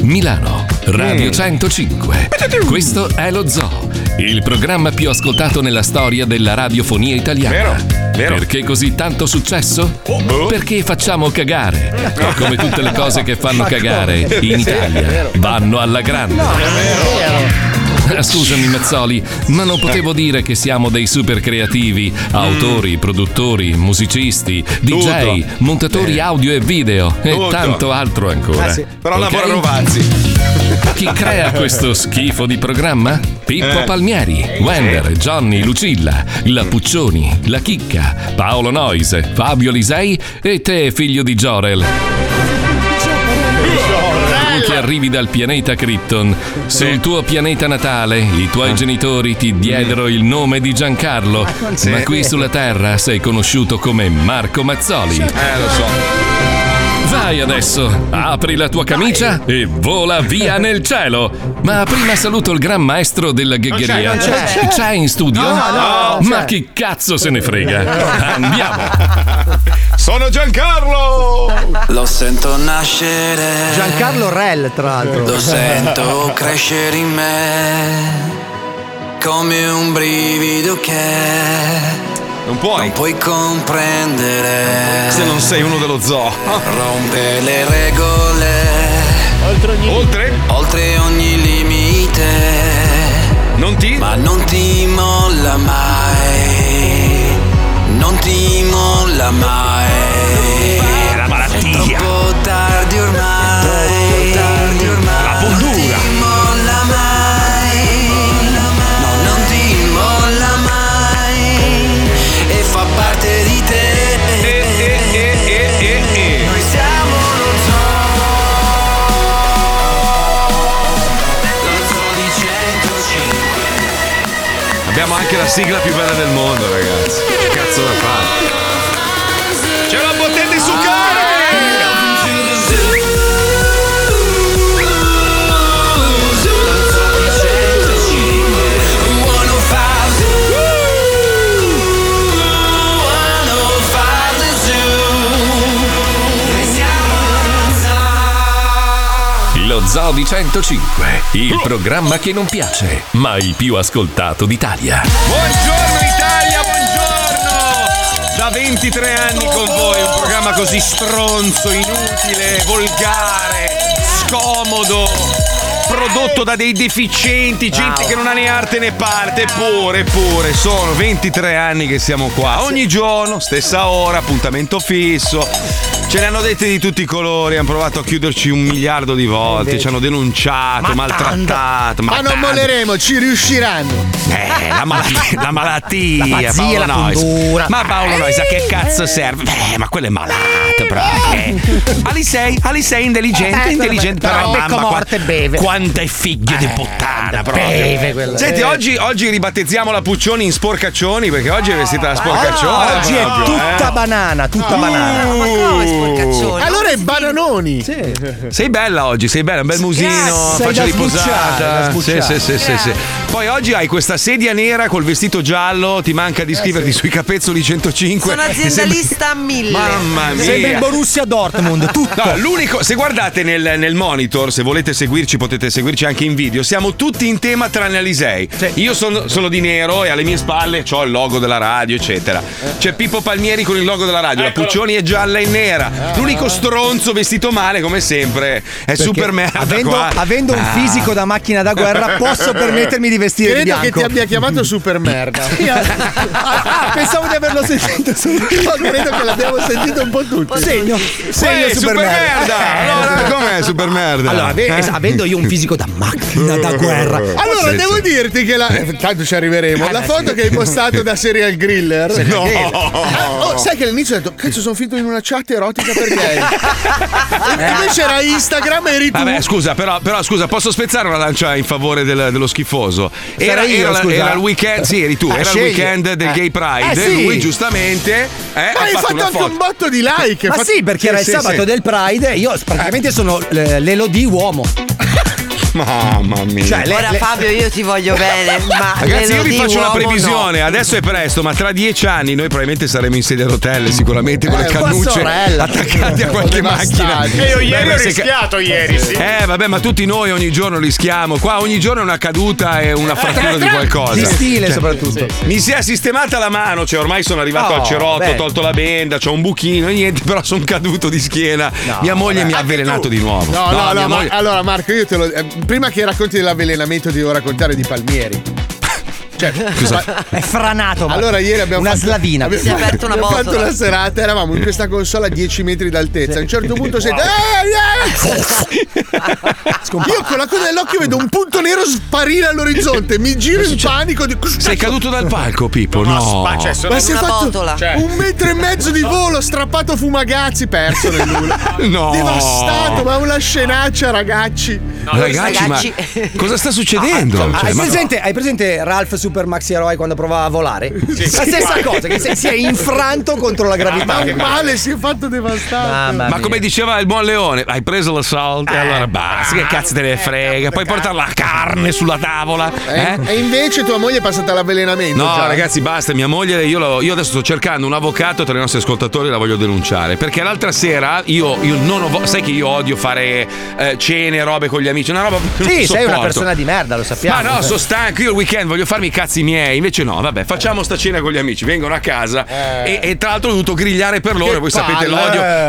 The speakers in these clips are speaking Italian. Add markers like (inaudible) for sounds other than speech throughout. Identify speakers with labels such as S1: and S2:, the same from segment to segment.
S1: Milano,
S2: Mm.
S1: Radio 105. Questo è lo Zoo, il programma più ascoltato nella storia della radiofonia italiana. Perché così tanto successo?
S2: Oh, boh.
S1: Perché facciamo cagare. E come tutte le cose che fanno
S3: Ma come?
S1: cagare in
S3: Sì, è
S1: Italia
S3: vero.
S1: vanno alla
S2: (laughs)
S1: grande. Ah, Scusami Mazzoli, ma non potevo dire che siamo dei super creativi, autori, produttori, musicisti, DJ,
S2: Mm. Tutto.
S1: montatori
S2: Eh.
S1: audio e video e
S2: Tutto.
S1: tanto altro ancora.
S2: Ah, sì. Però
S1: Ok?
S2: lavorano (laughs) Vanzi.
S1: Chi crea
S2: (laughs)
S1: questo schifo di programma? Pippo
S2: Eh.
S1: Palmieri, Wender, Johnny, Lucilla, la Puccioni, la Chicca, Paolo Noise, Fabio Lisei e te, figlio di Jorel. Tu che arrivi dal pianeta Krypton, sul tuo pianeta natale i tuoi genitori ti diedero il nome di Giancarlo,
S4: non c'è.
S1: ma qui sulla Terra sei conosciuto come Marco Mazzoli.
S2: Eh, lo so.
S1: Vai adesso, apri la tua camicia e vola via nel cielo. Ma prima saluto il gran maestro della ghegheria.
S2: Cioè, non c'è, non c'è. Ah,
S1: in studio?
S2: No, no,
S1: Ma
S2: c'è.
S1: chi cazzo se ne
S2: (laughs)
S1: frega? Ah, Andiamo.
S2: Sono Giancarlo!
S5: Lo sento nascere.
S6: Giancarlo Rell, tra l'altro.
S5: Eh. Lo sento crescere in me come un brivido che non puoi, comprendere
S2: Se non sei uno dello zoo.
S5: Rompe le regole oltre ogni,
S2: oltre.
S5: ogni limite.
S2: Non ti
S5: ma non ti molla mai. Non ti molla mai. La malattia. È troppo tardi ormai. Troppo tardi ormai. La
S7: bondura.
S5: Non ti molla mai. No, non ti molla mai. E fa parte di te. Noi siamo lo zoo. Lo zoo di 105.
S2: Abbiamo anche la sigla più bella del mondo, ragazzi. Che cazzo da fare? Ce la potete
S1: Lo Zoo di 105,
S2: Oh.
S1: il programma che non piace, ma il più ascoltato d'Italia.
S2: Da 23 anni con voi, un programma così stronzo, inutile, volgare, scomodo, prodotto da dei deficienti, gente che non ha né arte né parte, pure, pure, sono 23 anni che siamo qua, ogni giorno, stessa ora, appuntamento fisso. Ce ne hanno dette di tutti i colori, hanno provato a chiuderci un miliardo di volte, ci hanno denunciato, maltrattato.
S8: Ma non
S2: tanto.
S8: molleremo, ci riusciranno.
S2: Eh,
S8: (laughs)
S2: la, malat- la malattia,
S8: La pazzia,
S2: Paolo
S8: la
S2: Nois.
S8: condura.
S2: Ma Paolo Nois, a che cazzo serve? Eh, ma quello è malato, però. Eh. Alisei, Alisei intelligente,
S4: Eh,
S2: intelligente,
S4: però
S2: però.
S4: becco
S2: mamma,
S4: morte
S2: qua-
S4: beve.
S2: Quanto è figlio di puttana, proprio.
S4: beve quello.
S2: Senti,
S4: Eh.
S2: oggi, oggi ribattezziamo la Puccioni in sporcaccioni, perché oggi è vestita da sporcaccione.
S6: Ah, oggi è
S2: proprio,
S6: tutta
S2: eh.
S6: banana, tutta
S2: Uh.
S6: banana.
S2: Ma come sporcaccione?
S8: Allora è bananoni.
S2: Sei bella oggi, sei bella, un bel musino,
S8: Grazie,
S2: faccia
S8: sei da sbucciare, da
S2: riposata. Sì,
S8: sbucciare.
S2: sì, sì, sì, sì. Poi oggi hai questa sedia nera col vestito giallo, ti manca di scriverti sui capezzoli 105.
S9: Sono
S2: Mi sembra-
S9: aziendalista a mille.
S2: Mamma mia.
S6: Sembra il Borussia
S2: (laughs)
S6: Dortmund, tutto.
S2: No, l'unico, se guardate nel, nel monitor, se volete seguirci, potete seguirci anche in video. Siamo tutti in tema tranne Alisei. Io sono, sono di nero e alle mie spalle ho il logo della radio, eccetera.
S6: Eh.
S2: C'è Pippo Palmieri con il logo della radio. La Puccioni è gialla e
S6: Ah.
S2: nera. L'unico stronzo vestito male, come sempre, è super merda.
S6: Avendo,
S2: qua.
S6: avendo un
S2: Ah.
S6: fisico da macchina
S2: (laughs)
S6: da guerra, posso permettermi di vestire
S8: Credo
S6: di bianco. eh.
S8: che ti abbia chiamato
S6: (laughs)
S8: super merda. Ah, pensavo di averlo sentito su. No, credo che l'abbiamo sentito un po' tutti. Segno,
S6: segno
S2: Eh, super merda. Allora, com'è super merda?
S6: Allora, ave-
S2: Eh?
S6: es- avendo io un fisico da macchina
S2: (laughs)
S6: da guerra.
S8: Allora,
S6: Sì,
S8: devo
S6: sì. Ah,
S8: dirti che la. eh, Tanto ci arriveremo. La foto che hai postato da Serial Griller.
S2: Serial
S8: No.
S2: Griller.
S8: Ah, oh, sai che all'inizio ho detto, cazzo, sono finito in una chat erotica per gay. E Invece era Instagram e eri tu.
S2: Vabbè, scusa, però, però, scusa, posso spezzare una lancia in favore del- dello schifoso? Era,
S8: Sarei io,
S2: era la-
S8: scusa.
S2: era il weekend, sì, eri tu,
S8: Eh,
S2: era
S8: scegli.
S2: il weekend del
S8: Eh.
S2: Gay Pride.
S8: Eh, sì.
S2: Lui, giustamente, eh, ha
S8: Ma hai fatto,
S2: una
S8: anche
S2: foto.
S8: un botto di like.
S6: Ma
S8: Fat-
S6: sì, perché era il
S8: sì,
S6: sabato
S8: sì.
S6: del Pride. Io praticamente sono l- l'elodie uomo.
S2: Mamma mia.
S8: Cioè,
S9: Ora Fabio io ti voglio bene, ma
S2: Ragazzi, io vi
S9: Elodie
S2: faccio
S9: Ah,
S2: una
S9: uomo no.
S2: previsione. Adesso è presto, ma tra dieci anni noi probabilmente saremo in sedia a rotelle, sicuramente con le
S8: Eh, tua
S2: cannucce
S8: sorella.
S2: attaccate a qualche
S8: Devastati.
S2: macchina.
S8: Eh, io ieri
S2: Beh,
S8: ho
S2: se-
S8: rischiato, ieri, sì.
S2: Eh, vabbè, ma tutti noi ogni giorno rischiamo. Qua ogni giorno è una caduta e
S8: Eh,
S2: una frattura di qualcosa.
S6: Di stile
S2: Cioè,
S6: soprattutto.
S2: Mi si è sistemata la mano, cioè ormai sono arrivato
S6: Oh,
S2: al cerotto,
S6: beh.
S2: ho tolto la benda, c'ho un buchino, niente, (laughs) però sono caduto di schiena. mia moglie mi ha avvelenato di nuovo.
S8: No, no, Ah,
S6: Ah,
S8: no,
S2: mia
S8: ma-
S2: moglie-
S8: allora Marco, io te lo. eh, prima che racconti dell'avvelenamento ti devo raccontare di Palmieri.
S6: (laughs)
S8: Cioè, fa-
S6: È franato. ma-
S8: allora ieri abbiamo
S6: una
S8: fatto,
S6: slavina.
S8: abbiamo,
S9: Si è aperta una
S8: abbiamo fatto
S9: botola.
S8: una serata, eravamo in questa consola a 10 metri d'altezza. A un certo punto sento.
S10: eh!
S8: "Eh, eh!" Io con la coda dell'occhio vedo un punto nero sparire all'orizzonte. Mi giro
S6: Cioè.
S8: in panico. Dico,
S2: Sei caduto dal palco, Pippo? No.
S8: Ma, cioè, sono- Ma si è
S9: Una
S8: fatto
S9: botola.
S8: cioè, un metro e mezzo di volo, strappato fumagazzi, perso nel nulla.
S2: No.
S6: Oh.
S8: Devastato, ma una scenaccia, ragazzi.
S2: Ragazzi,
S9: Ragazzi.
S2: ma cosa sta succedendo? Cioè,
S6: Ah, Hai
S2: ma-
S6: presente, hai presente Ralph Super Maxi Eroi quando provava a volare? La stessa cosa, che se- si è infranto contro la gravità.
S8: Ma che male, si è fatto devastare.
S6: Mamma
S2: Ma
S6: mia.
S2: come diceva il buon leone, hai preso l'assalto e allora basta, che cazzo te ne frega, puoi portare la carne sulla tavola. eh?
S8: E invece tua moglie è passata all'avvelenamento.
S2: No,
S8: eh, già.
S2: ragazzi, basta. Mia moglie, io, l'ho- io adesso sto cercando un avvocato tra i nostri ascoltatori, la voglio denunciare. Perché l'altra sera io, io non ho. vo- Sai che io odio fare eh, cene, robe con gli amici, una roba. che non
S6: Sì, sei una
S2: sopporto.
S6: persona di merda, lo
S2: Ma
S6: sappiamo.
S2: no, sono stanco, io il weekend voglio farmi i cazzi miei, invece no, vabbè, facciamo sta cena con gli amici, vengono a casa
S6: Eh.
S2: e, e tra l'altro ho dovuto grigliare per loro,
S8: Che
S2: voi sapete
S8: palle.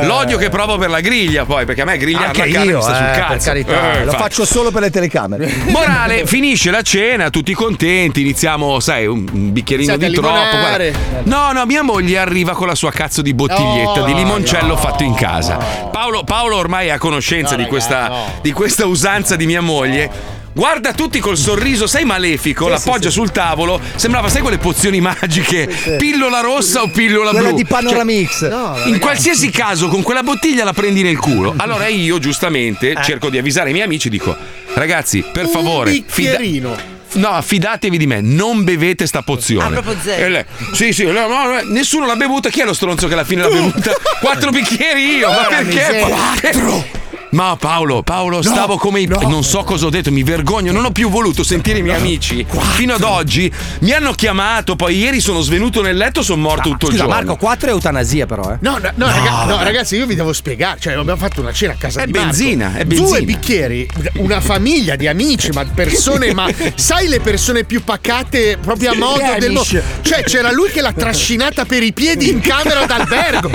S2: l'odio, l'odio che provo per la griglia poi, perché a me grigliare
S6: Anche
S2: la carne
S6: io,
S2: mi sta sul
S6: eh, per
S2: cazzo.
S6: carità,
S2: Eh,
S6: lo
S2: fa-
S6: faccio solo per le
S8: (laughs)
S6: telecamere.
S2: Morale, finisce la cena, tutti contenti, iniziamo, sai, un un bicchierino
S8: Iniziate
S2: di
S8: a
S2: troppo.
S8: limonare.
S2: guarda. No, no, mia moglie arriva con la sua cazzo di bottiglietta
S8: No,
S5: Oh,
S2: di limoncello
S8: no,
S2: fatto in casa. Paolo, Paolo ormai è a conoscenza
S8: No,
S2: di, questa,
S8: ragazzi, no.
S2: di questa usanza di mia moglie. Guarda tutti col sorriso, sei malefico, l'appoggia sul tavolo, sembrava, sai quelle pozioni magiche, pillola rossa o pillola
S6: Quella
S2: blu.
S6: di
S2: Cioè,
S6: Panoramix.
S2: in qualsiasi caso, con quella bottiglia la prendi nel culo. Allora io, giustamente, cerco di avvisare i miei amici, dico: ragazzi, per favore,
S8: Un
S2: fida-
S8: bicchierino.
S2: No, fidatevi di me, non bevete sta pozione.
S9: Ah, proprio zero.
S2: E lei, sì, sì, no, no, no, nessuno l'ha bevuta. Chi è lo stronzo che alla fine l'ha bevuta? Quattro bicchieri io, ma perché? Quattro! Ma Paolo, Paolo, stavo come i... Non so cosa ho detto, mi vergogno, non ho più voluto sentire i miei amici. Fino ad oggi mi hanno chiamato, poi ieri sono svenuto nel letto, sono morto tutto il
S6: Scusa,
S2: giorno.
S6: Marco, 4 è eutanasia, però, eh.
S8: No, no, no, raga- no, ragazzi, io vi devo spiegare. Cioè, abbiamo fatto una cena a casa
S2: È
S8: di Marco.
S2: benzina, è benzina.
S8: Due bicchieri, una famiglia di amici, ma persone,
S2: (laughs)
S8: ma sai le persone più pacate proprio a modo del mo- Cioè, c'era lui che l'ha trascinata per i piedi in camera d'albergo.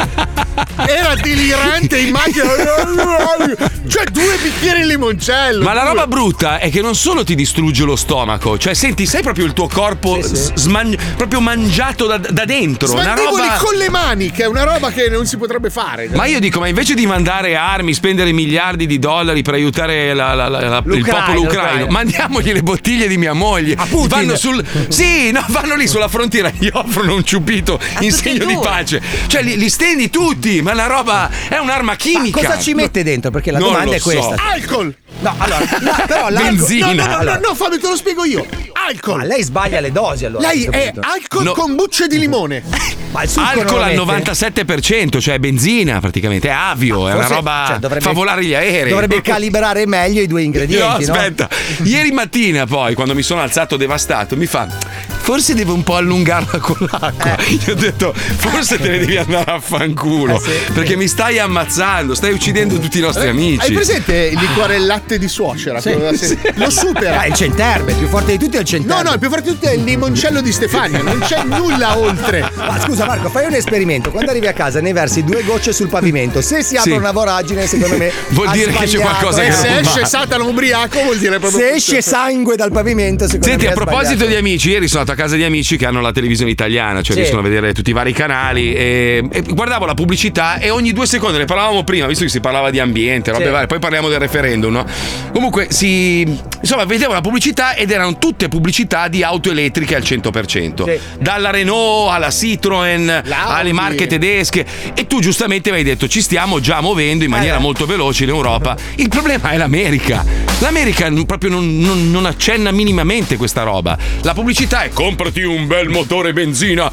S8: Era delirante in macchina. Cioè, due bicchieri di limoncello.
S2: Ma la
S8: due.
S2: roba brutta è che non solo ti distrugge lo stomaco, cioè senti, sei proprio il tuo corpo s- smang- proprio mangiato da, da dentro. Una
S8: Sbandevoli
S2: roba.
S8: con le mani, che è una roba che non si potrebbe fare.
S2: Ma io dico, ma invece di mandare armi, spendere miliardi di dollari per aiutare la- la- la- la- il
S6: L'Ucraina,
S2: popolo ucraino,
S6: l'Ucraina.
S2: mandiamogli le bottiglie di mia moglie.
S6: Putin.
S2: Vanno sul. Sì, no, vanno lì sulla frontiera, gli offrono un
S6: Ah,
S2: ciupito in
S9: tutti e
S2: segno di
S9: due.
S2: pace. Cioè, li, li stendi tutti, ma la roba è un'arma
S6: Ma
S2: chimica.
S6: cosa ci mette dentro? Perché la
S2: Non
S6: domanda
S2: lo
S6: è questa.
S2: so.
S8: Alcol!
S6: No, allora, no, però l'alcol-
S2: Benzina.
S8: Ah, No, no, no, no,
S6: Allora.
S8: no, Fabio, te lo spiego io.
S6: Ma
S8: Alcol!
S6: lei sbaglia le dosi allora.
S8: Lei
S6: a questo
S8: è
S6: punto.
S8: alcol
S2: No.
S8: con bucce di (laughs) limone.
S6: Ma il succo non
S2: Alcol
S6: lo
S2: al
S6: mette?
S2: 97%, cioè benzina praticamente, è avio, è una
S6: Forse-
S2: roba.
S6: cioè, dovrebbe-
S2: fa volare gli aerei. (laughs)
S6: Dovrebbe calibrare meglio i due
S2: No,
S6: ingredienti, no?
S2: aspetta. Ieri mattina poi, quando mi sono alzato devastato, mi fa forse devo un po' allungarla con l'acqua.
S6: Eh.
S2: Gli ho detto forse te ne devi andare a fanculo, perché mi stai ammazzando, stai uccidendo tutti i nostri amici.
S8: Hai presente il liquore al latte di suocera? Quello della serie? Lo
S6: Ah,
S8: supera.
S5: Eh,
S6: il centerbe, il più forte di tutti è il
S8: No,
S6: centerbe.
S8: no, il più forte di tutti è il limoncello di Stefania, non
S6: (laughs)
S8: c'è nulla oltre.
S6: Ma scusa Marco, fai un esperimento. Quando arrivi a casa ne versi due gocce sul pavimento. Se si apre
S2: Sì.
S6: una voragine, secondo me.
S2: (laughs) Vuol
S6: ha
S2: dire che c'è
S6: sbagliato.
S2: qualcosa
S8: E
S2: che
S8: se
S2: non va.
S8: esce Satana ubriaco vuol dire proprio
S6: Se esce sangue dal pavimento, secondo
S2: Senti,
S6: me.
S2: a
S6: ha
S2: proposito
S6: sbagliato.
S2: di amici, ieri sono andato a casa di amici che hanno la televisione italiana, cioè
S6: Sì.
S2: riescono a vedere tutti i vari canali. E, e guardavo la pubblicità e ogni due secondi, ne parlavamo prima, visto che si parlava di ambiente, robe varie, poi parliamo del referendum, no? Comunque si. Insomma, vedevo la pubblicità ed erano tutte pubblicità di auto elettriche al 100%. Dalla Renault alla Citroën, alle marche tedesche. E tu giustamente mi hai detto ci stiamo già muovendo in
S8: Eh.
S2: maniera molto veloce in Europa. Il problema è l'America. L'America n- proprio non, non- non accenna minimamente questa roba. La pubblicità è comprati un bel motore benzina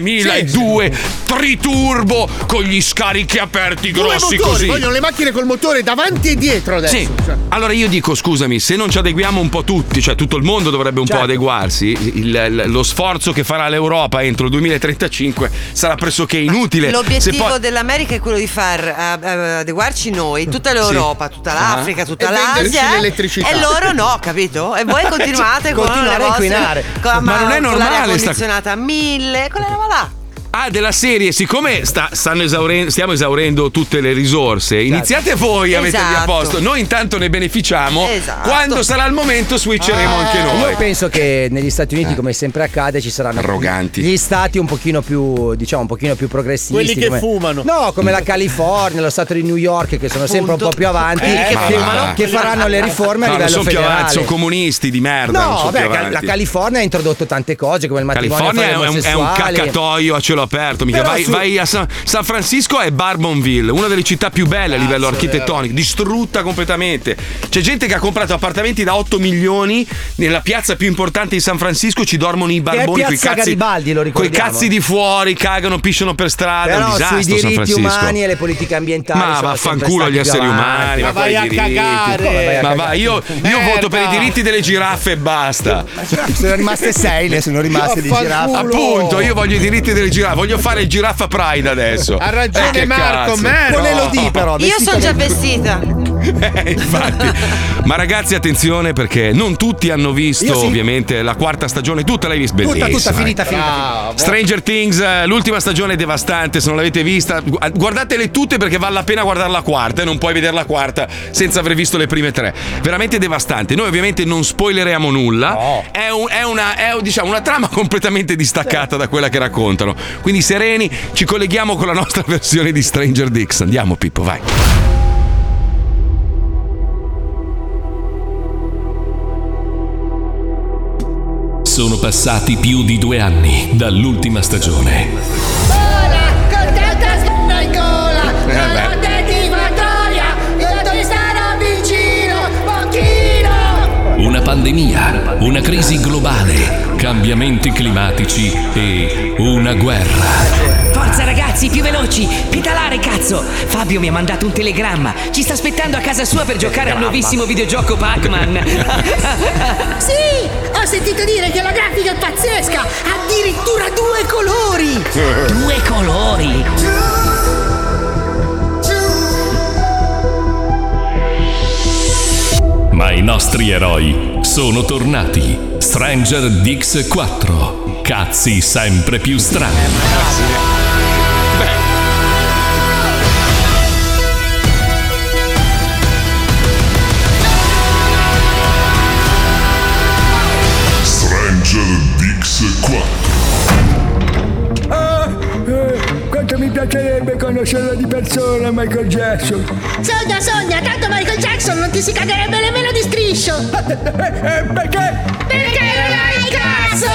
S2: 7002 triturbo con gli scarichi aperti
S8: Due
S2: grossi
S8: motori,
S2: così.
S8: vogliono le macchine col motore davanti e dietro adesso.
S2: Sì,
S8: Cioè,
S2: allora io dico scusami, se non ci adeguiamo un po' tutti, cioè tutto il mondo dovrebbe
S9: Certo.
S2: un po' adeguarsi, il- il- lo sforzo che farà l'Europa entro il 2035 sarà pressoché inutile.
S9: L'obiettivo
S2: Se poi-
S9: dell'America è quello di far eh, eh, adeguarci noi, tutta l'Europa, tutta l'Africa,
S2: Ah.
S9: tutta
S8: E venderci
S9: l'Asia. eh.
S8: l'elettricità.
S9: E loro no, capito? E
S2: (laughs)
S9: voi continuate
S6: Cioè,
S9: con
S6: continuare
S9: le
S6: a
S9: vostre,
S6: inquinare.
S9: Con, la-
S2: Ma non è
S9: con l'aria
S2: normale sta-
S9: condizionata a mille, quella roba là.
S2: Ah, della serie, siccome sta- stanno esauren- stiamo esaurendo tutte le risorse, iniziate voi a mettervi a
S9: Certo. Esatto.
S2: posto, noi intanto ne beneficiamo,
S9: Esatto. Ah.
S2: quando sarà il momento switcheremo anche noi.
S6: Eh,
S2: Eh.
S6: Io penso che negli Stati Uniti, come sempre accade, ci saranno
S2: Arroganti.
S6: gli stati un pochino più, diciamo, un pochino più progressisti.
S8: Quelli che
S6: come-
S8: fumano.
S6: No, come la California, lo stato di New York, che sono sempre un po'
S9: Appunto.
S6: più avanti.
S2: Eh,
S9: Quelli che
S6: Eh, che,
S2: fumano.
S6: che faranno le riforme a
S2: No, non
S6: livello
S2: sono più avanti,
S6: federale.
S2: sono comunisti di merda. non
S6: No,
S2: sono
S6: vabbè,
S2: più
S6: Cal- la
S2: avanti.
S6: California ha introdotto tante cose come il matrimonio
S2: California
S6: fra
S2: è
S6: gli
S2: un, è un
S6: omosessuali.
S2: caccatoio a cielo aperto. Mica.
S6: Però
S2: Vai,
S6: su-
S2: vai a San, San Francisco è Barbonville, una delle città più belle a livello
S6: eh.
S2: architettonico, distrutta completamente. C'è gente che ha comprato appartamenti da 8 milioni nella piazza più importante di San Francisco. Ci dormono i
S6: è
S2: barboni coi
S6: Piazza
S2: cazzi,
S6: Garibaldi, lo
S2: coi
S6: ricordiamo.
S2: cazzi di fuori, cagano, pisciano per strada. è un
S6: Però
S2: disastro
S6: sui
S2: San
S6: diritti
S2: Francisco.
S6: umani e le politiche ambientali.
S2: Ma
S6: sono sempre
S2: vaffanculo agli
S6: stati più avanti.
S2: esseri umani, ma,
S8: Ma vai
S2: quali
S8: a
S2: diritti?
S8: cagare.
S6: Come vai a
S2: Ma
S6: cagare?
S2: vai, io, io
S8: Merda.
S2: voto per i diritti delle giraffe e basta.
S11: Sono rimaste sei, ne sono rimaste di giraffa.
S2: Appunto, io voglio i diritti delle giraffe, voglio fare il giraffa pride adesso.
S8: Ha
S2: Eh, che
S8: ragione Marco,
S2: cazzo.
S8: Mero.
S6: Con l'Elodie però.
S9: Io
S6: vestita
S9: sono già
S6: da-
S9: vestita.
S2: Eh, infatti. Ma ragazzi, attenzione perché non tutti hanno visto,
S6: Io sì.
S2: ovviamente, la quarta stagione, tutta l'hai vista
S6: Tutta, tutta
S2: bellissima.
S6: finita, finita.
S2: Stranger Things, eh, l'ultima stagione è devastante, se non l'avete vista, gu- ah, guardatele tutte perché vale la pena guardare la quarta e non puoi vedere la quarta senza aver visto le prime tre. Veramente devastante. Noi ovviamente non spoileremo nulla, è, un- è una, è, diciamo, una trama (laughs) completamente distaccata da quella che raccontano. Quindi sereni, ci colleghiamo con la nostra (laughs) versione di Stranger Dix. Andiamo Pippo, vai.
S1: Sono passati più di due anni dall'ultima stagione.
S10: Con tanta schiena in gola,
S2: Eh, beh.
S10: grande di Vittoria, io ti sarò vicino, pochino.
S1: Una pandemia, una crisi globale, cambiamenti climatici e una guerra.
S12: Forza ragazzi, più veloci! Pedalare, cazzo! Fabio mi ha mandato un telegramma. Ci sta aspettando a casa sua per giocare al nuovissimo videogioco (laughs)
S10: (laughs)
S12: Pac-Man.
S10: Sì, ho sentito dire che la grafica è pazzesca, addirittura due colori.
S12: Due colori!
S1: Ma i nostri eroi sono tornati. Stranger Dix 4. Cazzi sempre più strani.
S13: Stranger Dix 4
S5: Quanto mi piacerebbe conoscerla di persona, Michael Jackson.
S10: Sogna, sogna, tanto Michael Jackson non ti si cagherebbe nemmeno di striscio.
S5: Perché?
S10: Perché non hai cazzo?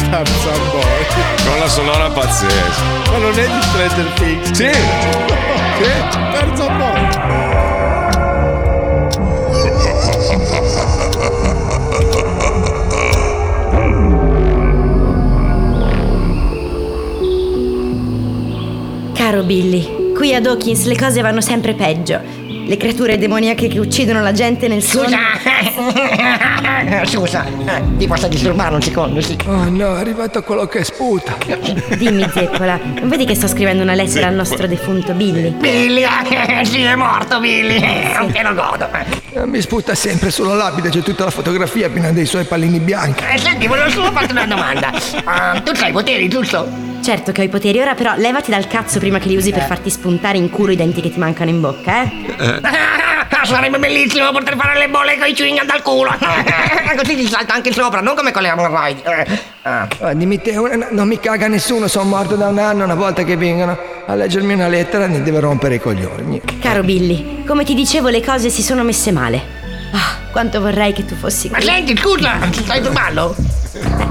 S8: (laughs) Tarzan Boy.
S2: (laughs) Con la sonora pazzesca.
S8: Ma non è di Stranger Things.
S2: Sì.
S8: Che? Tarzan Boy.
S14: Caro Billy, qui ad Hawkins le cose vanno sempre peggio. Le creature demoniache che uccidono la gente nel sonno.
S10: (laughs) Scusa, eh, ti posso disturbare un secondo, sì.
S5: Oh no, è arrivato quello che sputa.
S14: Dimmi, Zeppola, non vedi che sto scrivendo una lettera al nostro defunto Billy?
S10: Billy, eh, sì, è morto Billy, anche lo godo.
S5: Eh, Mi sputa sempre sulla lapide, c'è tutta la fotografia piena dei suoi pallini bianchi.
S10: Eh, Senti, volevo solo farti una domanda. Ah, tu sai i poteri, giusto?
S14: Certo che ho i poteri ora, però levati dal cazzo prima che li usi per farti spuntare in culo i denti che ti mancano in bocca, eh?
S10: Ah, sarebbe bellissimo poter fare le bolle con i chewing gum dal culo.
S7: Eh,
S10: Così eh, ecco, ti salta anche sopra, non come con le hemorroidi. Eh, ah.
S5: Ah, dimmi te, una- non mi caga nessuno, sono morto da un anno una volta che vengono.
S7: a leggermi una lettera ne deve rompere i coglioni.
S14: Caro Billy, come ti dicevo le cose si sono messe male. Ah, quanto vorrei che tu fossi qui.
S10: Ma senti, scusa, stai turbando?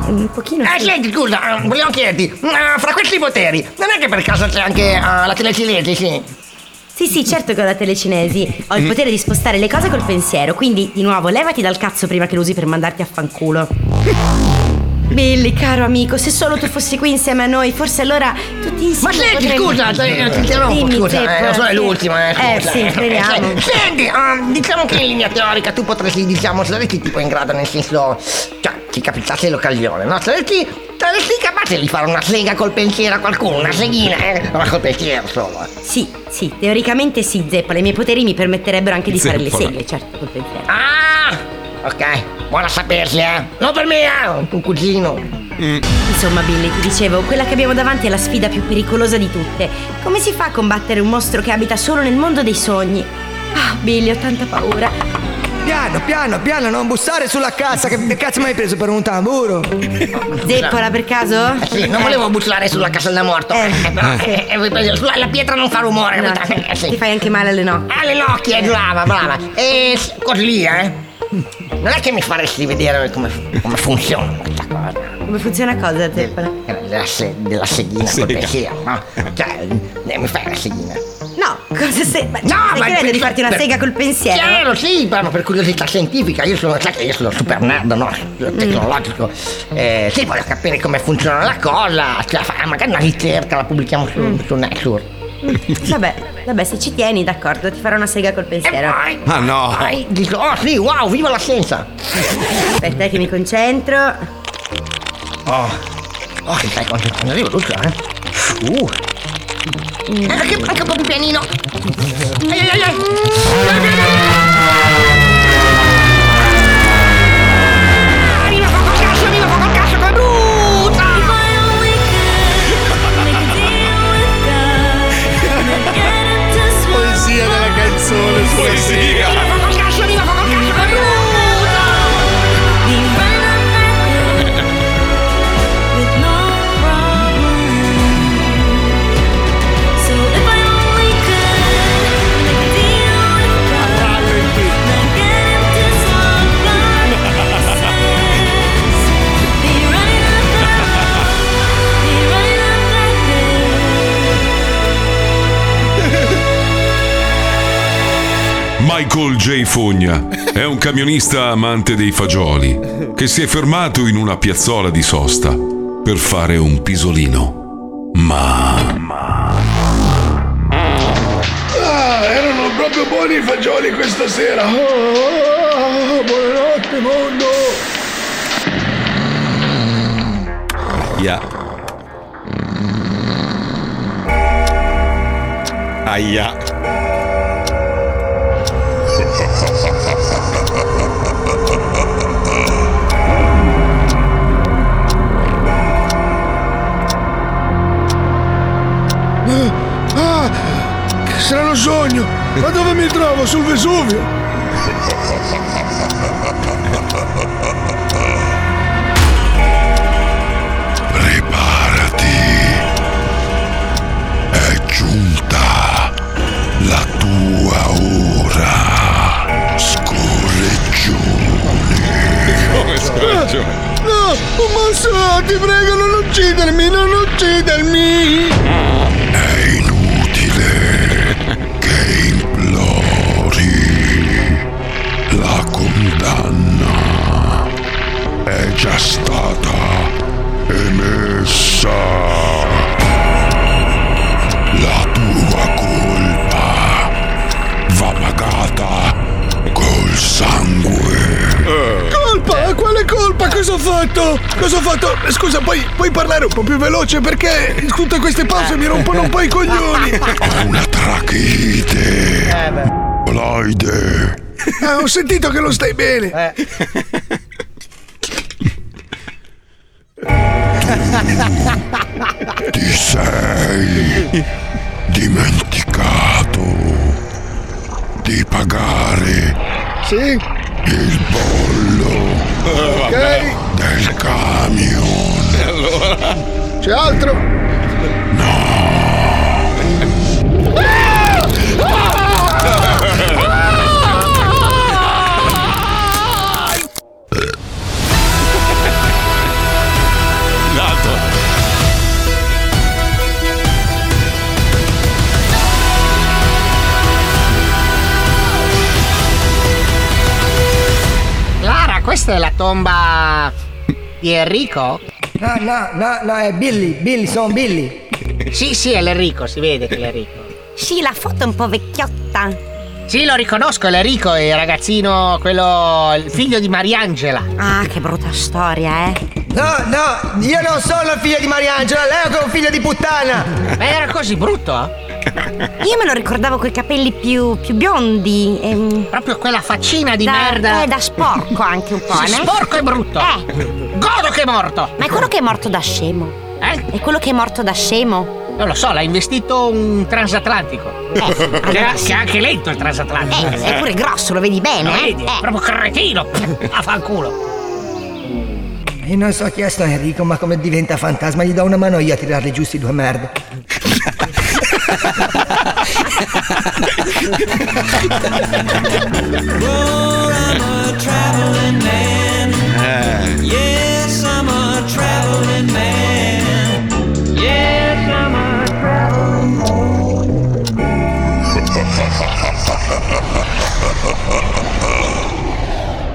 S14: Un pochino.
S10: Eh, senti, scusa, eh, volevo chiederti, ma fra questi poteri, non è che per caso c'è anche eh, la telecinesi, sì? Mm.
S14: Sì, sì, certo che ho la telecinesi. Ho il potere di spostare le cose col pensiero, quindi di nuovo levati dal cazzo prima che lo usi per mandarti a fanculo. Billy, caro amico, se solo tu fossi qui insieme a noi, forse allora tutti insieme.
S10: Ma senti, scusa, dai, ti interrompo,
S14: Eh, Dimmi,
S10: scusa,
S14: Zeppo,
S10: eh, lo so, è
S14: sì.
S10: l'ultima, eh,
S14: Eh,
S10: scusa,
S14: sì,
S10: (laughs) eh,
S14: speriamo.
S10: eh, Senti, ehm, diciamo che in linea teorica tu potresti, diciamo, saresti tipo in grado, nel senso, cioè, ti capitasse l'occasione, no? Saresti, saresti capace di fare una sega col pensiero a qualcuno, una seghina, eh? Ma col pensiero, insomma.
S14: Sì, sì, teoricamente sì, Zeppola. I miei poteri mi permetterebbero anche di fare le
S10: Zeppola.
S14: seghe, certo, col pensiero.
S10: Ah, ok, buona sapersi, eh? Non per me, eh, tuo cugino.
S14: Insomma, Billy, ti dicevo, quella che abbiamo davanti è la sfida più pericolosa di tutte. Come si fa a combattere un mostro che abita solo nel mondo dei sogni? Ah, Billy, ho tanta paura.
S7: Piano, piano, piano, non bussare sulla cassa, che che cazzo mi hai preso per un
S10: (laughs)
S7: tamburo?
S14: Zeppola per caso?
S10: Eh, Sì, non volevo bussare sulla casa del morto. Eh, però, eh, eh, voi pensate, sulla- la pietra non fa rumore. Ah!
S14: No,
S10: capito? Eh, sì.
S14: Ti fai anche male alle nocche.
S10: Alle nocche, eh, brava, brava. E s- così, eh. Non è che mi faresti vedere come, come funziona questa cosa.
S14: Come funziona cosa, Zeppola?
S10: Della, Eh, se- della seghina col pensiero, no? Cioè, eh, mi fai la seghina.
S14: No, cosa sei. Ah, Ma,
S10: No,
S14: stai
S10: ma-
S14: chiedendo di farti una
S10: per-
S14: sega col pensiero?
S10: Chiaro, sì, ma per curiosità scientifica, io sono, sai che io sono super nerd, no?
S14: Mm.
S10: Tecnologico. Eh, sì, voglio capire come funziona la cosa. Cioè, fa- magari una ricerca la pubblichiamo su,
S14: Mm.
S10: su Nexur.
S14: Vabbè, vabbè, se ci tieni, d'accordo, ti farò una sega col pensiero.
S15: Ma no.
S10: Vai, dico, oh sì, wow, viva la scienza!
S14: Aspetta che mi concentro.
S10: Oh, oh che stai concentrando, arrivo tutto, eh? Uh,
S14: Mm.
S10: Eh,
S16: Anche, anche un po' più pianino. Ai, ai, ai, ai. Arriva fuoco al cazzo, arriva fuoco al cazzo, come brutta!
S8: Poesia della canzone. Poesia.
S2: Michael J. Fogna è un camionista amante dei fagioli che si è fermato in una piazzola di sosta per fare un pisolino. Ma...
S5: Ah, erano proprio buoni i fagioli questa sera. Ah, ah, ah, buonanotte mondo.
S15: Aia. Aia.
S5: Ah, ah, che strano sogno. Ma dove mi trovo? Sul Vesuvio?
S17: Preparati. È giunta la tua ora. Scorreggione.
S5: Come
S17: scorreggione?
S5: No, un mostro, ti prego, non uccidermi, non uccidermi.
S17: La condanna è già stata emessa. La tua colpa va pagata col sangue.
S5: Colpa? Quale colpa? Cosa ho fatto? Cosa ho fatto? Scusa, puoi, puoi parlare un po' più veloce perché tutte queste pause mi rompono un po' i
S8: (laughs)
S5: coglioni. Eh,
S17: Ho una tracheite. Bloide.
S5: Eh, ho sentito che non stai bene.
S8: Eh.
S17: Ti sei dimenticato di pagare
S5: Sì?
S17: il bollo
S5: vabbè.
S17: del camion.
S5: C'è altro?
S17: No,
S10: (laughs) questa è la tomba di Enrico?
S18: No, no, no, no, è Billy, Billy, sono Billy.
S10: Sì, sì, è l'Enrico, si vede che è l'Enrico.
S14: Sì, la foto è un po' vecchiotta.
S10: Sì, lo riconosco, è l'Enrico, è il ragazzino, quello, il figlio di Mariangela.
S14: Ah, che brutta storia, eh.
S18: No, no, io non sono il figlio di Mariangela, lei è un figlio di puttana.
S10: Ma era così brutto?
S14: Io me lo ricordavo coi capelli più, più biondi. ehm,
S10: Proprio quella faccina di
S14: da,
S10: merda.
S14: Eh, da sporco anche un po',
S10: Sì,
S14: no?
S10: sporco e brutto.
S14: Eh.
S10: Godo che è morto.
S14: Ma è quello che è morto da scemo.
S10: Eh?
S14: È quello che è morto da scemo.
S10: Non lo so, l'ha investito un transatlantico.
S14: Eh, sì,
S10: che,
S14: allora
S10: è
S14: sì.
S10: anche lento il transatlantico.
S14: Eh, è pure grosso, lo vedi bene,
S10: Lo
S14: eh?
S10: vedi?
S14: Eh.
S10: Proprio
S18: (laughs)
S10: cretino. A fanculo.
S18: Io non so chi è sto Enrico, ma come diventa fantasma gli do una mano io a tirarle giù sti due merde.
S2: Eh.
S5: Yes, I'm a traveling man. Yes, I'm a traveling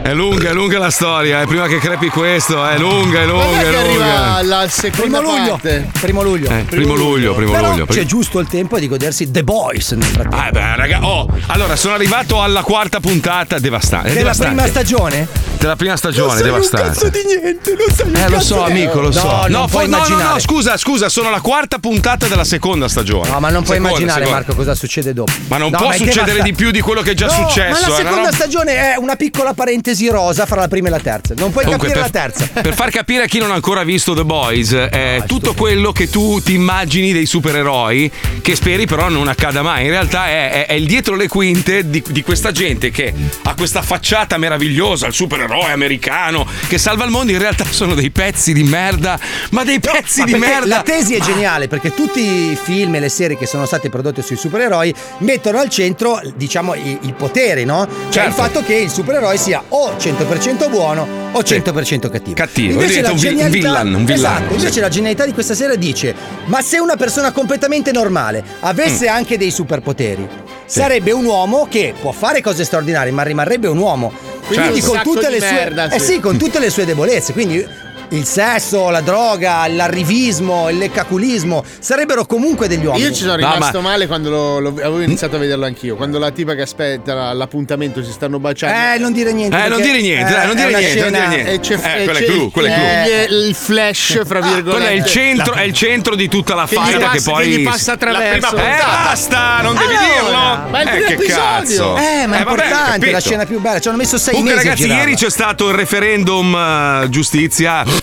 S2: È lunga, è lunga la storia, eh. prima che crepi questo, è lunga, è lunga,
S8: Quando è
S2: è
S8: che
S2: lunga.
S8: arriva la seconda
S6: Primo luglio.
S8: parte?
S6: Primo luglio.
S2: Eh, primo luglio, primo
S6: Però
S2: luglio,
S6: C'è
S2: primo-
S6: giusto il tempo di godersi The Boys nel frattempo.
S2: Ah, beh, raga, oh, allora sono arrivato alla quarta puntata devastante.
S6: Della
S2: Ah, devastante.
S6: prima stagione?
S2: Della prima stagione, devastante.
S6: di niente, non sai
S2: Eh, lo so, amico, lo so.
S6: No, non
S2: fo-
S6: puoi
S2: no, no,
S6: immaginare.
S2: no, scusa, scusa, sono la quarta puntata della seconda stagione.
S6: No, ma non puoi
S2: Seconda,
S6: immaginare,
S2: seconda.
S6: Marco, cosa succede dopo.
S2: Ma non
S6: No,
S2: può
S6: è
S2: succedere
S6: devastante.
S2: di più di quello che è già
S6: No,
S2: successo.
S6: Ma la
S2: eh, è una
S6: seconda
S2: roba-
S6: stagione è una piccola parentesi rosa fra la prima e la terza. Non puoi
S2: Comunque,
S6: capire
S2: per-
S6: la terza.
S2: (laughs)
S6: Ah,
S2: Per far capire a chi non ha ancora visto The Boys, eh, è tutto quello che tu ti immagini dei supereroi, che speri però non accada mai. In realtà è, è- è il dietro le quinte di, di questa gente che ha questa facciata meravigliosa, il supereroe americano che salva il mondo. In realtà sono dei pezzi di merda, ma dei pezzi
S6: Ma
S2: di
S6: perché
S2: merda.
S6: La tesi è geniale perché tutti i film e le serie che sono state prodotte sui supereroi mettono al centro, diciamo, i, i poteri, no? Cioè
S2: Certo.
S6: il fatto che il supereroe sia o 100% buono o 100% cattivo.
S2: Cattivo, diventa un vi- un villain, un villain.
S6: Esatto, invece
S2: Sì.
S6: la genialità di questa serie dice: "Ma se una persona completamente normale avesse
S2: Mm.
S6: anche dei superpoteri, sarebbe un uomo che può fare cose straordinarie, ma rimarrebbe un uomo". Quindi
S8: Certo. Un
S6: con
S8: sacco
S6: tutte
S8: di
S6: le sue
S8: merda,
S6: Eh
S8: sì.
S6: sì, con tutte le sue debolezze, quindi il sesso, la droga, l'arrivismo, il leccaculismo sarebbero comunque degli uomini.
S8: Io ci sono Mm. rimasto male quando lo- lo- avevo iniziato a vederlo anch'io. Quando la tipa che aspetta la- l'appuntamento si stanno baciando.
S6: Eh, non dire niente.
S2: Eh, non
S6: perché-
S2: dire niente, dai, non
S6: è
S2: dire
S6: una
S2: niente, non dire
S6: scena-
S2: niente.
S8: E c'è,
S2: Eh,
S8: e
S2: quello è
S8: c'è
S2: clou, quello è
S8: il- il flash, fra virgolette.
S2: Ah, Quello è il centro, eh, è il centro di tutta la
S8: Che gli
S2: faida che,
S8: passa-
S2: poi.
S8: che gli passa attraverso.
S2: La prima
S8: Eh,
S2: puntata. basta, non devi dirlo.
S6: Ma è il
S2: Eh,
S6: primo
S2: che
S6: episodio.
S2: cazzo.
S6: Eh, ma è
S2: Eh, vabbè,
S6: importante,
S2: capito.
S6: la scena più bella. Ci hanno messo sei
S2: Comunque,
S6: mesi. a
S2: ragazzi,
S6: girarla.
S2: ieri c'è stato il referendum eh, giustizia.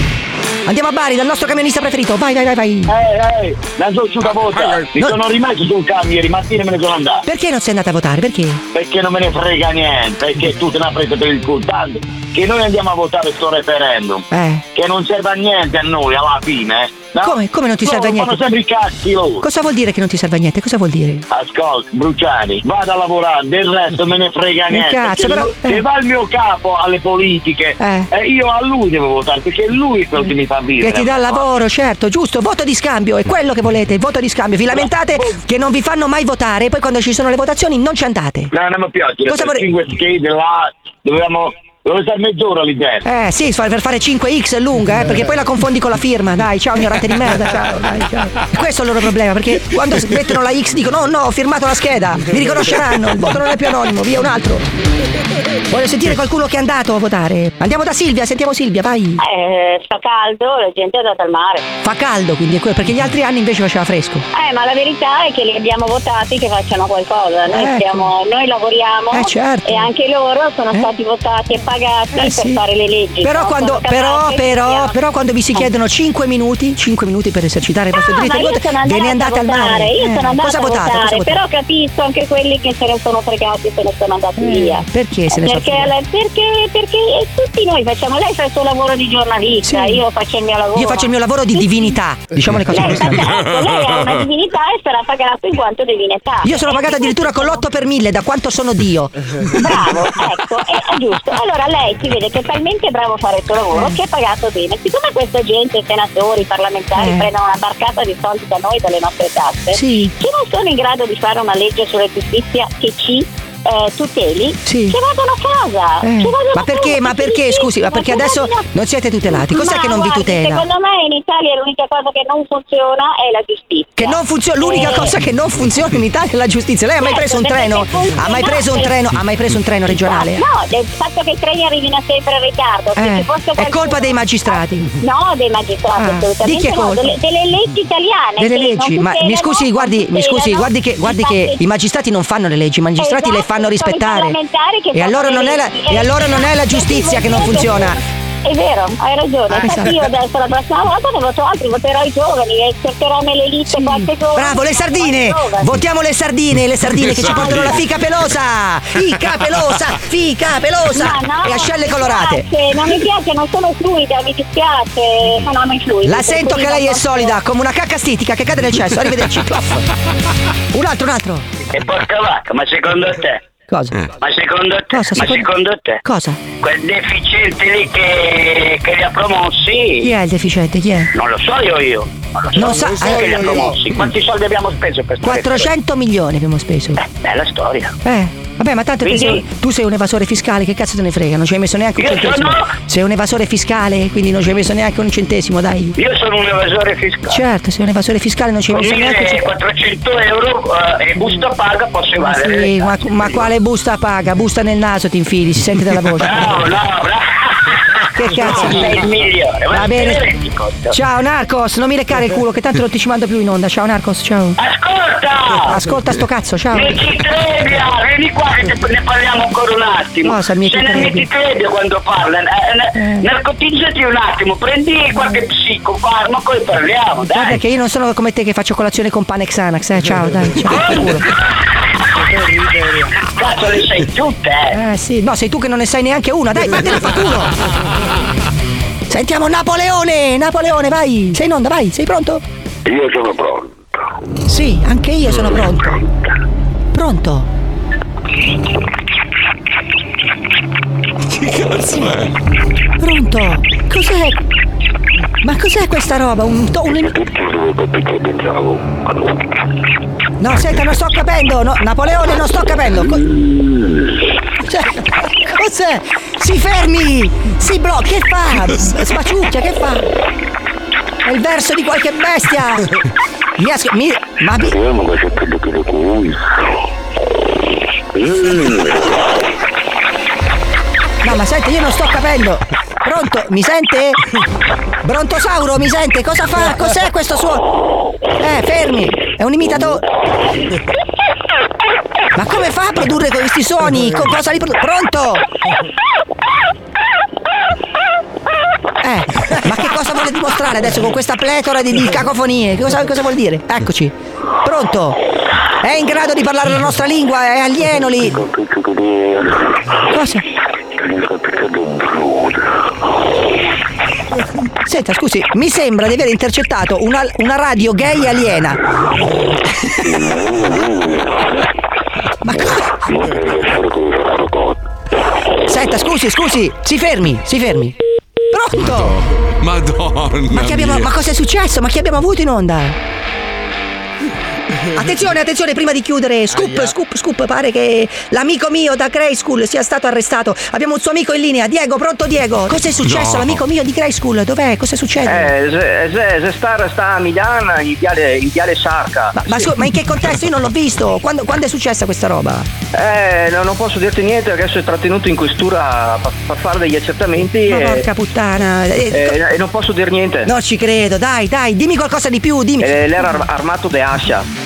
S19: Andiamo a Bari dal nostro camionista preferito, vai, vai, vai,
S3: Eh,
S19: vai.
S3: Ehi, ehi, la sono sulla volta. Mi
S19: No.
S3: sono rimasto sul camion, mattina me ne sono andato.
S19: Perché non sei andata a votare? Perché?
S3: Perché non me ne frega niente, perché tu te ne presa per il culo. Tanto che noi andiamo a votare sto referendum.
S19: Eh.
S3: Che non serve a niente a noi alla fine. eh.
S19: Come, come non ti serve a
S3: Loro
S19: niente?
S3: fanno sempre i cazzi oh. loro.
S19: Cosa vuol dire che non ti serve a niente? Cosa vuol dire?
S3: Ascolta, Bruciani, vado a lavorare, del resto me ne frega
S19: Mi
S3: niente.
S19: cazzo,
S3: Se
S19: però-
S3: lui- Se va il mio capo alle politiche,
S19: Eh.
S3: eh, io a lui devo votare, perché lui è quello che mi fa vivere.
S19: Che ti dà lavoro, certo, giusto, voto di scambio, è quello che volete, il voto di scambio. Vi lamentate che non vi fanno mai votare, poi quando ci sono le votazioni non ci andate.
S3: No, non mi piace,
S19: Cosa
S3: Cosa
S19: vorrei-
S3: 5 schede là, dovevamo, dovevamo stare mezz'ora lì dentro.
S19: Eh sì, fa- per fare 5x è lunga, eh, perché poi la confondi con la firma. Dai, ciao, ignorante di merda, ciao, dai, ciao. Questo è il loro problema, perché quando s- mettono la X dicono "Oh, no, no, ho firmato la scheda, mi riconosceranno, il voto non è più anonimo, via un altro. Voglio sentire qualcuno che è andato a votare. Andiamo da Silvia, sentiamo Silvia, vai.
S20: Eh, fa caldo, la gente è andata al mare.
S19: Fa caldo quindi, è quello, perché gli altri anni invece faceva fresco.
S20: Eh, ma la verità è che li abbiamo votati che facciano qualcosa. Noi,
S19: Ecco.
S20: stiamo- noi lavoriamo
S19: Eh, certo. Eh.
S20: e anche loro sono stati votati e pagati per fare le leggi.
S19: Però
S20: no?
S19: quando,
S20: Sono
S19: però,
S20: capaci-
S19: però, però quando vi si chiedono 5 minuti, 5 minuti per esercitare il vostro
S20: Eh. Ah,
S19: diritto
S20: ma
S19: di
S20: io
S19: voto,
S20: sono
S19: ve ne
S20: andata a
S19: andate al mare.
S20: votare, io
S19: Eh,
S20: sono andata
S19: cosa
S20: a
S19: votate?
S20: votare,
S19: Cosa votate?
S20: però capisco anche quelli che se ne sono fregati e se ne sono andati via.
S19: perché Eh, se ne sono
S20: perché, perché, perché eh, tutti noi facciamo, lei fa il suo lavoro di giornalista, io faccio il mio lavoro.
S19: Io faccio il mio lavoro di divinità, diciamo le cose
S20: Lei,
S19: come
S20: fa-
S19: (laughs)
S20: ecco, lei è una
S19: stanno.
S20: divinità e sarà pagato in quanto divinità.
S19: Io sono pagata addirittura con l'8 per 1000, da quanto sono Dio.
S20: Bravo, ecco, è, è giusto. Allora lei si vede che è talmente bravo a fare il suo lavoro
S19: Eh.
S20: che è pagato bene. Siccome questa gente, senatori, parlamentari,
S19: Eh.
S20: prendono una barcata di soldi da noi, dalle nostre tasse,
S19: Sì.
S20: che non sono in grado di fare una legge sulla giustizia che ci eh, tuteli, che vadano a casa.
S19: Eh,
S20: Che vadano
S19: Ma
S20: a
S19: perché,
S20: casa,
S19: ma perché, scusi, ma perché
S20: che
S19: adesso
S20: vadano-
S19: non siete tutelati? Cos'è
S20: Ma
S19: che non vi
S20: guardi,
S19: tutela?
S20: Secondo me in Italia l'unica cosa che non funziona è la giustizia.
S19: Che non funziona, l'unica
S20: Eh.
S19: cosa che non funziona in Italia è la giustizia. Lei ha mai
S20: Certo,
S19: preso un
S20: perché
S19: treno?
S20: se funziona-
S19: Ha mai preso un treno? Ha mai preso un treno regionale?
S20: No, del fatto che i treni arrivino sempre in ritardo. se
S19: Eh,
S20: ci fosse
S19: È colpa dei magistrati.
S20: No, dei magistrati,
S19: Ah,
S20: assolutamente.
S19: di chi è
S20: no,
S19: colpa?
S20: delle, delle leggi italiane.
S19: Delle
S20: che non
S19: leggi, ma mi
S20: tutelano-
S19: scusi, guardi, mi scusi,
S20: tutelano
S19: guardi che, guardi che
S20: infatti-
S19: i magistrati non fanno le leggi, i magistrati le
S20: Esatto,
S19: fanno
S20: sono i
S19: rispettare.
S20: parlamentari che
S19: E
S20: fanno
S19: allora,
S20: le
S19: non è, la,
S20: leggi.
S19: e allora non è la giustizia che non funziona.
S20: È vero, hai ragione.
S19: Eh,
S20: Infatti
S19: esatto.
S20: io adesso la prossima volta ne voto altri, voterò i giovani e cercherò nelle liste qualche giovane.
S19: Bravo, le sardine! Votiamo le sardine, le sardine che ci
S20: Esatto.
S19: portano la fica pelosa! Fica pelosa! Fica pelosa!
S20: No, no,
S19: e ascelle colorate!
S20: Non mi piace, non mi piace, non sono fluida, mi dispiace, ma non mi fluida.
S19: La sento che lei è
S20: sola
S19: solida, come una cacca stitica che cade nel
S20: (laughs)
S19: cesso. Arrivederci, cloff. Un altro, un altro.
S3: E porca vacca, ma secondo te?
S19: Cosa?
S3: Ma secondo te?
S19: Cosa,
S3: Eh. ma
S19: secondo-
S3: secondo te?
S19: Cosa?
S3: Quel deficiente lì che, che li ha promossi?
S19: Chi è il deficiente? Chi è?
S3: Non lo so io io. Non lo so,
S19: Non sa-
S3: Chi è che li ha
S19: eh,
S3: promossi. Quanti soldi abbiamo speso per questo?
S19: 400 milioni abbiamo speso.
S3: Bella storia.
S19: Eh, vabbè, ma tanto te
S3: Quindi-
S19: sei- tu sei un evasore fiscale, che cazzo te ne frega? Non ci hai messo neanche un
S3: Io
S19: centesimo.
S3: sono-
S19: Sei un evasore fiscale, quindi non ci hai messo neanche un centesimo, dai.
S3: Io sono un evasore fiscale.
S19: Certo, sei un evasore fiscale, non ci hai
S3: Con
S19: messo neanche un centesimo.
S3: 1400 euro eh, e busta paga posso
S19: Ma
S3: evadere.
S19: sì, ma, ma quale busta paga? Busta nel naso ti infili, si sente dalla
S3: (laughs)
S19: voce.
S3: No, no,
S19: Che cazzo?
S3: no, sei il migliore.
S19: Va
S3: ma te ne
S19: bene.
S3: rendi conto?
S19: Ciao Narcos, non mi leccare il culo che tanto non ti ci mando più in onda. Ciao Narcos, ciao.
S3: Ascolta!
S19: Ascolta sto cazzo, ciao.
S3: Michi Trebbia, ah, vieni qua che te- ne parliamo ancora un attimo.
S19: Cosa, Michi
S3: Se ne
S19: Trebbia?
S3: metti Trebbia quando parla. eh, eh, Narcotizzati un attimo, prendi qualche psicofarmaco e parliamo,
S19: Guarda
S3: dai.
S19: che io non sono come te che faccio colazione con pane e Xanax, eh. Ciao, dai, ciao.
S3: Cazzo le sei tutte, eh!
S19: Eh sì, no, sei tu che non ne sai neanche una, dai, fatene fa culo. Sentiamo Napoleone, Napoleone, vai. Sei in onda, vai, sei pronto?
S21: Io sono pronto.
S19: Sì, anche io sono pronto. Pronto?
S17: Che cazzo è?
S19: Pronto? Cos'è? Ma cos'è questa roba? Un, to- un- No, senta, non sto capendo. no, Napoleone, non sto capendo. Co- cioè, cos'è? Si fermi! Si blocca. Che fa? Spacciuccia, che fa? È il verso di qualche bestia. Mi asco- mi- ma mi-
S17: Mm.
S19: No, ma senti, io non sto capendo. Pronto? Mi sente? Brontosauro, mi sente? Cosa fa? Cos'è questo suono? Eh, fermi. È un imitatore. Ma come fa a produrre questi suoni? Con cosa li produ- Pronto? Eh, ma che cosa vuole dimostrare adesso con questa pletora di, di cacofonie? Che Cosa, cosa vuol dire? Eccoci. Pronto? È in grado di parlare la nostra lingua? È alieno lì? Cosa? Senta, scusi, mi sembra di aver intercettato una, una radio gay aliena. Ma co- Senta, scusi, scusi, si fermi, si fermi. Pronto?
S2: Madonna.
S19: Ma, che abbiamo-
S2: mia.
S19: ma cosa è successo? Ma chi abbiamo avuto in onda? Attenzione, attenzione, prima di chiudere, scoop, scoop, scoop, pare che l'amico mio da Grey School sia stato arrestato. Abbiamo un suo amico in linea, Diego, pronto Diego? Cosa è successo
S3: No.
S19: all'amico mio di Grey School? Dov'è? Cosa succede?
S3: Eh, se, se, se sta, sta a Milano, in piale, in piale Sarca.
S19: Ma, scu- ma in che contesto? Io non l'ho visto. Quando, quando è successa questa roba?
S3: Eh, no, non posso dirti niente, adesso è trattenuto in questura per fare degli accertamenti
S19: Ma
S3: e,
S19: porca puttana. Eh,
S3: e- e non posso dire niente.
S19: Non ci credo, dai, dai, dimmi qualcosa di più, dimmi.
S3: Eh, lei era ar- armato de ascia.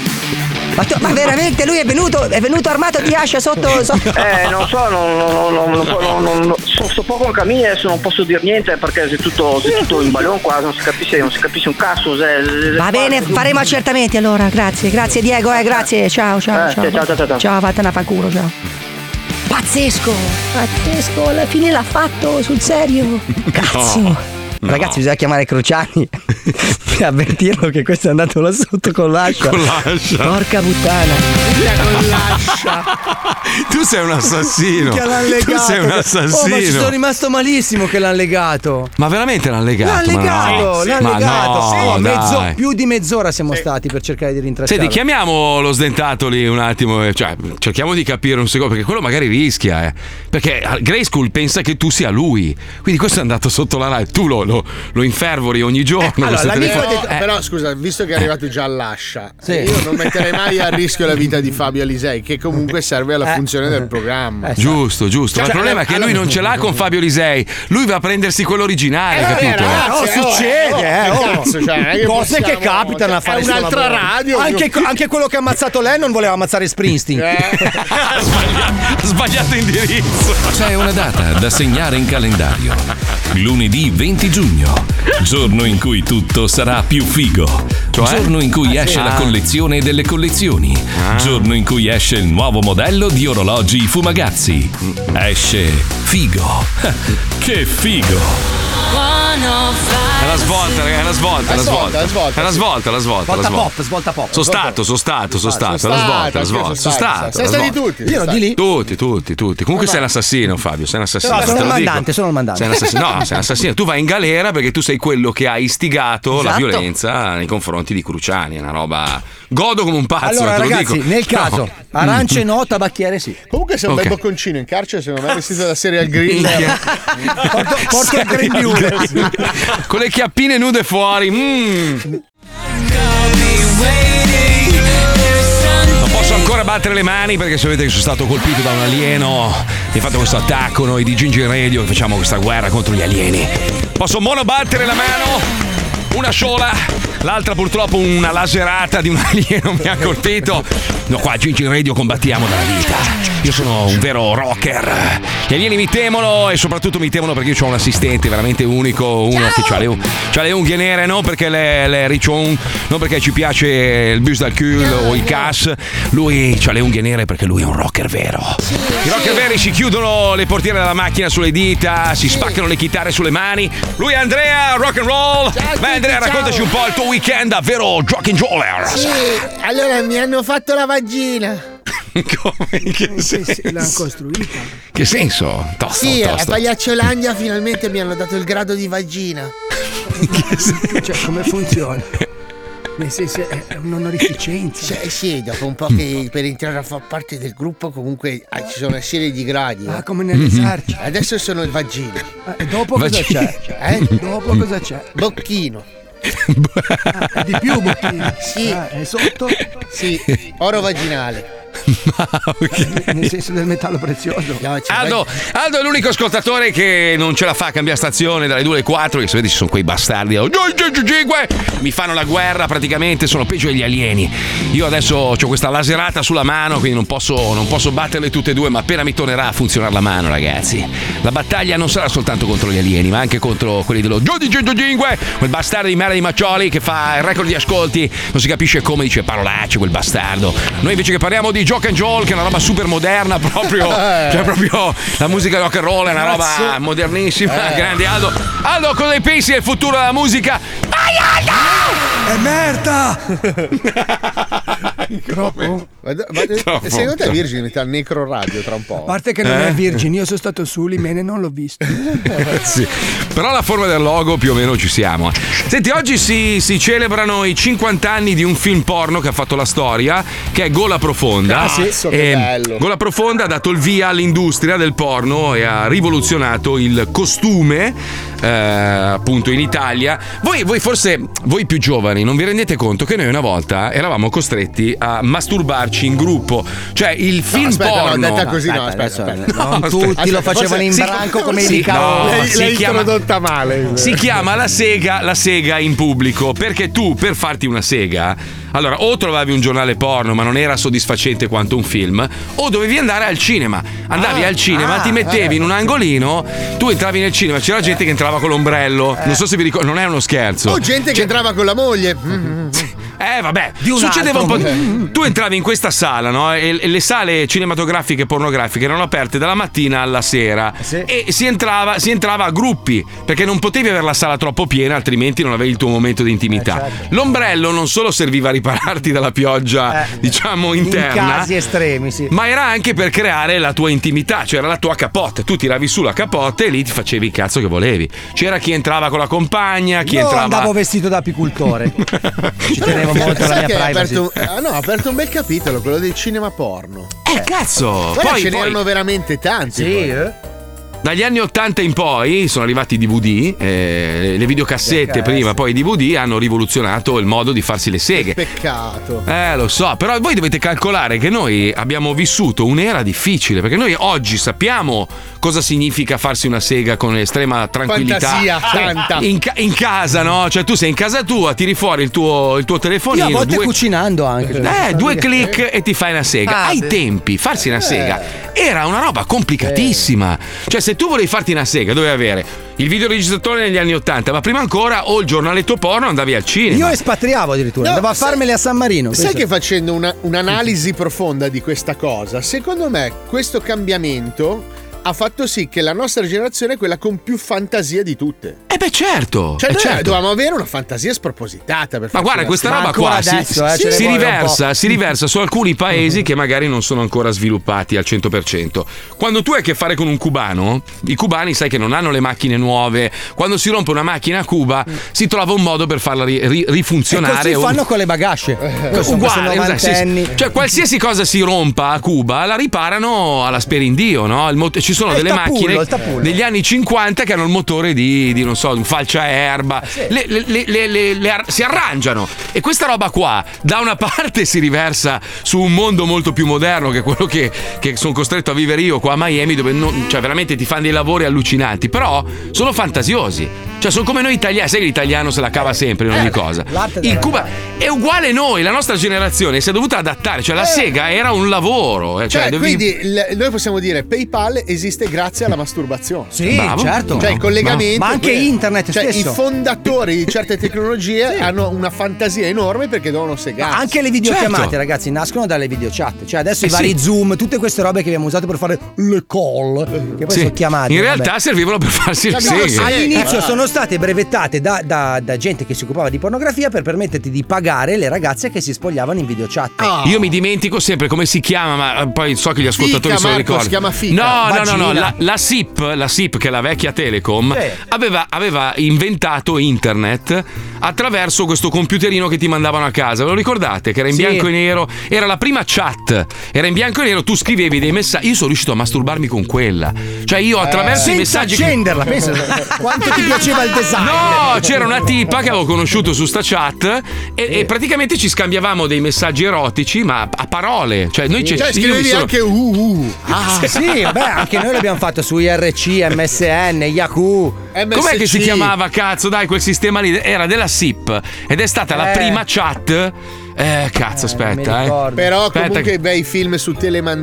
S19: Ma, tu- ma veramente lui è venuto, è venuto armato di ascia sotto. sotto...
S3: Eh, non so, non, non, non, non, non, non- non- sto, sto poco in cammino adesso non posso dire niente perché se tutto, se tutto in balone qua non si capisce, non si capisce un cazzo. se- se- se-
S19: Va bene,
S2: (laughs)
S19: faremo accertamenti allora, grazie, grazie Diego, eh, grazie, ciao, ciao,
S3: Eh,
S19: ciao.
S3: ciao, ciao, ciao, ciao.
S19: Ciao, vattene a fanculo, ciao. Pazzesco, pazzesco, alla fine l'ha fatto, sul serio. Cazzo.
S6: Ragazzi, bisogna chiamare Cruciani (laughs) per avvertirlo che questo è andato là sotto con l'ascia.
S2: Con l'ascia.
S6: Porca puttana.
S2: Tu sei un assassino.
S6: Che l'hanno
S2: Tu
S6: legato.
S2: sei
S6: Oh,
S2: un
S6: ma ci sono
S2: assassino.
S6: rimasto malissimo che l'hanno legato.
S2: Ma veramente l'hanno legato?
S6: L'hanno
S2: Ma
S6: legato,
S2: no.
S6: l'hanno
S2: Ma
S6: legato.
S2: no,
S6: Sì,
S2: dai.
S6: mezzo- più di mezz'ora siamo stati per cercare di rintracciarlo.
S2: Senti, chiamiamo lo sdentato lì un attimo, eh, cioè, cerchiamo di capire un secondo, perché quello magari rischia, eh. Perché ah, Grey School pensa che tu sia lui. Quindi questo è andato sotto la live. Tu lo, lo- lo infervori
S6: Eh,
S2: ogni giorno.
S8: Allora,
S2: questo
S8: l'amico ha
S2: telefono.
S8: detto, eh, però scusa, visto che è arrivato già all'ascia, io non metterei mai a rischio la vita di Fabio Alisei, che comunque serve alla funzione del programma.
S2: Giusto, giusto. Ma
S8: Cioè,
S2: il problema è
S8: allora-
S2: che lui non ce l'ha con Fabio Lisei. Lui va a prendersi quello originale, capito?
S8: ragazzi,
S22: oh, succede, eh,
S8: cioè, che
S22: oh.
S8: cazzo, cioè, non è
S6: Cose
S8: possiamo- cioè,
S6: che capitano a fare
S8: È
S6: sto
S8: un'altra
S6: lavoro.
S8: radio. Eh.
S6: Anche,
S8: io-
S6: anche quello che ha ammazzato lei non voleva ammazzare Springsteen.
S2: Ha sbagliato, ha sbagliato indirizzo.
S1: C'è una data da segnare in calendario. Lunedì 20 giugno, giorno in cui tutto sarà più figo. Giorno in cui
S2: Ah, sì.
S1: esce la
S2: Ah.
S1: collezione delle collezioni. Giorno in cui esce il nuovo modello di orologi Fumagazzi. Esce figo. Che figo!
S2: È la svolta, ragazzi, è la svolta, è la
S1: La svolta,
S2: svolta.
S1: la svolta,
S2: È la
S1: sì.
S2: svolta, la svolta.
S6: Svolta
S2: la svolta.
S6: pop, svolta pop.
S2: Sono
S6: Svolta-
S2: stato, sono stato, sono
S6: Sono
S2: stato, la svolta,
S6: stato,
S2: la svolta,
S6: anch'io sono
S2: sono
S6: stato, sono
S2: stato.
S6: stato. Sei stati tutti, sei
S2: Io
S6: stati.
S2: di lì? Tutti, tutti, tutti. Comunque sei un assassino, Fabio, sei un assassino.
S6: Però sono
S2: te
S6: il
S2: lo dico. Cioè,
S6: mandante, sono il mandante.
S2: Sei un assassino. No, sei un assassino. Tu vai in galera perché tu sei quello che ha istigato la
S6: Esatto.
S2: violenza nei confronti di Cruciani. È una roba. Godo come un pazzo,
S6: Allora,
S2: te lo
S6: ragazzi,
S2: dico.
S6: nel caso,
S2: No.
S6: arance Cioè, no, tabacchiere sì.
S8: Comunque sei un
S2: Ok.
S8: bel bocconcino in carcere, secondo me è vestito da
S2: (laughs)
S8: serial eh. grill.
S6: porto, porto il grembiule.
S2: Con le chiappine nude fuori. mm. Non posso ancora battere le mani perché sapete che sono stato colpito da un alieno. Mi ha fatto questo attacco noi di Ginger Radio che facciamo questa guerra contro gli alieni. Posso mono battere la mano, una sola, l'altra purtroppo una laserata di un (laughs) alieno mi ha colpito. No, qua a Ginger Radio combattiamo dalla vita. Io sono un vero rocker. Gli alieni mi temono e soprattutto mi temono perché io ho un assistente veramente unico, uno che ha le, un- c'ha le unghie nere, non perché le, le riccion, non perché ci piace il bus dal cul o il cas, lui ha le unghie nere perché lui è un rocker vero. I rocker veri si chiudono le portiere della macchina sulle dita, si spaccano le chitarre sulle mani. Lui è Andrea, rock and roll. Beh Andrea,
S8: ciao.
S2: raccontaci un po' il tuo weekend da vero rock and roller.
S8: Sì, allora mi hanno fatto la vagina.
S2: (laughs) Come? In Che senso?
S8: costruita.
S2: Che senso? Tosto,
S8: Sì, a
S2: tosto.
S8: Pagliacciolagna finalmente mi hanno dato il grado di vagina.
S22: Cioè, come funziona? Nel senso, è un'onorificenza.
S8: Cioè, sì, dopo un po' che per entrare a far parte del gruppo comunque ah, ci sono una serie di gradi. Ah,
S22: come nelle Mhm. sarce.
S8: Adesso sono il vagina.
S22: E dopo cosa
S8: Vagina.
S22: c'è?
S8: Eh?
S22: Dopo cosa c'è?
S8: Bocchino.
S22: Ah, di più bocchino?
S8: Sì.
S22: Ah, e sotto?
S8: Sì, oro vaginale.
S22: Nel senso del metallo prezioso.
S2: Aldo, Aldo è l'unico ascoltatore che non ce la fa a cambiare stazione dalle 2 alle 4, che se vedi ci sono quei bastardi. oh, giu, giu, giu, giu, guè, Mi fanno la guerra praticamente, sono peggio degli alieni. Io adesso ho questa laserata sulla mano, quindi non posso, non posso batterle tutte e due, ma appena mi tornerà a funzionare la mano, ragazzi. La battaglia non sarà soltanto contro gli alieni, ma anche contro quelli dello Giù di 105, quel bastardo di merda di Maccioli che fa il record di ascolti, non si capisce come dice parolacce quel bastardo. Noi invece che parliamo di Giù Shock and Jolt, che è una roba super
S15: (laughs)
S2: moderna, proprio. cioè, proprio la musica rock and roll è una roba
S15: Eh. Cazzo.
S2: modernissima.
S15: Eh.
S2: Grande Aldo. Aldo, cosa ne pensi del futuro della musica? Vai, Aldo!
S5: È merda!
S8: Troppo? Vado- vado-
S5: Troppo,
S8: eh, Secondo te
S5: troppo.
S8: Virgin metà Necro Radio tra un po'?
S5: A parte che non è
S2: Virgin,
S5: io sono stato su Limene e non l'ho
S2: (laughs)
S5: visto.
S2: Sì. Però la forma del logo più o meno ci siamo. eh. Senti, oggi si, si celebrano i 50 anni di un film porno che ha fatto la storia, che è Gola Profonda. Ehm,
S8: Cazzo, che bello.
S2: Gola Profonda ha dato il via all'industria del porno e ha rivoluzionato il costume, eh, appunto, in Italia. Voi, voi forse, voi più giovani, non vi rendete conto che noi una volta eravamo costretti a masturbarci in gruppo. Cioè, il film
S8: aspetta, no,
S2: porno...
S8: detta così, no, aspetta, aspetta. Non
S2: (laughs) aspetta.
S8: tutti lo facevano in
S2: Sì,
S8: branco come
S2: sì,
S8: i cavoli.
S2: no,
S8: L'hai-
S2: si
S8: l'hai
S2: chiama-
S8: introdotta male.
S2: si chiama la sega, la sega in pubblico, perché tu per farti una sega, allora o trovavi un giornale porno ma non era soddisfacente quanto un film, o dovevi andare al cinema. Andavi
S15: Ah,
S2: al cinema,
S15: ah,
S2: ti mettevi
S15: eh.
S2: in un angolino, tu entravi nel cinema, c'era gente che entrava con l'ombrello,
S8: Eh.
S2: non so se vi ricordo, non è uno scherzo.
S8: O Oh, gente che entrava con la moglie.
S2: Cioè- Eh vabbè,
S8: un
S2: succedeva
S8: altro.
S2: un po'. Tu entravi in questa sala, no? E e le sale cinematografiche e pornografiche erano aperte dalla mattina alla sera.
S6: Eh
S2: E si entrava, si entrava a gruppi, perché non potevi avere la sala troppo piena, altrimenti non avevi il tuo momento di
S6: Eh,
S2: intimità.
S6: certo.
S2: L'ombrello non solo serviva a ripararti dalla pioggia, diciamo,
S6: Eh, In
S2: interna.
S6: casi estremi, sì.
S2: Ma era anche per creare la tua intimità, cioè era la tua capote. Tu tiravi su la capote e lì ti facevi il cazzo che volevi. C'era chi entrava con la compagna, chi
S6: Io
S2: entrava.
S6: andavo vestito da
S2: (laughs)
S6: apicultore. Ci tenevo
S8: Sai
S6: molto alla mia
S8: che ha
S6: privacy.
S8: aperto- ah, no, ha aperto un bel capitolo, quello del cinema porno.
S2: Eh, cazzo!
S8: Guarda,
S2: Poi- eh?
S8: ce
S2: poi-
S8: n'erano veramente tanti. poi.
S2: Dagli anni 80 in poi sono arrivati i DVD, eh, le videocassette
S8: VHS.
S2: prima, poi i DVD hanno rivoluzionato il modo di farsi le seghe.
S8: Peccato.
S2: Eh, lo so, però voi dovete calcolare che noi abbiamo vissuto un'era difficile, perché noi oggi sappiamo cosa significa farsi una sega con estrema tranquillità.
S8: Fantasia,
S2: Eh,
S8: tanta.
S2: In, ca- in casa, no? Cioè tu sei in casa tua, tiri fuori il tuo, il tuo
S6: Io
S2: telefonino,
S6: a volte
S2: due
S6: cucinando anche. cioè,
S2: eh, due
S6: perché-
S2: click e ti fai una sega.
S6: Ah,
S2: Ai
S6: sì. Eh.
S2: tempi, farsi una sega era una roba complicatissima. Cioè, se tu volevi farti una sega, dovevi avere il videoregistratore negli anni 80, ma prima ancora o il giornaletto porno andavi al
S6: Io
S2: cinema.
S6: espatriavo addirittura,
S8: No,
S6: andavo a
S8: sai-
S6: farmele a San Marino.
S8: Sai
S6: pensa.
S8: che facendo una- un'analisi profonda di questa cosa, secondo me questo cambiamento ha fatto sì che la nostra generazione è quella con più fantasia di tutte.
S2: Eh beh certo,
S8: Cioè
S2: eh
S8: noi
S2: certo.
S8: dovevamo avere una fantasia spropositata. Per
S2: Ma
S8: farci
S2: guarda,
S8: una
S2: questa
S8: serata.
S2: roba qua si,
S6: eh,
S2: si- si riversa, si riversa su alcuni paesi che magari non sono ancora sviluppati al 100%. Quando tu hai a che fare con un cubano, i cubani sai che non hanno le macchine nuove, quando si rompe una macchina a Cuba si trova un modo per farla ri- ri-
S6: Mm. E
S2: rifunzionare.
S6: così
S2: o-
S6: fanno con le bagasce. Sono questi
S2: Uguale, esatto, sì, sì.
S6: novantenni.
S2: cioè qualsiasi cosa si rompa a Cuba la riparano alla Sperindio, no? Il mot- ci sono
S6: È il
S2: delle
S6: tappullo, il
S2: macchine
S6: tappullo.
S2: degli anni 50 che hanno il motore di, di, non so, un falciaerba, Le- le- le- le- le- le ar- si arrangiano e questa roba qua da una (laughs) parte si riversa su un mondo molto più moderno che quello che, che sono costretto a vivere io qua a Miami dove non- cioè, veramente ti fanno dei lavori allucinanti, però sono fantasiosi. Cioè, sono come noi italiani, sai che l'italiano se la cava sempre in ogni cosa. Il Cuba è uguale a noi, la nostra generazione si è dovuta adattare, cioè la sega era un lavoro. eh, Cioè,
S8: Cioè,
S2: dovevi-
S8: quindi il- noi possiamo dire PayPal esiste grazie alla masturbazione.
S6: Sì, Bravo. certo.
S8: Cioè, i
S6: Ma-
S8: collegamenti.
S6: ma anche internet
S8: cioè,
S6: stesso.
S8: I fondatori di certe tecnologie
S2: (laughs)
S8: hanno una fantasia enorme perché devono segarsi.
S6: Anche le videochiamate,
S2: Certo.
S6: ragazzi, nascono dalle videochat. Cioè, adesso
S8: Eh
S6: i vari
S8: sì.
S6: Zoom, tutte queste robe che abbiamo usato per fare le call, che poi
S2: Sì.
S6: sono chiamate.
S2: In
S6: Ah, vabbè.
S2: realtà Eh. servivano per farsi le
S6: Capito?
S2: seghe.
S6: All'inizio sono state brevettate da, da- da gente che si occupava di pornografia per permetterti di pagare le ragazze che si spogliavano in videochat.
S2: Ah. Io mi dimentico sempre come si chiama, ma eh, poi so che gli ascoltatori
S6: Fica,
S2: se lo
S6: Marco,
S2: ricordano.
S6: si chiama Fica.
S2: No, no, no, no,
S6: Vagina.
S2: la, la SIP, la SIP, che è la vecchia Telecom,
S6: Sì.
S2: aveva, aveva inventato internet attraverso questo computerino che ti mandavano a casa. Ve lo ricordate? Che era in
S6: Sì.
S2: bianco e nero, era la prima chat, era in bianco e nero, tu scrivevi dei messaggi. Io sono riuscito a masturbarmi con quella. Cioè, io attraverso i
S6: Eh, senza
S2: messaggi.
S6: accenderla, pensa
S2: (laughs)
S6: quanto ti piaceva il design.
S2: No, c'era una tipa che avevo conosciuto su sta chat e, e praticamente ci scambiavamo dei messaggi erotici, ma a parole. Cioè, noi ci
S8: Cioè,
S2: io mi
S8: scrivevi
S2: sono-
S8: anche UU.
S6: Ah, sì, vabbè, anche noi l'abbiamo fatto su IRC, MSN, Yahoo.
S2: Com'è che si chiamava cazzo? Dai, quel sistema lì era della SIP ed è stata la
S8: Eh.
S2: prima chat. Eh, cazzo, aspetta, eh.
S8: Però
S2: Aspetta
S8: comunque
S2: che-
S8: i bei film su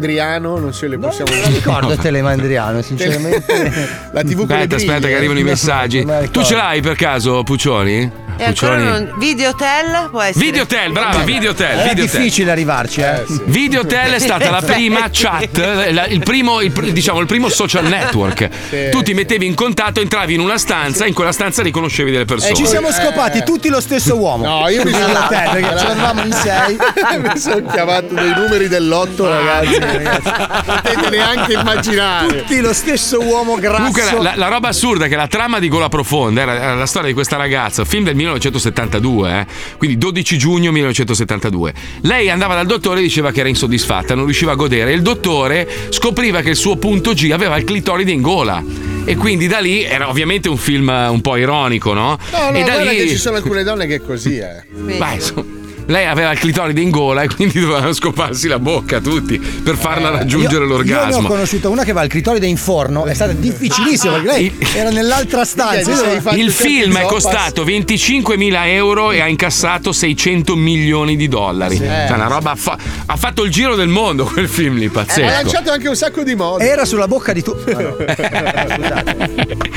S8: Telemandriano non se li possiamo Cioè, dire. Non
S6: ricordo Telemandriano, sinceramente.
S8: (laughs) La TV con le
S2: Aspetta, aspetta,
S8: briglie. (laughs)
S2: che arrivano i messaggi.
S8: Non me la ricordo.
S2: Tu ce l'hai per caso, Puccioni?
S9: E ancora
S2: Cuccioni.
S9: non. Videotel può essere.
S2: Videotel, brava, Videotel.
S6: Era
S2: Videotel.
S6: difficile arrivarci, eh.
S2: Videotel è stata
S6: (laughs)
S2: la prima chat, la- il primo, il pr- diciamo, il primo social network.
S6: Sì,
S2: tu ti mettevi in contatto, entravi in una stanza, in quella stanza riconoscevi delle
S8: Eh,
S2: persone.
S6: E Eh, ci siamo scopati tutti lo stesso uomo.
S8: No, io mi sono eh.
S6: Alla te, perché ce l'avevamo in sei.
S8: (laughs) mi sono chiamato dei numeri dell'otto,
S2: Ah.
S8: ragazzi. ragazzi.
S2: (laughs)
S8: Non potete
S6: (laughs)
S8: neanche immaginare.
S6: Tutti lo stesso uomo grasso.
S2: Comunque la, la- la roba assurda è che la trama di Gola Profonda era, era la storia di questa ragazza, film del 1972, eh, quindi 12 giugno 1972. Lei andava dal dottore e diceva che era insoddisfatta, non riusciva a godere e il dottore scopriva che il suo punto G aveva il clitoride in gola. E quindi da lì era ovviamente un film eh, un po' ironico, no?
S8: No, no,
S2: e da
S8: guarda
S2: lì
S8: che ci sono alcune donne che è così, eh.
S2: Vai, insomma, lei aveva il clitoride in gola e quindi (laughs) dovevano scoparsi la bocca tutti per farla raggiungere
S6: Eh, Io- Io ne ho
S2: l'orgasmo.
S6: conosciuta una che aveva il clitoride in forno, è stata difficilissima perché lei era nell'altra stanza. io dovevo-
S2: Il film è costato 25.000 euro e ha incassato 600 milioni di dollari. Cioè, una roba fa- ha fatto il giro del mondo quel film
S6: Eh,
S2: lì,
S8: Ha
S2: pazzesco.
S8: lanciato anche un sacco di mode.
S6: Era sulla bocca di tu. Ah, (laughs) no.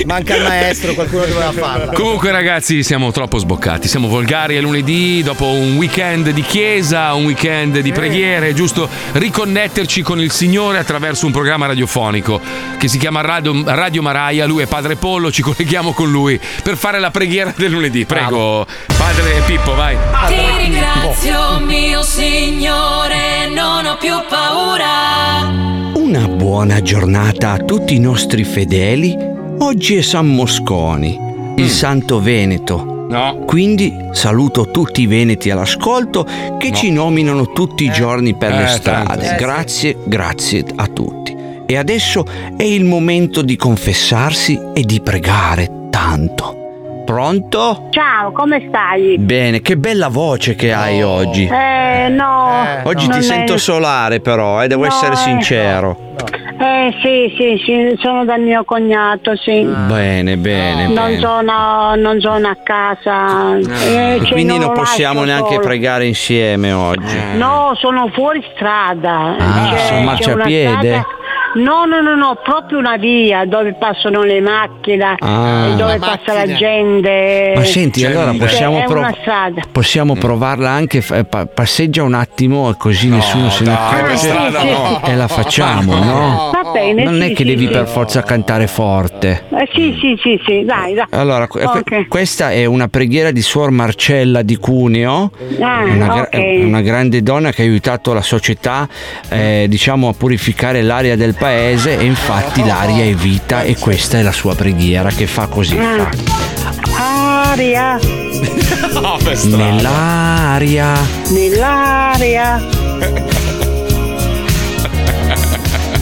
S6: Manca il maestro, qualcuno (laughs) doveva farla.
S2: Comunque ragazzi siamo troppo sboccati, siamo volgari a lunedì dopo un weekend di chiesa, un weekend di preghiere, è giusto riconnetterci con il Signore attraverso un programma radiofonico che si chiama Radio, Radio Maraia, lui è Padre Pollo, ci colleghiamo con lui per fare la preghiera del lunedì, prego Padre Pippo vai. (laughs)
S5: Ti ringrazio mio Signore, non ho più
S2: (laughs)
S5: paura.
S23: Una buona giornata a tutti i nostri fedeli. Oggi è San Mosconi,
S24: Mm.
S23: il santo veneto. Quindi saluto tutti i veneti all'ascolto che ci nominano tutti i giorni per
S2: Eh,
S23: le
S2: tanto. Eh,
S23: strade.
S2: sì.
S23: Grazie, grazie a tutti. E adesso è il momento di confessarsi e di pregare tanto. Pronto?
S24: Ciao, come stai?
S23: Bene, che bella voce che hai oggi.
S24: Eh, no.
S23: Oggi
S24: non
S23: ti
S24: è-
S23: sento solare però, eh, devo
S24: No,
S23: essere
S24: eh,
S23: sincero.
S24: Eh, sì, sì, sì, sono dal mio cognato, sì.
S23: Bene, Ah, bene.
S24: Non
S23: bene.
S24: sono, non sono a casa. Eh,
S23: E
S24: ce
S23: quindi
S24: n'ho
S23: non
S24: un
S23: possiamo
S24: altro Eh.
S23: neanche
S24: solo.
S23: pregare insieme oggi.
S24: No, sono fuori strada.
S23: Ah, sul marciapiede?
S24: una strada- No, no, no, no, proprio una via dove passano le macchine,
S23: Ah.
S24: e dove
S23: La
S24: passa
S23: macchina.
S24: la gente.
S23: Ma senti, allora
S24: Cioè,
S23: possiamo
S24: è
S23: prov-
S24: una strada.
S23: Possiamo
S24: Mm.
S23: provarla anche, fa- pa- passeggia un attimo e così nessuno se ne
S2: dai,
S24: per
S23: accorge
S24: strada no.
S23: e la facciamo, no?
S24: Va bene,
S23: Non
S24: sì,
S23: è che
S24: sì,
S23: devi
S24: sì.
S23: per Mm. forza cantare forte.
S24: Eh, sì, sì, sì, sì, dai, dai.
S23: Allora, que- que-
S24: Ok.
S23: questa è una preghiera di Suor Marcella di Cuneo,
S24: Ah,
S23: una, gra-
S24: ok.
S23: una grande donna che ha aiutato la società eh, diciamo a purificare l'aria del paese e infatti l'aria è vita e questa è la sua preghiera che fa così. fa.
S24: Aria,
S23: Nell'aria
S24: nell'aria,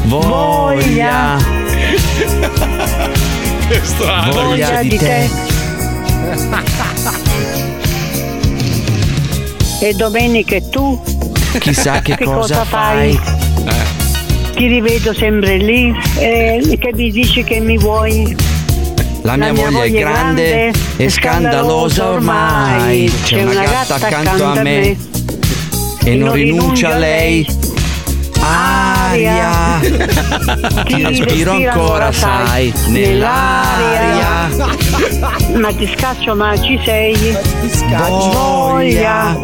S23: voglia,
S2: (laughs) Che strano.
S24: voglia di te. E domenica tu?
S23: Chissà
S9: (laughs)
S24: (laughs)
S23: che cosa fai.
S24: Ti rivedo sempre lì eh, che mi dici che mi vuoi.
S23: La mia voglia è grande e scandalosa ormai. C'è una gatta accanto a me e non rinuncia a lei. (laughs) Aria. Ti respiro ancora, sai, nell'aria.
S24: Ma ti scaccio, ma ci sei.
S23: Voglia.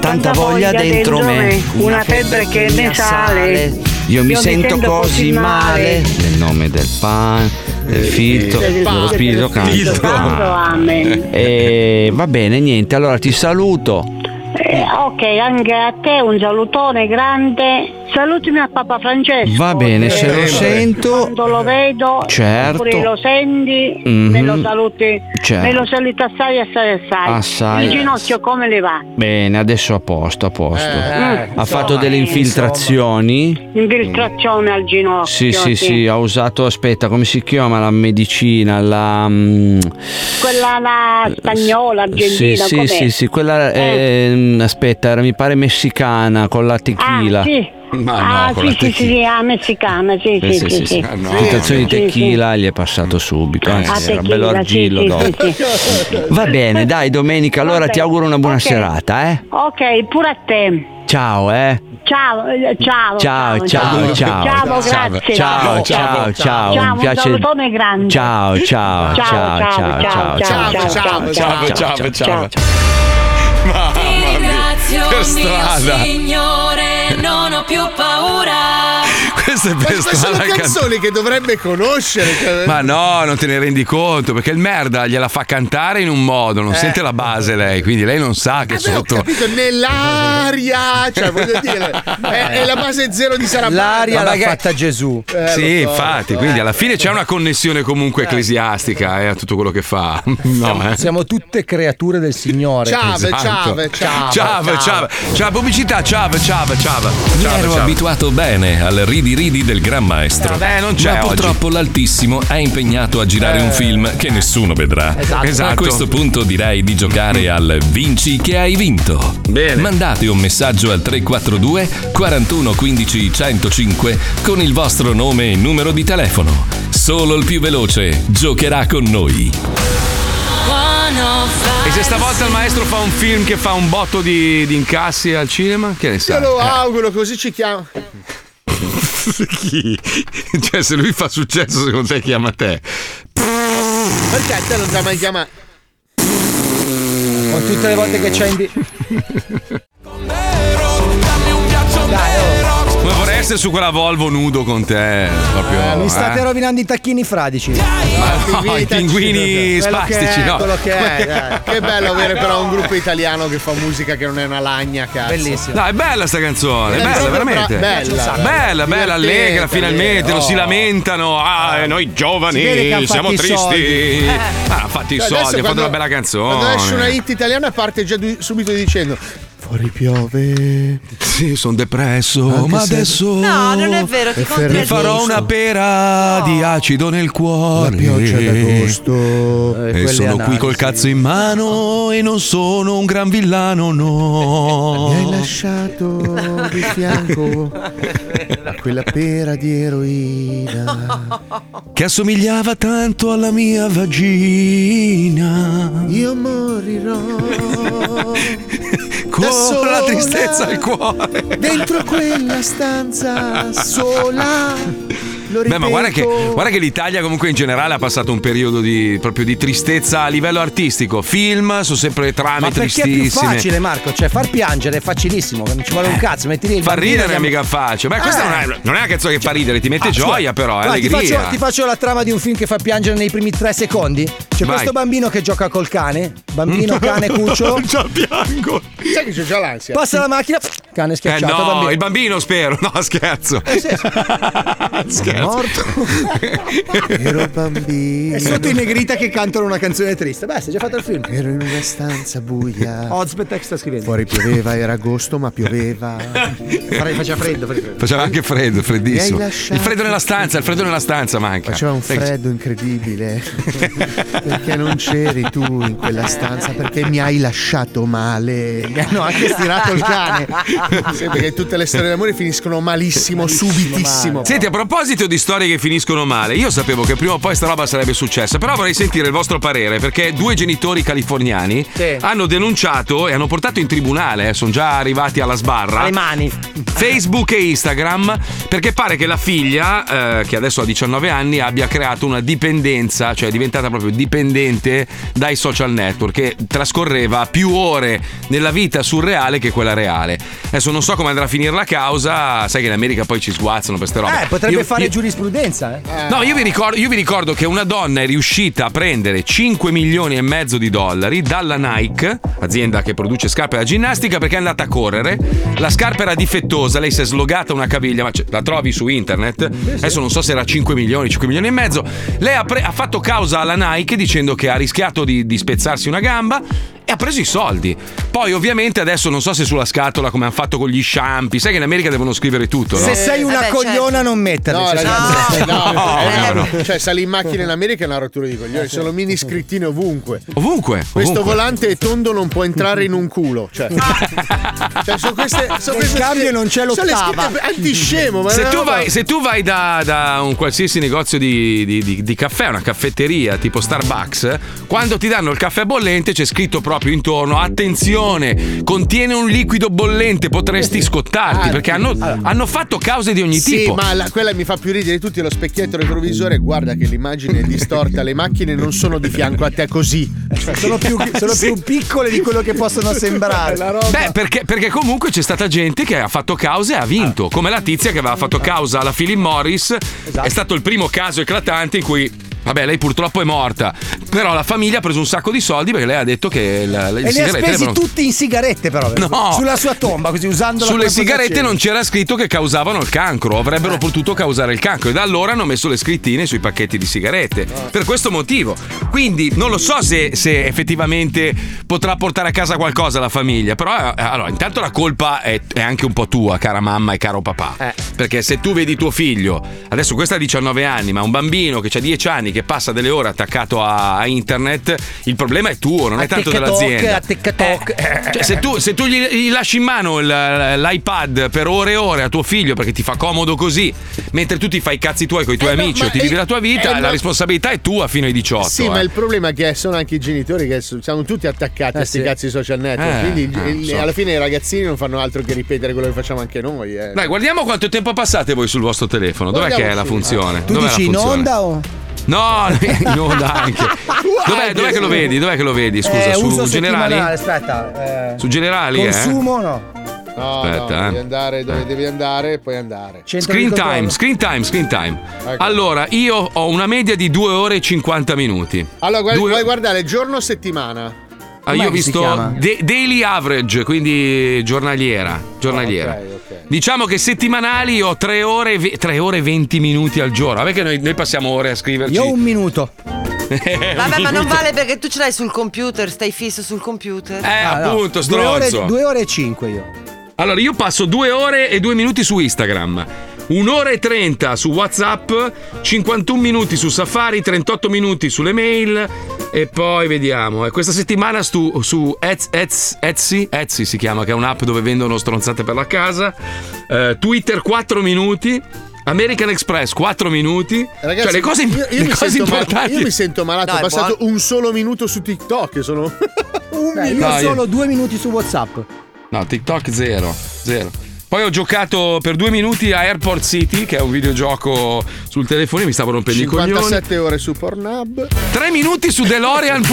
S23: Tanta voglia dentro me.
S24: Una febbre che ne sale.
S23: Io mi sento così male. Nel nome del pan, del filtro,
S24: Eh, Del
S23: dello
S24: pan,
S23: spirito
S24: del spirito
S23: santo.
S24: santo, amen.
S23: E va bene, niente, allora ti saluto.
S24: Eh, ok, anche a te un salutone grande. Salutami a Papa Francesco.
S23: Va bene, se lo
S24: Eh,
S23: sento-
S24: Quando lo vedo,
S23: Certo.
S24: oppure lo senti,
S23: Mhm.
S24: me lo saluti.
S23: Certo.
S24: Me lo saluti assai, assai, assai.
S23: Assai.
S24: Il ginocchio come le va?
S23: Bene, adesso a posto, a posto.
S24: eh,
S23: ha
S24: insomma,
S23: fatto delle
S24: eh,
S23: infiltrazioni.
S24: Infiltrazione al ginocchio.
S23: Sì, sì, sì, ha usato, aspetta, come si chiama la medicina? La mm,
S24: Quella la spagnola,
S23: Sì,
S24: argentina,
S23: sì,
S24: com'è? Eh.
S23: sì, sì, quella ehm, aspetta, era, mi pare messicana con la tequila.
S24: Ah, sì. ah, sì, sì, sì, sì, ah, messicana, sì,
S23: Eh,
S24: sì, sì, sì.
S23: Filtrazione
S24: Sì,
S23: di tequila gli è passato subito,
S24: Ah,
S23: anzi, Eh, era
S24: tequila,
S23: bello
S24: sì,
S23: argillo
S24: sì,
S23: dopo.
S24: sì, sì.
S23: Va bene, dai, domenica, allora
S24: Va
S23: ti
S24: bene.
S23: auguro una buona
S24: Ok.
S23: serata, eh?
S24: Ok, pure a te.
S23: Ciao, eh.
S4: Ciao, eh, ciao,
S23: Ciao, ciao, ciao.
S4: ciao,
S23: Ciao,
S4: grazie.
S23: ciao, ciao, ciao, un piacere.
S4: Salutone grande.
S23: Ciao, ciao, ciao, ciao, ciao, ciao,
S4: ciao,
S23: ciao, ciao, ciao.
S21: Ti ringrazio,
S2: per
S21: mio
S2: strada.
S21: signore, non ho più paura.
S2: Queste per
S8: Queste sono
S2: strada can-
S8: canzoni che dovrebbe conoscere.
S2: Ma no, non te ne rendi conto perché il merda gliela fa cantare in un modo, non sente la base lei, quindi lei non sa che sotto.
S8: Capito? Nell'aria, cioè voglio
S6: (laughs)
S8: dire, è, è la base zero di Sarabanda.
S6: L'aria l'ha
S8: Ragazzi,
S6: fatta Gesù.
S2: sì, infatti, quindi alla fine c'è una connessione comunque ecclesiastica eh, a tutto quello che fa. (laughs) No, eh.
S6: Siamo esatto. tutte creature del Signore.
S2: Esatto. ciao, ciao, ciao, ciao, pubblicità, ciao, ciao, ciao.
S1: Mi
S2: Ciao,
S1: ero
S2: ciao.
S1: abituato bene al ridi ridi del gran maestro.
S2: Vabbè, Eh, non c'è
S1: Ma
S2: oggi. Eh.
S1: purtroppo l'altissimo è impegnato a girare un film che nessuno vedrà.
S2: Esatto. Esatto.
S1: A questo punto direi di giocare al Vinci che hai vinto. Bene. Mandate un messaggio al 342 41 15 105 con il vostro nome e numero di telefono. Solo il più veloce giocherà con noi.
S2: E se stavolta il maestro fa un film che fa un botto di, di incassi al cinema? Che ne sa?
S8: Io lo auguro, così ci chiama.
S2: Eh, (laughs) chi? Cioè, se lui fa successo, secondo te chiama te?
S8: Perché te non ti ha mai chiamato?
S6: Con tutte le volte che c'è in vi-
S2: Come vorrei essere su quella Volvo nudo con te. Proprio,
S6: Mi state
S2: eh?
S6: rovinando i tacchini fradici.
S2: Ma no, i pinguini
S8: Quello che è,
S2: spastici, no?
S8: quello che è, dai. Che bello avere però un gruppo italiano che fa musica che non è una lagna, cazzo. Bellissimo.
S2: No, è bella sta canzone,
S8: È
S2: è bella,
S8: proprio
S2: veramente.
S8: bra- bella,
S2: bella,
S8: bella,
S2: bella,
S8: divertente,
S2: allegra finalmente, non si
S8: oh.
S2: lamentano. Ah, eh, noi
S8: Si vede che
S2: giovani
S8: han
S2: siamo
S8: fatto i
S2: tristi.
S8: soldi.
S2: (laughs)
S8: Eh.
S2: Ah, ha fatto i
S8: Cioè, adesso
S2: soldi, ha fatto
S8: quando-
S2: una bella
S8: Quando esce una
S2: canzone.
S8: hit italiana parte già du- subito dicendo Fuori piove.
S2: Sì, sono depresso,
S8: Anche
S2: ma
S8: se-
S2: adesso.
S8: No, non è vero, ti
S2: Mi
S8: contraddico.
S2: farò una pera di acido nel cuore. Eh,
S8: pioggia d'agosto.
S2: E sono qui col cazzo in mano e non sono un gran villano, no.
S8: Mi hai lasciato di fianco a quella pera di eroina. (laughs)
S2: Che assomigliava tanto alla mia vagina.
S8: Io morirò
S2: Con
S8: sola
S2: la tristezza al cuore.
S8: dentro quella stanza sola. Lo
S2: Beh, ma guarda che,
S8: ripeto.
S2: guarda che l'Italia comunque in generale ha passato un periodo di, proprio di tristezza a livello artistico. Film sono sempre trame
S6: Ma perché è
S2: tristissime.
S6: più facile, Marco? Cioè, far piangere è facilissimo. Non ci vuole un cazzo. Metti lì il
S2: Fa
S6: bambino,
S2: ridere è
S6: chiama-
S2: mica facile. Beh, questa
S6: Eh.
S2: non, è, non è una canzone che fa ridere, ti mette
S6: Ah, scusa.
S2: gioia, però, è
S6: Guarda, ti
S2: allegria.
S6: faccio, ti faccio la trama di un film che fa piangere nei primi tre secondi. C'è
S2: Vai.
S6: questo bambino che gioca col cane.
S2: (laughs)
S6: Bambino, cane,
S8: (laughs)
S6: cucciolo.
S2: Già piango.
S8: Sai che c'è già l'ansia.
S6: Passa la macchina, cane
S2: Eh
S6: schiacciato.
S2: no,
S6: bambino. (laughs) Eh,
S2: il bambino spero. (laughs) No, scherzo. (laughs) scherzo.
S8: Ero bambino.
S6: E sotto i negrita che cantano una canzone triste. Beh, sei già fatto il film.
S8: Ero in una stanza buia.
S6: Ozbetek sta scrivendo.
S8: Fuori pioveva, era agosto, ma pioveva.
S6: Fare- Faceva freddo, faceva freddo.
S2: Faceva anche freddo, freddissimo.
S8: Mi hai lasciato-
S2: Il freddo nella stanza, il freddo nella stanza manca.
S8: Faceva un
S2: Sai che-
S8: freddo incredibile. perché non c'eri tu in quella stanza? Perché mi hai lasciato male. Mi hanno anche stirato il cane. Sì, perché tutte le storie d'amore finiscono malissimo, subitissimo.
S2: Senti, a proposito di storie che finiscono male, io sapevo che prima o poi sta roba sarebbe successa, però vorrei sentire il vostro parere perché due genitori californiani hanno denunciato e hanno portato in tribunale, eh, sono già arrivati alla sbarra.
S6: Alle mani.
S2: Facebook e Instagram perché pare che la figlia, eh, che adesso ha 19 anni, abbia creato una dipendenza, cioè è diventata proprio dipendente dai social network che trascorreva più ore nella vita surreale che quella reale. Adesso non so come andrà a finire la causa, sai che in America poi ci sguazzano per queste robe.
S6: Eh, potrebbe
S2: Io-
S6: fare
S2: io-
S6: giurisprudenza, eh.
S2: No, io vi, ricordo, io vi ricordo che una donna è riuscita a prendere 5 milioni e mezzo di dollari dalla Nike, azienda che produce scarpe da ginnastica, perché è andata a correre. La scarpa era difettosa, lei si è slogata una caviglia, ma ce- la trovi su internet. Adesso non so se era 5 milioni, 5 milioni e mezzo. Lei ha, pre- ha fatto causa alla Nike dicendo che ha rischiato di, di spezzarsi una gamba. E ha preso i soldi. Poi, ovviamente, adesso non so se sulla scatola come hanno fatto con gli sciampi. Sai che in America devono scrivere tutto, no?
S6: Se sei una cogliona, non metterli.
S8: No,
S6: Cioè,
S8: ragazzi,
S6: se-
S8: no,
S2: No, no,
S8: Cioè, sali in macchina in America è una rottura di coglioni. Sono mini scrittine ovunque.
S2: Ovunque.
S8: Questo
S2: ovunque.
S8: volante è tondo, non può entrare in un culo. Cioè, cioè sono queste.
S6: Nel
S8: Sono queste
S6: cambio non c'è
S8: sono le
S6: l'ottava.
S8: scritte- Antiscemo, ma è
S2: Se
S8: una
S2: tu,
S8: roba-
S2: vai, se tu vai da, da un qualsiasi negozio di, di- di- di caffè, una caffetteria tipo Starbucks, quando ti danno il caffè bollente c'è scritto proprio intorno, attenzione, contiene un liquido bollente, potresti scottarti perché hanno, hanno fatto cause di ogni
S8: Ah, sì,
S2: tipo.
S8: ma la- quella mi fa più ridere di tutti lo specchietto retrovisore. Guarda che l'immagine è distorta, le macchine non sono di fianco a te così. Cioè,
S22: Sono
S8: (laughs)
S22: più, sono
S8: Sì.
S22: più piccole di quello che possono sembrare.
S2: Beh, perché, perché comunque c'è stata gente che ha fatto causa e ha vinto,
S22: Ah.
S2: come la tizia che aveva fatto causa alla Philip Morris.
S22: Esatto.
S2: È stato il primo caso eclatante in cui, vabbè, lei purtroppo è morta, però la famiglia ha preso un sacco di soldi perché lei ha detto che la, le
S22: e li ha
S2: sigarette le
S22: spesi
S2: avevano-
S22: tutti in sigarette,
S6: eh.
S22: però.
S2: No.
S22: Sulla sua tomba, così usando
S2: Sulle sigarette non c'era scritto che causavano il cancro, avrebbero potuto causare il cancro e da allora hanno messo le scrittine sui pacchetti di sigarette. Per questo motivo. Quindi non lo so se, se effettivamente potrà portare a casa qualcosa la famiglia, però eh, allora, intanto la colpa è, è anche un po' tua, cara mamma e caro papà. Perché se tu vedi tuo figlio, adesso questa ha 19 anni, ma un bambino che ha 10 anni che passa delle ore attaccato a, a internet, il problema è tuo, non è tanto dell'azienda.
S6: A TikTok.
S2: Cioè, se tu, se tu gli, gli lasci in mano il- l'iPad per ore e ore a tuo figlio perché ti fa comodo così, mentre tu ti fai i cazzi tuoi con i tuoi amici o ti vivi la tua vita,
S8: eh,
S2: la
S8: no.
S2: responsabilità è tua fino ai 18.
S8: Sì, ma
S2: eh.
S8: il problema è che sono anche i genitori che so- siamo tutti attaccati a questi
S2: sì.
S8: cazzi social network.
S2: Eh,
S8: quindi
S2: eh,
S8: il-
S2: so.
S8: alla fine i ragazzini non fanno altro che ripetere quello che facciamo anche noi. eh.
S2: Dai, guardiamo quanto tempo passate voi sul vostro telefono. Dov'è
S8: Guardiamo
S2: che è la
S8: sì.
S2: funzione?
S22: Tu
S2: Dov'è
S22: dici
S2: la
S22: in
S2: funzione?
S22: onda o?
S2: (laughs) No, in onda anche. Dov'è, dov'è che lo vedi? Dov'è che lo vedi? Scusa,
S22: Eh,
S2: su
S22: uso
S2: generali?
S22: settimanale, Aspetta. eh,
S2: Su generali, eh?
S22: consumo no.
S8: No,
S2: Aspetta,
S8: no,
S2: eh.
S8: devi andare dove devi andare e poi andare.
S2: Screen time, screen time, screen time.
S8: Ecco.
S2: Allora, io ho una media di 2 ore e 50 minuti.
S8: Allora, guarda, vuoi guardare giorno o settimana?
S2: Ah, io ho visto da- daily average, quindi giornaliera. giornaliera. Diciamo che settimanali io ho 3 ore, e ve- tre ore e 20 minuti al giorno. Vabbè che noi, noi passiamo ore a scriverci.
S6: Io ho un
S2: (laughs)
S6: minuto.
S9: Vabbè, ma non vale perché tu ce l'hai sul computer, stai fisso sul computer.
S2: Eh,
S6: Ah, no.
S2: appunto,
S6: Due ore-
S2: stronzo.
S6: Due ore e cinque io.
S2: Allora, io passo 2 ore e 2 minuti su Instagram. Un'ora e 30 su WhatsApp, 51 minuti su Safari, 38 minuti sulle mail e poi vediamo. E questa settimana stu- su Ez- Ez- Etsy, Etsy si chiama, che è un'app dove vendono stronzate per la casa. Eh, Twitter 4 minuti, American Express 4 minuti.
S8: Ragazzi,
S2: cioè le cose,
S8: io, io
S2: le
S8: mi
S2: cose
S8: sento mal-
S2: importanti.
S8: io mi sento malato,
S2: No,
S8: ho
S2: è
S8: passato un solo minuto su TikTok. Sono (laughs)
S22: un
S2: Dai,
S22: minuto,
S2: dai.
S22: solo due minuti su WhatsApp.
S2: No, TikTok zero, zero. Poi ho giocato per due minuti a Airport City, che è un videogioco sul telefono e mi stavo rompendo i coglioni.
S8: 57 ore su Pornhub.
S2: Tre minuti su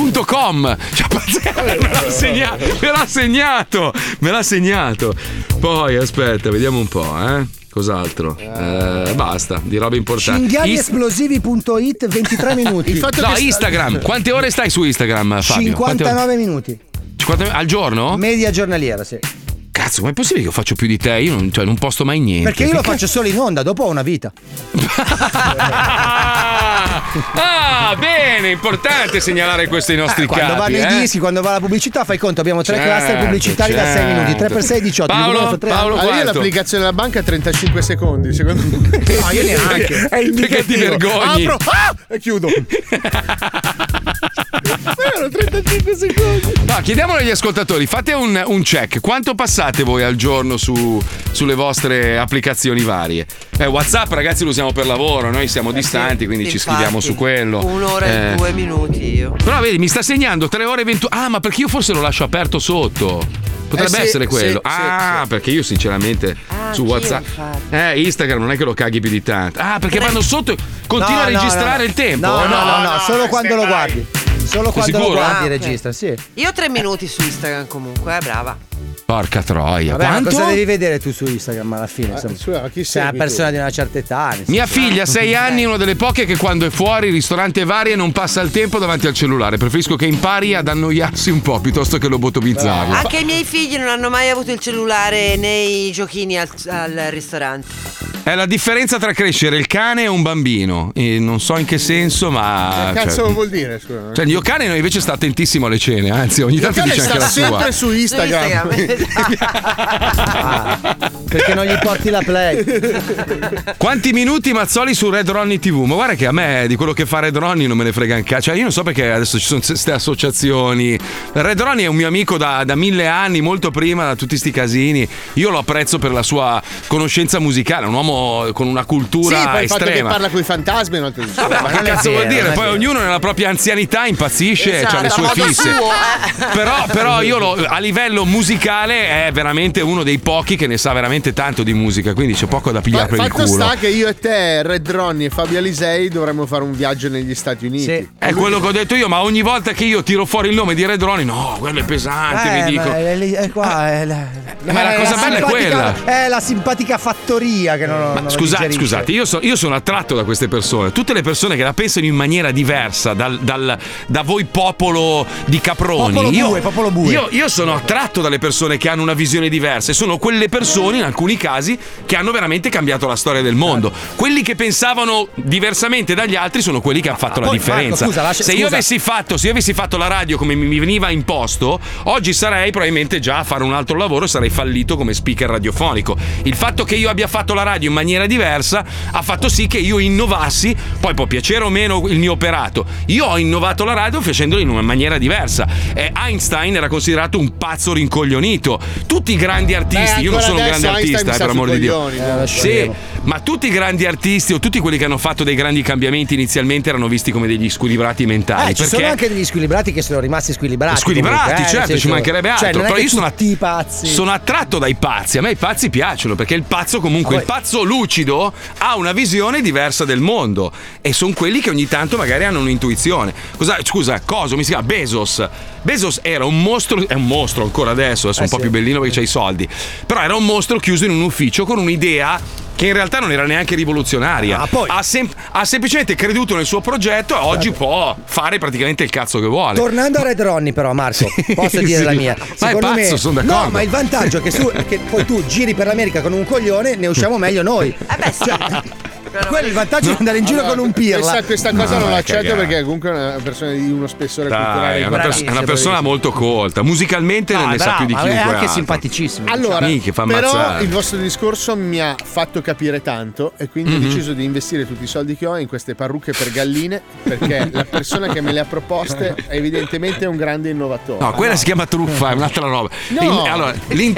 S2: DeLorean.com. Cioè, pazzesco,
S6: Eh,
S2: me l'ha segna- me l'ha segnato, me l'ha segnato. Poi, aspetta, vediamo un po', eh. Cos'altro? Eh, basta, di roba importante. Is-
S22: Cinghialiesplosivi.it
S2: (laughs)
S22: 23 minuti.
S2: no, Instagram. Quante ore stai su Instagram, Fabio? Quante ore-
S6: 59 minuti.
S2: 50 al giorno?
S6: Media giornaliera, sì.
S2: Cazzo, ma è possibile che io faccio più di te? Io non, cioè, non posto mai niente.
S6: Perché io lo
S2: Che
S6: faccio solo in onda, dopo ho una vita.
S2: Ah, bene, importante segnalare questo ai nostri
S6: Ah, Quando
S2: capi.
S6: vanno i
S2: eh.
S6: dischi, quando va la pubblicità, fai conto, abbiamo tre
S2: Certo,
S6: cluster pubblicitari da 6
S2: certo.
S6: minuti. 3 per 6 18. dividiamo per tre,
S8: Allora, io
S6: anche.
S8: l'applicazione della banca 35 secondi, secondo me.
S6: No, io neanche.
S2: (laughs) Perché ti vergogni?
S8: Apro ah! e chiudo.
S2: Vero,
S8: 35 secondi.
S2: No, chiediamolo agli ascoltatori, fate un, un check. Quanto passate voi al giorno su- sulle vostre applicazioni varie? Eh, WhatsApp, ragazzi, lo usiamo per lavoro, noi siamo distanti, quindi ci
S9: Eh Infatti,
S2: scriviamo su quello.
S9: Un'ora e
S2: Eh.
S9: due minuti io.
S2: Però vedi, mi sta segnando 3 ore e 21. Ah, ma perché io forse lo lascio aperto sotto. Potrebbe
S9: Eh, sì,
S2: essere quello.
S9: sì, Ah,
S2: ah, perché io sinceramente su
S9: anch'io,
S2: WhatsApp.
S9: infatti.
S2: Eh, Instagram non è che lo caghi più di tanto. Ah, perché vanno sotto e continua a
S6: No, no,
S2: registrare
S6: no.
S2: il tempo.
S6: No, no, no, no, solo quando lo
S2: vai.
S6: guardi. Solo
S2: Sei
S6: quando lo
S2: sicuro?
S6: guardi
S2: Ah, ok.
S6: registra, sì.
S9: Io ho tre minuti su Instagram comunque, eh, brava.
S2: Porca troia.
S6: Vabbè, ma
S2: Quanto?
S6: cosa devi vedere tu su Instagram alla fine? insomma? Sei una
S2: segui
S6: persona di una certa età. nel
S2: Mia
S6: senso,
S2: figlia,
S6: eh.
S2: 6 anni, è una delle poche che quando è fuori, ristorante varie, non passa il tempo davanti al cellulare. Preferisco che impari ad annoiarsi un po' piuttosto che lo botomizzarlo.
S9: Anche i miei figli non hanno mai avuto il cellulare nei giochini al, al ristorante.
S2: È la differenza tra crescere il cane e un bambino. E non so in che senso, ma.
S8: Che cazzo
S2: cioè,
S8: vuol dire? Scusa.
S2: cioè, il mio cane invece sta attentissimo alle cene, anzi, ogni tanto
S8: cane
S2: dice anche
S8: sta
S2: la sua.
S8: sempre su Instagram.
S6: Ah, Perché non gli porti la play.
S2: Quanti minuti Mazzoli su Red Ronnie TV? Ma guarda che a me di quello che fa Red Ronnie non me ne frega un cazzo. Cioè, io non so perché adesso ci sono queste associazioni. Red Ronnie è un mio amico da, da mille anni, molto prima, da tutti sti casini. Io lo apprezzo per la sua conoscenza musicale, un uomo con una cultura
S8: sì, poi il fatto che
S2: estrema.
S8: parla con i fantasmi. Non te...
S2: Vabbè, ma che cazzo vuol dire? Poi ognuno nella propria anzianità impazzisce,
S8: Esatto,
S2: ha le
S8: a
S2: sue
S8: modo
S2: fisse.
S8: suo,
S9: eh.
S2: Però, però io lo- a livello musicale è veramente uno dei pochi che ne sa veramente tanto di musica, quindi c'è poco da pigliare per il
S8: Fatto
S2: culo.
S8: sta che io e te, Red Ronnie e Fabio Alisei dovremmo fare un viaggio negli Stati Uniti.
S2: È quello che ho detto io, ma ogni volta che io tiro fuori il nome di Red Ronnie, no, quello è pesante,
S6: Eh,
S2: vi dico. Ah,
S6: ma è lì- è qua, è la,
S2: ma la cosa bella è
S6: simpatica-
S2: quella.
S6: È la simpatica fattoria che non, non la
S2: Scusate,
S6: digerisce.
S2: scusate, io, so- io sono attratto da queste persone. Tutte le persone che la pensano in maniera diversa dal- dal- da voi popolo di caproni.
S6: Popolo
S2: io,
S6: bue, popolo bue.
S2: Io, io sono attratto dalle persone che hanno una visione diversa e sono quelle persone, in alcuni casi, che hanno veramente cambiato la storia del mondo.
S6: Eh.
S2: Quelli che pensavano diversamente dagli altri sono quelli che hanno fatto la
S6: Ah, poi,
S2: differenza.
S6: Marco, scusa, lascia-
S2: se, io
S6: scusa.
S2: avessi
S8: Esatto.
S2: fatto, se io avessi fatto la radio come mi- mi veniva imposto, oggi sarei probabilmente già a fare un altro lavoro e sarei fallito come speaker radiofonico. Il fatto che io abbia fatto la radio in maniera diversa ha fatto sì che io innovassi, poi può piacere o meno il mio operato. Io ho innovato la radio facendolo in una maniera diversa. Eh, Einstein era considerato un pazzo rincoglionito. Tutti i grandi artisti, io non
S8: ancora
S2: sono un
S8: adesso
S2: grande
S8: Einstein
S2: artista,
S8: mi
S2: eh,
S8: sta
S2: per
S8: sui
S2: amor di Dio.
S8: coglioni, eh. dai, lascia
S2: Sì,
S8: perdere.
S2: ma tutti i grandi artisti o tutti quelli che hanno fatto dei grandi cambiamenti inizialmente erano visti come degli squilibrati
S6: Eh,
S2: mentali.
S6: ci
S2: perché
S6: sono anche degli squilibrati che sono rimasti squilibrati.
S2: Squilibrati,
S6: comunque, eh, nel
S2: certo,
S6: senso-
S2: ci mancherebbe altro,
S6: Cioè, non è
S2: però
S6: che
S2: io sono
S6: tutti i pazzi.
S2: sono attratto dai pazzi. A me i pazzi piacciono perché il pazzo, comunque,
S6: Ah,
S2: il pazzo lucido ha una visione diversa del mondo e sono quelli che ogni tanto magari hanno un'intuizione. Cosa- scusa, Coso mi si chiama Bezos. Bezos era un mostro, è un mostro ancora adesso,
S6: Eh,
S2: adesso è un po' più bellino perché c'ha i soldi. Però era un mostro chiuso in un ufficio con un'idea che in realtà non era neanche rivoluzionaria.
S6: Ah,
S2: ha, sem- ha semplicemente creduto nel suo progetto e oggi può fare praticamente il cazzo che vuole.
S6: Certo. Tornando a Red Ronnie, però, Marco, posso dire
S2: sì.
S6: la mia.
S2: Ma è pazzo, sono d'accordo.
S6: No, ma il vantaggio è che, su- che poi tu giri per l'America con un coglione, ne usciamo meglio noi. Cioè, quello è il vantaggio di andare in giro
S8: Allora,
S6: con un pirla.
S8: Questa, questa cosa
S2: No,
S8: non
S2: è
S8: l'accetto
S2: cagata.
S8: perché comunque è una persona di uno spessore culturale.
S2: Dai, è una, pers- è una persona molto colta. Musicalmente Ah, ne sa più di chiunque. altro.
S8: Allora,
S6: diciamo.
S2: Minchia, fa
S8: però
S2: ammazzare.
S8: il vostro discorso mi ha fatto capire tanto e quindi
S2: Mhm.
S8: ho deciso di investire tutti i soldi che ho in queste parrucche per galline
S2: (laughs)
S8: perché la persona che me le ha proposte è evidentemente un grande innovatore.
S2: No, quella si chiama truffa, è un'altra roba.
S8: No.
S2: Il- allora,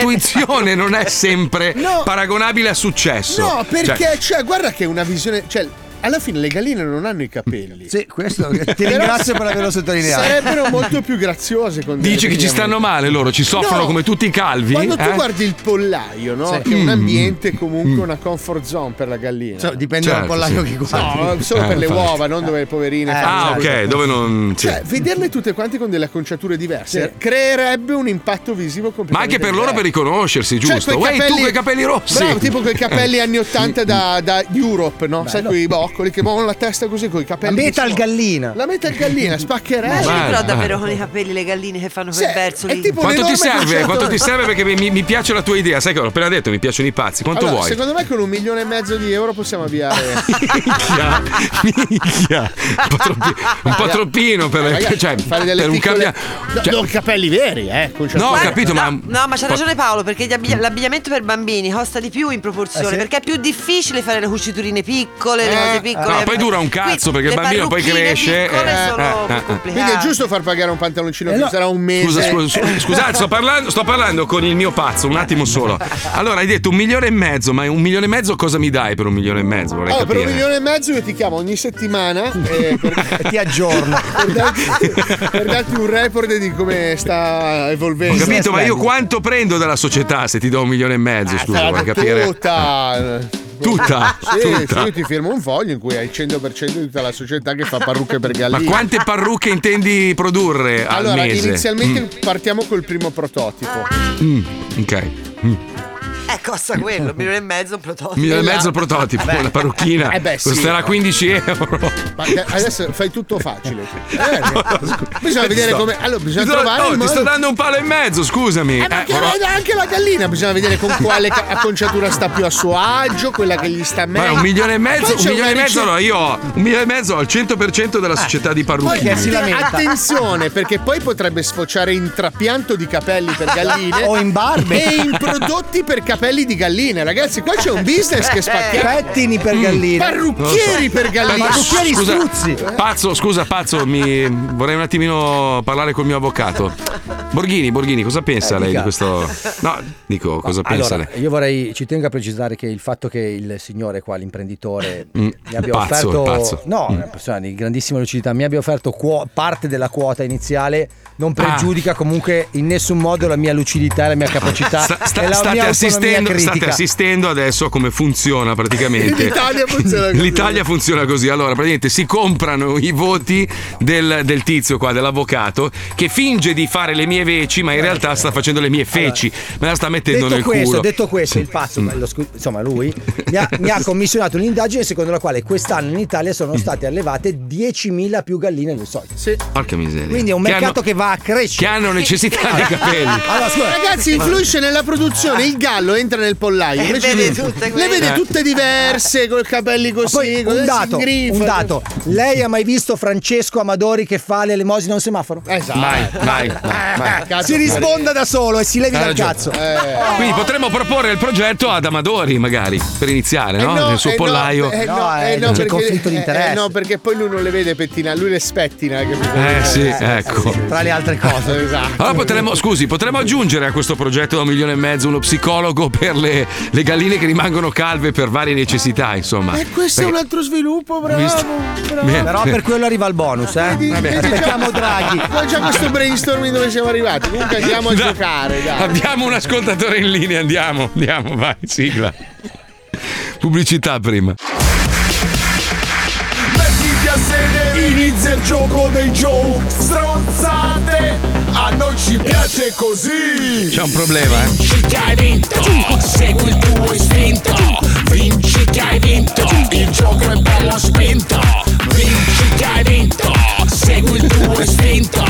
S2: l'intuizione non
S8: (laughs)
S2: è sempre
S8: No.
S2: paragonabile a successo.
S8: No, perché
S2: Cioè,
S8: cioè, guarda che è una visione, cioè alla fine le galline non hanno i capelli.
S6: Sì,
S8: (laughs)
S6: questo ti
S8: Però
S6: ringrazio per averlo sottolineato.
S8: Sarebbero molto più graziose con delle
S2: dici che ci
S8: pigliamenti.
S2: stanno male loro, ci soffrono
S8: No.
S2: come tutti i calvi.
S8: Quando tu
S2: eh?
S8: guardi il pollaio, no?
S2: Sì.
S8: Che è
S2: Mm.
S8: un ambiente comunque una comfort zone per la gallina.
S6: dipende dal Certo, pollaio sì. che guardi. Eh,
S8: No, solo
S2: Eh,
S8: per le
S2: infatti.
S8: uova, non dove le poverine. fanno
S2: Ah,
S8: queste
S2: ok,
S8: cose. eh.
S2: dove non. sì.
S8: Cioè, vederle tutte quante con delle acconciature diverse creerebbe un impatto visivo completamente
S2: Ma anche per loro per
S8: diverso.
S2: riconoscersi,
S8: Cioè,
S2: giusto?
S8: quei
S2: Uè, tu quei capelli rossi. Eh.
S8: Bravo, tipo quei capelli
S2: (laughs)
S8: anni 80 da, da Europe, no? Sai quei boccoli che muovono la testa così con i capelli.
S6: La metal
S8: gallina. La metal gallina, spaccherei.
S9: Ma però
S2: Guarda,
S9: davvero
S2: guarda.
S9: con i capelli le galline che fanno
S8: Sì,
S9: quel verso
S8: è
S9: lì.
S8: tipo
S2: Quanto ti serve?
S8: concertone.
S2: Quanto ti serve? Perché mi, mi piace la tua idea, sai che l'ho appena detto, mi piacciono i pazzi. Quanto
S8: Allora,
S2: vuoi?
S8: Secondo me con un milione e mezzo di euro possiamo avviare.
S2: (laughs) Minchia, (laughs) minchia. un po' troppi- un po' troppino per,
S8: Eh, Ragazzi,
S2: cioè,
S8: fare delle
S2: per un
S8: piccole-
S2: cambia.
S8: No,
S2: cioè-
S8: no, capelli veri, eh. con
S2: No, ho
S8: certezza.
S2: capito, ma.
S9: Ah, No, ma c'ha ragione Paolo, perché gli abbiglia- l'abbigliamento per bambini costa di più in proporzione,
S23: Ah,
S2: Eh, sì.
S9: perché è più difficile fare le cuciturine piccole,
S23: Eh,
S9: le cose piccole.
S2: Ah. No, poi dura un cazzo perché il
S9: le
S2: bambino poi
S9: parrucchine
S2: cresce. eh,
S9: piccole sono più
S8: Quindi è giusto far pagare un
S6: Eh,
S8: pantaloncino che sarà un mese.
S2: Scusa,
S8: (laughs)
S2: scusa,
S9: Eh.
S2: scusa, scusate, sto parlando, sto parlando con il mio pazzo, un attimo solo. Allora, hai detto un milione e mezzo, ma un milione e mezzo cosa mi dai per un milione e mezzo? Vorrei
S8: Allora, Oh, per
S2: capire.
S8: un milione e mezzo io ti chiamo ogni settimana
S6: (laughs)
S8: eh, per,
S6: ti aggiorno.
S8: per, darti, per darti un report di come sta
S2: Ho
S8: evolvendo.
S2: capito, ma io quanto prendo dalla società se ti do un milione e mezzo? Scusa,
S8: Ah, Sarà
S2: vorrei capire.
S8: tutta.
S2: Tutta?
S8: Sì,
S2: Tutta?
S8: sì, io ti firmo un foglio in cui hai il 100% di tutta la società che fa parrucche per
S2: Ma
S8: galline.
S2: quante parrucche intendi produrre al
S8: Allora,
S2: mese?
S8: inizialmente partiamo col primo prototipo.
S2: Mm, mm, ok. Mm.
S9: (laughs) Eh, costa quello, un milione e mezzo un prototipo. Esatto.
S2: Un milione e mezzo il prototipo,
S9: Beh.
S2: la parrucchina.
S9: Eh beh, sì.
S2: Costerà 15 euro.
S8: Ma che- adesso fai tutto
S2: (laughs)
S8: facile. Eh,
S2: Ti
S8: bisogna vedere
S2: sto-
S8: come. Allora, bisogna
S2: ti sto-
S8: trovare.
S2: oh,
S8: il
S2: ti
S8: modo-
S2: sto dando un palo e mezzo, scusami.
S8: Eh, ma
S2: Eh,
S8: anche,
S2: però-
S8: anche la gallina bisogna vedere con quale ca- acconciatura sta più a suo agio, quella che gli sta meglio.
S2: Ma un milione e mezzo,
S8: Poi
S2: un
S8: c'è
S2: milione e
S8: una
S2: mezzo,
S8: ricerca-
S2: allora io ho un milione e mezzo al 100% della società di
S8: Ah. Poi
S2: parrucchini.
S8: attenzione perché poi potrebbe sfociare in trapianto di capelli per galline
S6: O in barbe.
S8: e in prodotti per capelli di galline, ragazzi. Qua c'è un business
S9: Eh.
S8: che spacchia.
S6: Pettini per
S8: Mm.
S6: galline.
S8: Parrucchieri per galline.
S2: Eh, Ma
S8: Parrucchieri
S2: scusa,
S8: struzzi.
S2: Pazzo, scusa, Pazzo, mi vorrei un attimino parlare col mio avvocato. Borghini, Borghini, cosa pensa
S6: Eh,
S2: lei di
S6: dica.
S2: questo? No, dico, cosa pensa
S6: Allora, io vorrei, ci tengo a precisare che il fatto che il signore qua, l'imprenditore,
S2: lei?
S6: mi abbia
S2: Mm, pazzo,
S6: offerto
S2: pazzo. Mm.
S6: no, una persona di grandissima lucidità, mi abbia offerto quo- parte della quota iniziale, non
S2: Ah.
S6: pregiudica comunque in nessun modo la mia lucidità, e la mia capacità
S2: Sta-
S6: e
S2: sta-
S6: la
S2: state,
S6: mia autonomia
S2: assistendo, state
S6: critica.
S2: assistendo adesso a come funziona praticamente.
S8: L'Italia funziona così.
S2: L'Italia funziona così. Allora, praticamente si comprano i voti del, del tizio qua, dell'avvocato, che finge di fare le mie veci, ma in realtà sta facendo le mie feci. Me la sta mettendo
S6: Eh, Detto
S2: nel
S6: questo,
S2: culo. Mm.
S6: detto questo, il pazzo, quello scu- insomma lui, mi ha, mi ha commissionato un'indagine secondo la quale quest'anno in Italia
S2: Mm.
S6: sono state allevate 10.000 più galline del solito.
S2: Porca miseria.
S6: Quindi è un
S2: Che
S6: mercato
S2: hanno-
S6: che va a crescere.
S2: Che hanno necessità di Ah, capelli.
S6: Allora, scusa.
S8: Ragazzi, influisce nella produzione. Il gallo entra nel pollaio.
S6: E
S8: invece
S6: vede
S8: lui-
S6: Eh, tutte
S8: le
S6: quelle.
S8: vede tutte diverse, col capelli così.
S6: Poi
S8: così
S6: un
S8: si
S6: dato,
S8: ingrifa. cioè.
S6: un dato. Lei ha mai visto Francesco Amadori che fa l'elemosina a un semaforo?
S8: Esatto. eh,
S2: Mai, mai, mai.
S6: (laughs) Cazzo, Si risponda da solo e si levi
S2: Ha
S6: dal
S2: ragione.
S6: cazzo.
S2: Quindi potremmo proporre il progetto ad Amadori, magari, per iniziare,
S8: Eh
S2: no? Nel suo
S8: eh
S2: pollaio.
S8: eh
S6: No, eh,
S8: eh
S6: non c'è conflitto di
S8: eh,
S6: interesse.
S8: eh no, perché poi lui non le vede pettina, lui le spettina. capito?
S2: Eh, sì, ecco.
S6: Tra le altre cose,
S8: esatto.
S2: Allora potremmo, scusi, potremmo aggiungere a questo progetto da un milione e mezzo uno psicologo per le, le galline che rimangono calve per varie necessità, insomma.
S8: E Eh, questo è un altro sviluppo,
S2: Visto?
S8: bravo. bravo.
S2: Bene.
S6: Però per quello arriva il bonus, eh?
S8: Vedi
S6: Aspettiamo
S8: già- (laughs)
S6: Draghi.
S8: Qua già questo brainstorming dove siamo arrivati. Comunque andiamo a
S2: Da-
S8: giocare, dai.
S2: Abbiamo un ascoltatore in linea, andiamo, andiamo, vai, sigla. Pubblicità prima.
S5: Mettiti a sedere, inizia il gioco dei Joe. Strozzate, a noi ci piace così.
S2: C'è un problema, eh?
S5: Vinci che hai vinto, segui il tuo istinto. Vinci che hai vinto, il gioco è bello spinto. Vinci che hai vinto, segui il tuo istinto.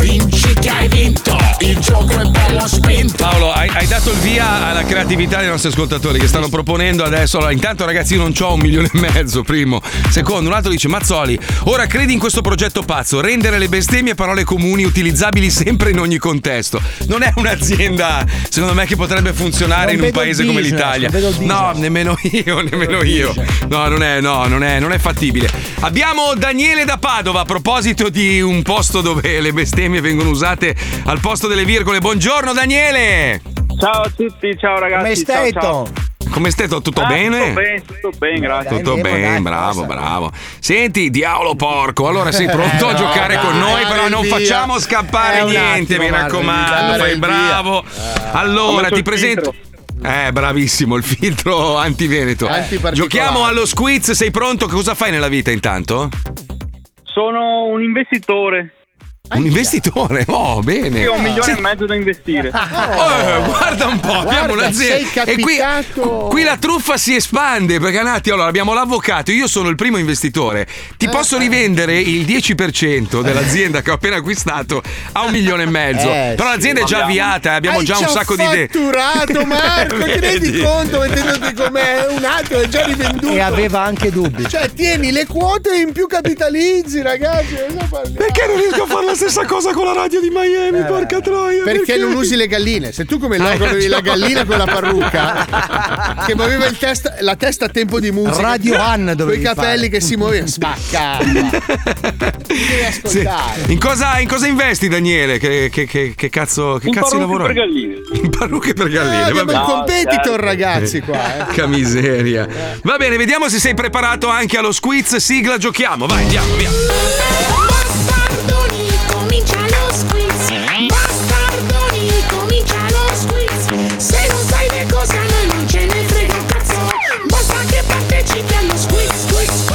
S5: Vinci che hai vinto, il gioco è bello spinto.
S2: Paolo, hai, hai dato il via alla creatività dei nostri ascoltatori che stanno proponendo adesso. Allora, intanto, ragazzi, io non ho un milione e mezzo, primo. Secondo, un altro dice: Mazzoli, ora credi in questo progetto pazzo, rendere le bestemmie parole comuni utilizzabili sempre in ogni contesto. Non è un'azienda, secondo me, che potrebbe
S6: Non
S2: funzionare in un
S6: vedo il
S2: paese come
S6: business,
S2: l'Italia.
S6: non vedo il
S2: No, nemmeno io, nemmeno io. No, non è, no, non è, non è fattibile. Abbiamo Daniele da Padova a proposito di un posto dove le bestemmie vengono usate al posto delle virgole. Buongiorno, Daniele.
S4: Ciao a tutti, ciao ragazzi.
S2: Come
S4: stai? ciao, ciao.
S2: Come stai? Tutto
S4: Ah,
S2: bene?
S4: Tutto bene, tutto bene, grazie.
S2: Tutto bene, bravo, bravo. Senti, diavolo porco, allora sei pronto
S4: Eh,
S2: a
S4: no,
S2: giocare
S4: dai,
S2: con noi,
S4: dai,
S2: però non
S4: via.
S2: facciamo scappare
S4: Eh, un
S2: niente,
S4: attimo,
S2: mi
S4: Marco,
S2: raccomando,
S4: dai,
S2: fai
S4: via. Ah,
S2: bravo.
S4: Ho
S2: Allora,
S4: messo
S2: ti
S4: il
S2: presento... Eh, bravissimo, il filtro (laughs) antiveneto.
S8: Eh.
S4: Antiparticolare.
S2: Giochiamo allo squiz, sei pronto? Cosa fai nella vita intanto?
S4: Sono un investitore.
S2: Un investitore, (laughs) oh, bene.
S4: Io ho un milione
S2: Senti,
S4: e mezzo da
S2: (laughs)
S4: investire.
S2: Oh, guarda un po', abbiamo
S4: Guarda, sei
S2: un'azienda. E qui,
S4: capitato.
S2: qui la truffa si espande perché un attimo, allora abbiamo l'avvocato, io sono il primo investitore.
S8: Eh.
S2: Ti posso rivendere il 10% dell'azienda che ho appena acquistato a un milione e mezzo.
S8: (laughs) Eh,
S2: Però
S8: sì.
S2: l'azienda è già
S8: Abbiamo-
S2: avviata, eh, abbiamo
S8: Hai
S2: già un sacco di Eh, idee.
S8: fatturato, Marco,
S2: (laughs)
S8: ti rendi
S2: Vedi?
S8: conto mettendoti com'è un altro è già rivenduto.
S6: E aveva anche dubbi.
S8: Cioè, tieni le quote e in più capitalizzi, ragazzi. Perché
S2: non riesco a fare la stessa cosa con la radio di
S6: Eh.
S2: Miami, porca troia?
S8: Perché,
S22: perché?
S8: non usi le galline? Se tu come
S22: Hai
S8: logo avevi la
S22: ragione.
S8: gallina con la parrucca che muoveva il testa- la testa a tempo di musica.
S6: Radio One
S8: Con i
S6: dovevi
S8: capelli
S6: fare.
S8: che si muovevano. Spacca. Devi ascoltare.
S2: In cosa, in cosa investi, Daniele? Che, che- che- che cazzo, che
S4: In
S2: cazzo di
S4: parrucche
S2: lavoro?
S4: per galline.
S2: In parrucche per
S8: Ah,
S2: galline.
S8: abbiamo
S2: vabbè.
S8: un competitor, ragazzi, qua. eh.
S2: Porca miseria. Va bene, vediamo se sei preparato anche allo squiz. Sigla, giochiamo. Vai, andiamo,
S8: Ah,
S2: via.
S21: Bastardoni, comincia lo squiz. Bastardoni, comincia lo squiz. Se non sai le cose a noi non ce ne frega un cazzo. Basta che partecipi allo squiz, squiz, squiz.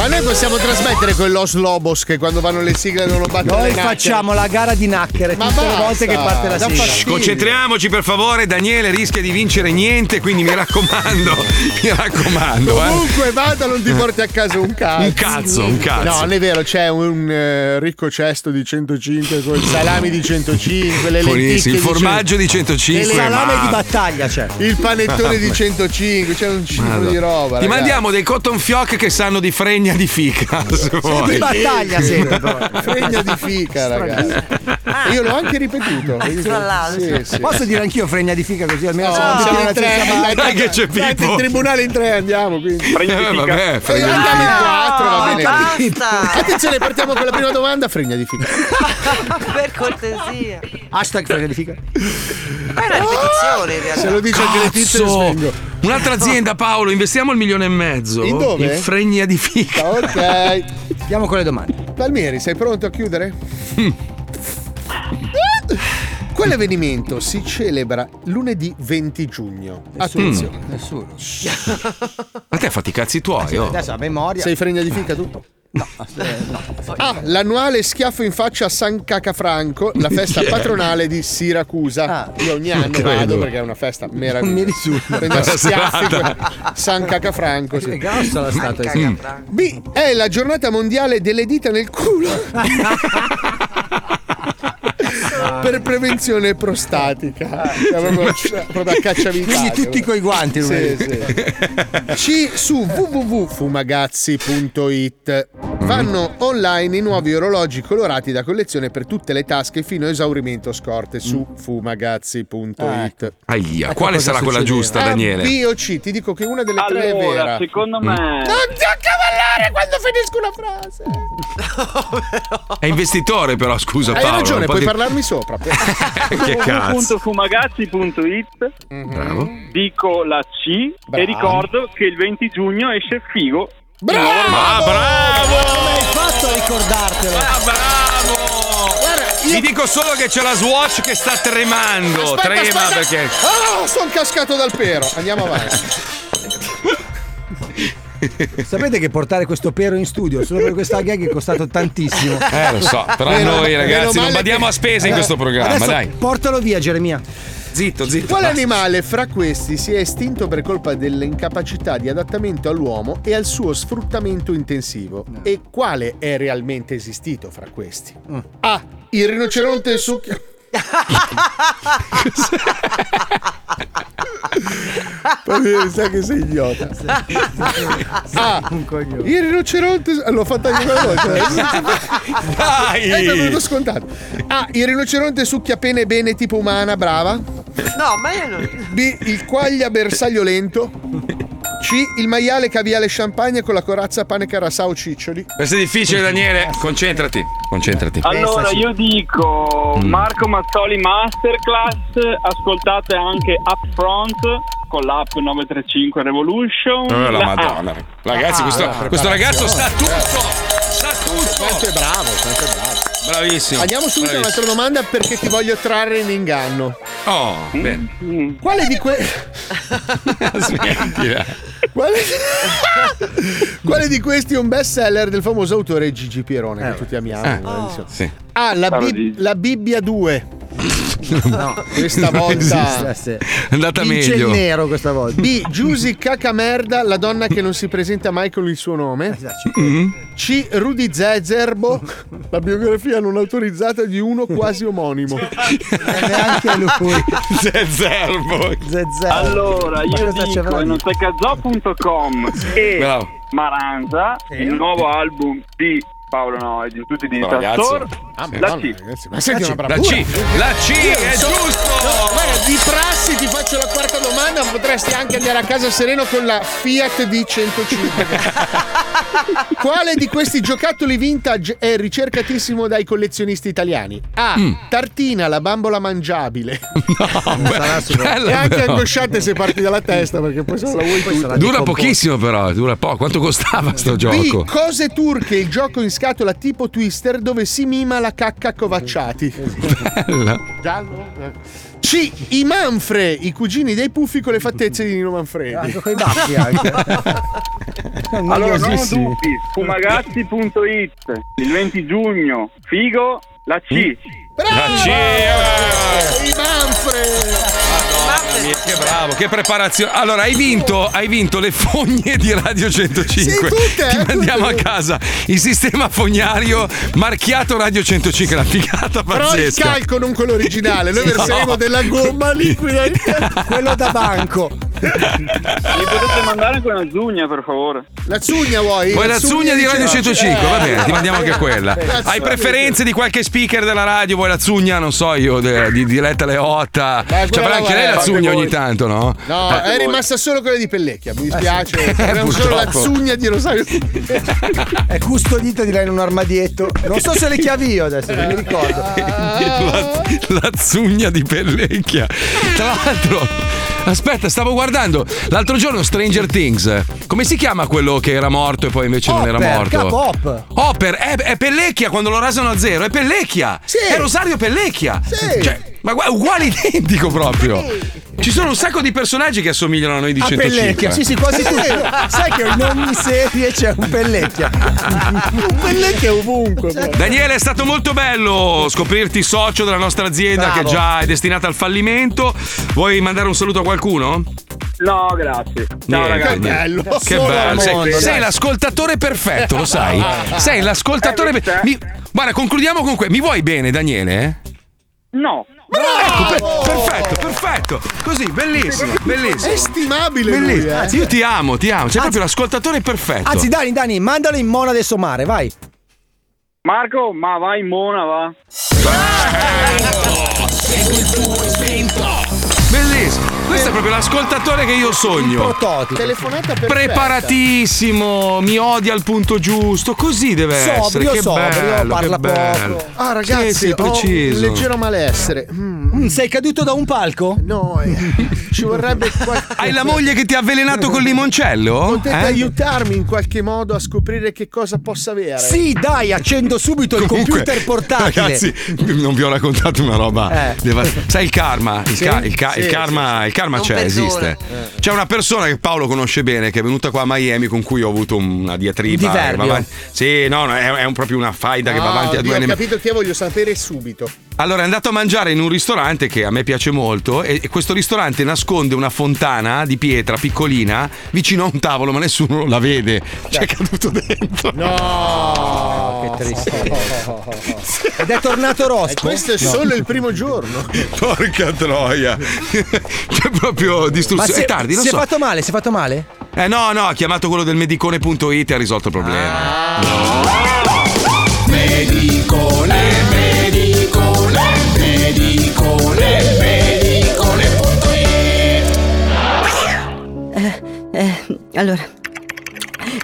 S8: Ma noi possiamo trasmettere con los lobos che quando vanno le sigle non lo battono.
S6: Noi
S8: le nacchere.
S6: facciamo la gara di nacchere
S8: Ma
S6: tutte le
S8: basta,
S6: volte che parte la
S8: da
S6: sigla.
S2: Shh, Concentriamoci per favore, Daniele rischia di vincere niente, quindi mi raccomando, (laughs) mi raccomando. Eh.
S8: Comunque vada, non ti porti a casa un cazzo.
S2: Un cazzo, un cazzo.
S8: No, non è vero, c'è un eh, ricco cesto di 105 con salami di 105, le lenticchie
S2: Buonissimo, il
S8: di
S2: formaggio di
S8: 105,
S2: 105.
S8: il salame
S2: ma-
S8: di battaglia c'è. Il panettone di 105, c'è un ciclo
S2: Madonna.
S8: di roba.
S2: Ti
S8: ragazzi.
S2: mandiamo dei cotton fioc che sanno di fregna di fica. se vuoi. (laughs) Eh.
S8: Fregna di fica, ragazzi. E Io l'ho anche ripetuto.
S6: Eh,
S9: Tra l'altro.
S8: Sì, sì.
S22: Posso dire anch'io fregna di fica così almeno
S8: No,
S22: sono
S8: siamo
S22: tutti
S8: in tre,
S22: stessa
S8: dai,
S22: barca.
S8: dai, che c'è Dai, Pippo. in tribunale in tre andiamo quindi.
S22: Eh, vabbè,
S8: Eh,
S22: fregna di
S8: andiamo in quattro, va bene.
S9: basta.
S8: Attenzione, partiamo con la prima domanda, fregna di fica.
S9: (laughs) per cortesia.
S22: Hashtag fregna di fica.
S9: Ma è una ripetizione
S8: Eh,
S9: in realtà.
S2: Cazzo! Un'altra azienda, Paolo, investiamo il milione e mezzo.
S8: In dove? Ah,
S2: In fregna di fica.
S8: Ok.
S6: Andiamo con le domande.
S8: Palmieri, sei pronto a chiudere? Quell'avvenimento si celebra lunedì 20 giugno. Attenzione.
S6: Nessuno.
S2: Ma te fatti i cazzi tuoi, oh.
S6: Adesso a memoria.
S8: Sei fregna di fica tu? Ah, l'annuale schiaffo in faccia a San Cacafranco,
S22: (laughs)
S8: la festa
S22: Yeah.
S8: patronale di Siracusa. Io ogni anno
S22: Ah. Credo.
S8: vado perché è una festa meravigliosa.
S22: mi risulta. (laughs)
S8: Prendo schiaffi
S22: Bastarda.
S8: con San Cacafranco. Sì.
S22: È grossa la statua di San
S8: Mm.
S22: Cacafranco.
S8: B. È la giornata mondiale delle dita nel culo.
S22: (laughs)
S8: Ah. Per prevenzione prostatica,
S4: Ah,
S8: Cioè, proprio, proprio a cacciavitati.
S22: Quindi tutti coi guanti,
S8: Sì,
S22: lunedì.
S8: sì. C su www.fumagazzi.it vanno online i nuovi orologi colorati da collezione per tutte le tasche fino a esaurimento scorte su
S22: Mm.
S8: fumagazzi.it.
S22: Ah,
S2: Aia,
S8: Ecco
S2: quale
S8: cosa
S2: sarà quella
S8: succedeva.
S2: giusta,
S8: A,
S2: Daniele?
S8: B o C, ti dico che una delle tre è
S4: Allora,
S8: vera. Mm.
S4: secondo me-
S8: Non ti accavallare quando finisco una frase.
S2: È investitore, però, scusa,
S8: Hai
S2: Paolo.
S8: ragione,
S2: non
S8: puoi
S2: di-
S8: parlarmi sopra.
S2: eh, che cazzo.
S4: www.fumagazzi.it
S2: Bravo.
S4: Dico la C
S8: Bravo.
S4: e ricordo che il 20 giugno esce figo.
S8: Bravo!
S2: Ma Ah, bravo!
S6: Come hai fatto a ricordartelo?
S2: Ah, Vi dico solo che c'è la Swatch che sta tremando.
S8: Aspetta,
S2: Trema
S8: aspetta.
S2: perché.
S8: Ah, sono cascato dal pero. Andiamo
S2: (laughs)
S8: avanti.
S22: (laughs) Sapete che portare questo pero in studio solo per questa gag è costato tantissimo.
S2: Eh, lo so, però
S22: Meno-
S2: noi
S22: meno
S2: ragazzi non
S22: male
S2: badiamo
S22: che-
S2: a spese in
S22: Eh,
S2: questo programma,
S22: adesso
S2: dai.
S22: Portalo via, Geremia.
S2: Zitto, zitto.
S8: Quale
S2: basta.
S8: animale fra questi si è estinto per colpa dell'incapacità di adattamento all'uomo e al suo sfruttamento intensivo? E quale è realmente esistito fra questi?
S2: Mm.
S8: A. Ah, Il rinoceronte succhia. Poi sai che sei idiota.
S2: (laughs)
S8: Ah, il rinoceronte. L'ho fatta anche quella
S2: (laughs)
S8: volta.
S2: Dai!
S8: Eh, mi è venuto scontato. Ah, il rinoceronte succhia pene bene tipo umana, brava.
S9: No, ma io non.
S8: B. Il quaglia bersaglio lento. C. Il maiale caviale champagne con la corazza pane carasau ciccioli.
S2: Questo è difficile, Daniele. Concentrati. Concentrati.
S4: Allora io dico Marco Mazzoli Masterclass, ascoltate anche Upfront con l'app 935 Revolution.
S2: Eh, la Madonna. Ragazzi, questo,
S4: Ah,
S2: questo ragazzo sta tutto. Sta tutto.
S8: Quanto è bravo, quanto è bravo.
S2: Bravissimo.
S8: Andiamo subito a un'altra
S2: Bravissimo.
S8: domanda perché ti voglio trarre in inganno.
S2: Oh,
S8: Mm?
S2: bene.
S9: Mm.
S8: Quale di,
S2: (laughs)
S8: que- Ah.
S2: Smettila.
S8: quale... Quale di (laughs) questi è un best seller del famoso autore Gigi Pierone,
S2: Eh.
S8: che tutti amiamo? eh, bravissimo.
S2: Sì.
S8: Ah, la,
S2: Stavo
S8: Bib- la Bibbia
S22: (laughs)
S8: 2. No, questa
S22: Non
S8: volta
S22: esiste.
S2: È andata
S22: Vince il
S2: meglio.
S22: nero questa volta.
S8: B. Giusy Cacamerda, la donna che non si presenta mai con il suo nome.
S2: Mm?
S8: (laughs) C. Rudy Zezerbo, la biografia non autorizzata di uno quasi omonimo. Oh,
S22: Neanche lui.
S2: Zezerbo.
S4: Allora io dico enotecazo.com e
S2: Bravo.
S4: Maranza, il nuovo album di Paolo Noe di tutti i
S2: Ragazzi. Ah,
S4: dittatori. La C.
S8: Ma senti una
S2: La
S8: bravura.
S2: C, la C è giusto.
S8: No, guarda, di prassi ti faccio la quarta domanda, ma potresti anche andare a casa sereno con la Fiat D105. (laughs) Quale di questi giocattoli vintage è ricercatissimo dai collezionisti italiani? A. Tartina, la bambola mangiabile.
S2: Ah, Bella,
S8: è anche
S2: però.
S8: angosciante se parti dalla testa, perché poi se non la vuoi tutta.
S2: Dura pochissimo, però. eh, Dura poco. Quanto costava sto gioco?
S8: B. Cose turche, il gioco in scatola tipo twister dove si mima la cacca covacciati.
S2: Bella.
S8: Giallo? C. I Manfre, i cugini dei puffi con le fattezze di Nino Manfredi. Ah, Anche con i baffi (laughs) anche. Eh,
S4: Allora, non ho dubbi, fumagazzi.it il 20 giugno, figo, la C.
S2: La C. eh.
S8: I Manfre!
S2: Mamma mia, Che bravo, che preparazione. Allora, hai vinto, hai vinto le fogne di Radio 105.
S8: Sì, tutte,
S2: Ti
S8: eh,
S2: mandiamo a
S8: tutte.
S2: casa il sistema fognario marchiato Radio 105, la figata
S8: Però il
S2: pazzesca. (laughs)
S8: calco non quello originale, noi
S2: No.
S4: (laughs)
S2: (laughs)
S8: verseremo della gomma liquida. Quello da banco.
S4: Mi potete mandare anche una zugna, per favore?
S8: La Eh, zugna vuoi?
S2: Vuoi la zugna di Radio 105? Va bene, ti mandiamo anche quella.
S8: (laughs) Grazie.
S2: Hai preferenze di qualche speaker della radio? Vuoi la zugna? Non so io, de- di Diletta Leotta.
S8: Eh,
S2: Cioè,
S8: quella
S2: avrà anche
S8: la-
S2: lei la
S8: fate
S2: zugna
S8: voi.
S2: ogni tanto, no?
S8: No, è rimasta solo quella di Pellecchia, mi dispiace.
S2: Eh, sì.
S8: Era solo la
S2: Purtroppo.
S8: zugna di Rosario.
S22: (laughs) È custodita di lei in un armadietto. Non so se le chiavi io adesso, non mi ricordo.
S2: La, (laughs) la zugna di Pellecchia. Tra l'altro, aspetta, stavo guardando l'altro giorno Stranger Things. Come si chiama quello che era morto e poi invece non era morto?
S22: K-pop.
S2: Hopper è, è Pellecchia quando lo rasano a zero, è Pellecchia! È Rosario Pellecchia! Cioè, ma gua- uguale (laughs) identico proprio! Ci sono un sacco di personaggi che assomigliano a noi di
S22: A
S2: 105.
S22: Pellecchia, sì, sì, quasi
S2: (laughs)
S22: tutti. Sai che in ogni serie c'è un Pellecchia.
S2: (laughs)
S22: Un Pellecchia ovunque.
S2: Daniele, è stato molto bello scoprirti socio della nostra azienda
S22: Bravo.
S2: che già è destinata al fallimento. Vuoi mandare un saluto a qualcuno?
S4: No, grazie. Ciao,
S2: Niente,
S4: ragazzi.
S2: niente. Che
S4: Solo al
S2: bello.
S4: mondo,
S2: Sei,
S4: dai.
S2: sei l'ascoltatore perfetto, lo
S5: Ah,
S2: sai.
S22: Ah.
S2: Sei l'ascoltatore.
S22: Eh,
S2: per- Mi- Guarda, concludiamo con questo. Mi vuoi bene, Daniele? eh?
S4: No.
S2: Ecco, per- perfetto, perfetto. Così, bellissimo, bellissimo.
S22: È stimabile lui,
S2: Bellissimo.
S22: eh.
S2: Anzi, io ti amo, ti amo.
S22: Anzi-
S2: Sei proprio l'ascoltatore perfetto.
S22: Anzi, Dani, Dani, mandalo in Mona del Somare, vai.
S4: Marco, ma vai in mona, va.
S2: Bellissimo. Questo è proprio l'ascoltatore che io sogno.
S8: Telefonata perfetta.
S2: Preparatissimo, mi odia al punto giusto. Così deve
S8: Sobrio,
S2: essere. Che
S8: sobrio,
S2: bello,
S8: parla
S2: che bello.
S8: Ah, ragazzi,
S2: Sì, sì,
S8: ho un
S2: preciso.
S8: leggero malessere. sei caduto da un palco? No, eh, ci vorrebbe qualche.
S2: Hai la moglie che ti ha avvelenato col limoncello?
S8: Potete
S2: Eh?
S8: aiutarmi in qualche modo a scoprire che cosa possa avere?
S22: Sì, dai, accendo subito il
S2: Comunque,
S22: computer portatile.
S2: Ragazzi, non vi ho raccontato una roba.
S22: Eh.
S2: devast- Sai il karma? Il,
S22: Sì?
S2: ca- il ca-
S22: Sì,
S2: il
S22: sì,
S2: karma,
S22: sì.
S2: il karma
S22: Non
S2: c'è,
S22: perdona.
S2: esiste.
S8: Eh.
S2: C'è una persona che Paolo conosce bene, che è venuta qua a Miami, con cui ho avuto una diatriba.
S8: Un diverbio.
S2: che va avanti- Sì, no, no, è, è un- proprio una faida che va
S8: Ah,
S2: avanti a
S8: oddio,
S2: due anni. e
S8: Ho
S2: mezzo.
S8: capito che voglio sapere subito.
S2: Allora è andato a mangiare in un ristorante che a me piace molto e e questo ristorante nasconde una fontana di pietra piccolina vicino a un tavolo ma nessuno la vede. C'è
S22: Certo.
S2: caduto dentro.
S22: No, che tristezza. Ed è tornato Rosco.
S8: Questo è solo il primo giorno.
S22: (laughs)
S2: Porca troia. C'è proprio
S22: Ma
S2: distruzione.
S22: se-
S2: È tardi, lo
S22: si
S2: so.
S22: è fatto male, si è fatto male?
S2: Eh no, no, ha chiamato quello del medicone.it e ha risolto il
S22: Ah.
S2: problema.
S5: Medicone, medicone, medicone, medicone.it
S25: Eh, allora,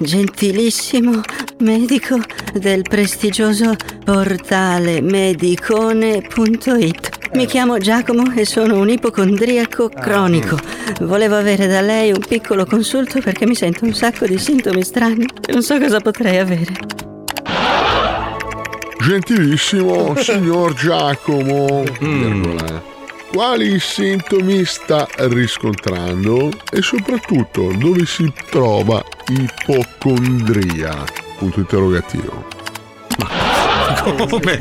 S25: gentilissimo medico del prestigioso portale medicone.it. Mi chiamo Giacomo e sono un ipocondriaco cronico. Volevo avere da lei un piccolo consulto perché mi sento un sacco di sintomi strani e non so cosa potrei avere.
S26: Gentilissimo signor Giacomo, virgola,
S2: eh.
S26: quali sintomi sta riscontrando e soprattutto dove si trova ipocondria? Punto interrogativo.
S2: Come?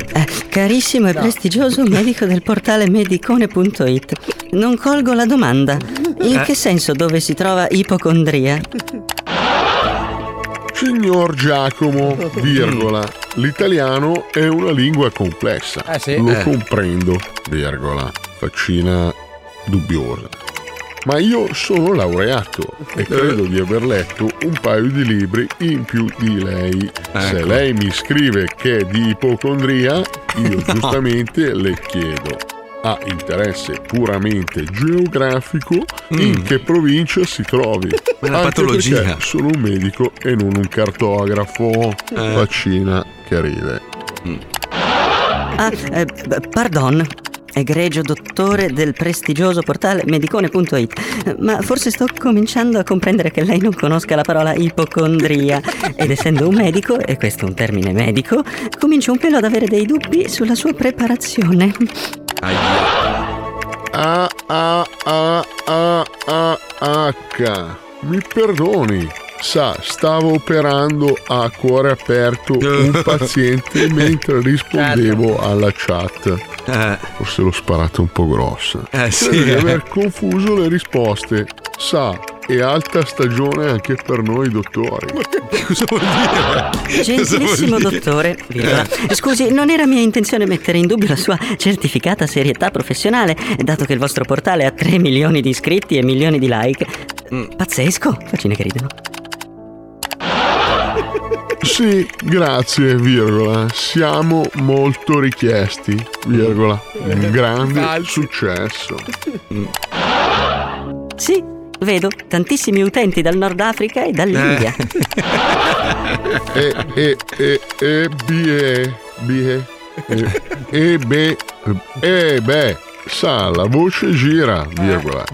S25: Carissimo e prestigioso medico del portale medicone.it, non colgo la domanda. In
S26: Eh.
S25: che senso dove si trova ipocondria?
S26: Signor Giacomo, virgola, l'italiano è una lingua complessa.
S25: Eh sì.
S26: Lo
S25: Eh.
S26: comprendo, virgola, faccina dubbiosa. Ma io sono laureato
S25: Eh.
S26: e credo di aver letto un paio di libri in più di lei. Se
S27: Ecco.
S26: lei mi scrive che è
S25: (laughs)
S26: di ipocondria, io giustamente le chiedo. Ha interesse puramente geografico
S25: Mm.
S26: in che provincia
S25: (laughs)
S26: si trovi.
S2: Una
S26: Anche
S2: patologia.
S26: perché sono un medico e non un cartografo.
S25: Eh.
S26: Vaccina che ride.
S2: Mm.
S25: Ah, eh, b- pardon. Egregio dottore del prestigioso portale medicone.it, ma forse sto cominciando a comprendere che lei non conosca la parola ipocondria ed essendo un medico, e questo è un termine medico, comincio un pelo ad avere dei dubbi sulla sua preparazione.
S26: A A A A A ah, H. Mi perdoni. Sa, stavo operando a cuore
S2: (laughs)
S26: aperto un paziente mentre rispondevo alla chat. Forse l'ho sparato un po' grossa.
S2: Eh, sì,
S26: Credo di
S2: eh.
S26: aver confuso le risposte. Sa, è alta stagione anche per noi dottori.
S2: Cosa vuol dire?
S25: Gentilissimo dottore, virgola, scusi, non era mia intenzione mettere in dubbio la sua certificata serietà professionale, dato che il vostro portale ha 3 milioni di iscritti e milioni di like, Pazzesco. Faccine che ridono.
S26: Sì, grazie, virgola. Siamo molto richiesti, virgola. Un grande successo.
S25: Sì, vedo tantissimi utenti dal Nord Africa e dall'India.
S26: Eh, E, e, e, e, bie, bie, e, e, be, e, beh, sa, la voce gira, virgola.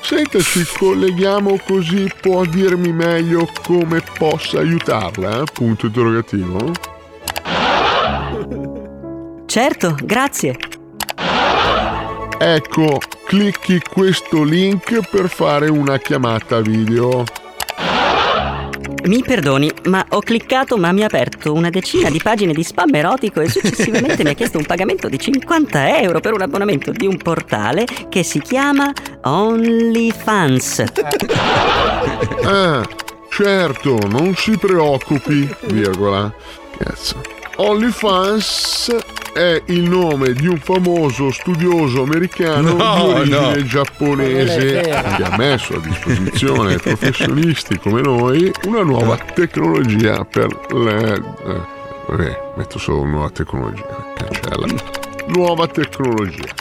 S26: Senta, ci colleghiamo così può dirmi meglio come possa aiutarla? eh? Punto interrogativo.
S25: Certo, grazie.
S26: Ecco, clicchi questo link per fare una chiamata (laughs) video.
S25: Mi perdoni, ma ho cliccato ma mi ha aperto una decina di pagine di spam erotico e successivamente mi ha chiesto un pagamento di 50 euro per un abbonamento di un portale che si chiama OnlyFans.
S26: Ah, certo, non si preoccupi, virgola. Cazzo. OnlyFans è il nome di un famoso studioso americano
S5: No,
S26: di origine
S5: no.
S26: giapponese
S5: Ma non è vero.
S26: che ha messo
S5: (laughs)
S26: a disposizione ai professionisti come noi una nuova
S5: Eh.
S26: tecnologia per le... eh, vabbè, metto solo nuova tecnologia, cancella.
S5: (laughs)
S26: Nuova tecnologia.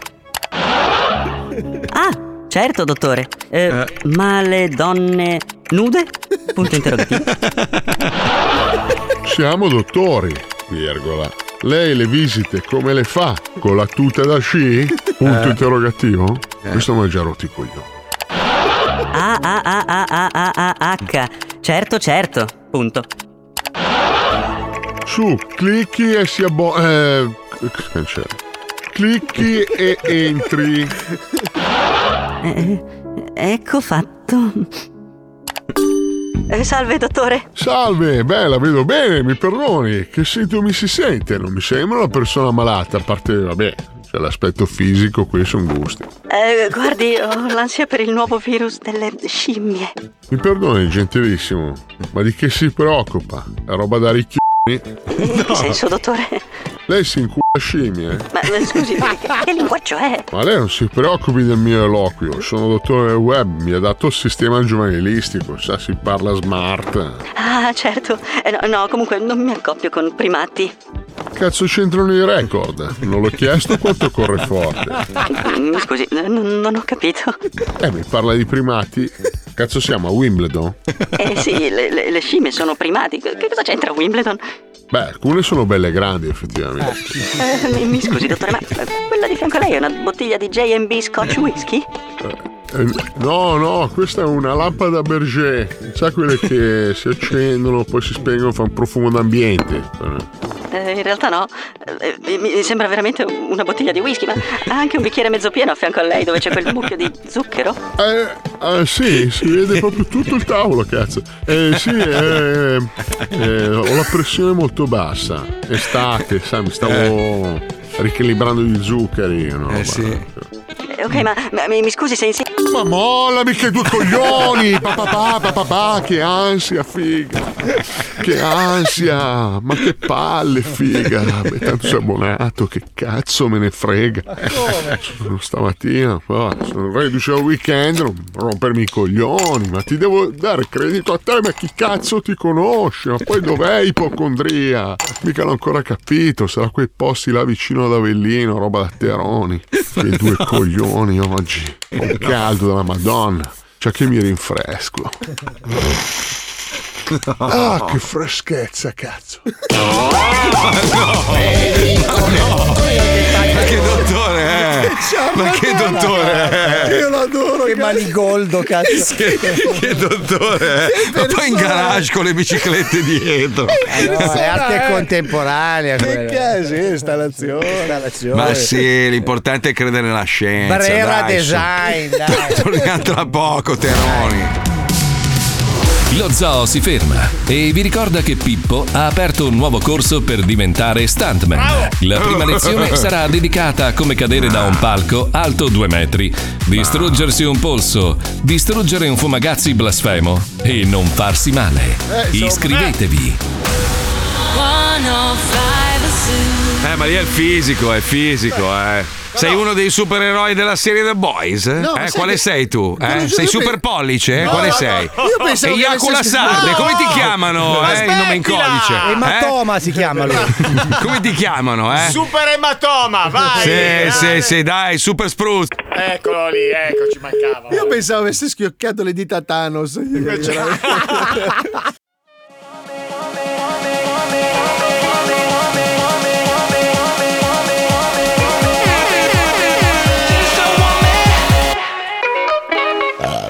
S25: Ah, certo, dottore. Eh, Ma le donne nude? Punto interrogativo.
S26: (laughs) Siamo dottori, virgola. Lei le visite come le fa? Con la tuta da sci? Punto
S5: Eh.
S26: interrogativo? Questo mi ha già rotto i coglioni.
S25: Ah, ah, ah, ah, ah, ah, ah, H. Certo, certo. Punto.
S26: Su, clicchi e si abbo... Eh, c- cancella. Clicchi e entri.
S25: Eh, ecco fatto. Eh, salve, dottore.
S26: Salve, beh, la vedo bene, mi perdoni. Che sintomi si sente? Non mi sembra una persona malata, a parte, vabbè, c'è l'aspetto fisico, qui sono gusti.
S25: Eh, guardi, ho l'ansia per il nuovo virus delle scimmie.
S26: Mi perdoni, gentilissimo, ma di che si preoccupa? È roba da ricchioni?
S25: In Eh, (laughs) che senso, dottore?
S26: Lei si incula scimmie?
S25: Ma eh, scusi, che, che linguaggio è?
S26: Ma lei non si preoccupi del mio eloquio, sono dottore del web, mi ha dato il sistema giovanilistico, sa si parla smart.
S25: Ah, certo. Eh, no, no, comunque non mi accoppio con primati.
S26: Cazzo c'entrano i record? Non l'ho chiesto quanto corre forte.
S25: Mi Mm, scusi, n- n- non ho capito.
S26: Eh, mi parla di primati? Cazzo siamo a Wimbledon?
S25: Eh sì, le, le- le scimmie sono primati. Che che cosa c'entra Wimbledon?
S26: Beh, alcune sono belle e grandi effettivamente.
S25: Eh, mi, mi scusi, dottore, ma eh, quella di fianco a lei è una bottiglia di JB Scotch Whisky?
S26: Eh, No, no, questa è una lampada Berger. Sa quelle che si accendono, poi si spengono, fa un profumo d'ambiente.
S25: Eh, in realtà no. Eh, mi- mi sembra veramente una bottiglia di whisky, ma ha anche un bicchiere mezzo pieno a fianco a lei dove c'è quel mucchio di zucchero.
S26: Eh, eh, sì, si vede proprio tutto il tavolo, cazzo. Eh, sì, eh, eh, ho la pressione molto bassa. Estate, sa, mi stavo riequilibrando gli zuccheri. No, eh sì.
S25: Eh, ok, ma, ma mi, mi scusi se insi...
S26: Ma mollami che due coglioni! (laughs) Papà, papà, papà, che ansia, figa! Che ansia! Ma che palle, figa! Beh, tanto sei abbonato, che cazzo me ne frega! Sono stamattina, poi, sono reduce al weekend, non rompermi i coglioni, ma ti devo dare credito a te, ma chi cazzo ti conosce? Ma poi dov'è ipocondria? Mica l'ho ancora capito, sarà quei posti là vicino ad Avellino, roba da Teroni. Che due coglioni oggi. Ho un caldo della Madonna. Cioè che mi rinfresco.
S5: Oh,
S26: Ah, che freschezza, cazzo.
S15: Ma che dottore è? Ma che dottore è?
S6: Io lo adoro. Che manigoldo, cazzo.
S15: Che, che dottore è? Ma poi in garage con le biciclette dietro.
S10: No, è arte
S8: Eh,
S10: contemporanea
S6: quella.
S10: Che sì, installazione.
S22: eh.
S15: Ma sì, l'importante è credere nella scienza.
S10: Brera
S15: dai, su.
S2: (laughs)
S10: Design, dai.
S15: Torniamo tra poco, Teroni.
S1: Lo zoo si ferma e vi ricorda che Pippo ha aperto un nuovo corso per diventare stuntman. La prima lezione sarà dedicata a come cadere da un palco alto due metri, distruggersi un polso, distruggere un fumagazzi blasfemo e non farsi male. Iscrivetevi.
S21: 105
S2: Eh, ma lì è il fisico, è il fisico, eh. Sei uno dei supereroi della serie The Boys? eh?
S8: No, ma
S2: eh,
S8: sai
S2: quale
S8: che-
S2: sei tu?
S8: Non lo
S2: Eh?
S8: so,
S2: Sei
S8: io
S2: super
S8: pe-
S2: pollice? eh?
S8: No,
S2: quale
S8: no,
S2: sei?
S8: no, io pensavo
S2: E
S8: che
S2: Iacula
S8: avessi-
S2: Sarde,
S8: No!
S2: come ti chiamano?
S8: Ma
S2: eh, il nome in
S8: smettila!
S2: codice. Eh?
S6: Ematoma si chiama lui.
S2: (laughs) Come ti chiamano? Eh?
S3: Super ematoma, vai!
S2: Sì,
S3: dai.
S2: sì, sì, dai, Super Spruce.
S3: Eccolo lì, ecco, ci mancava.
S8: Io pensavo avesse schioccato le dita a Thanos. (laughs)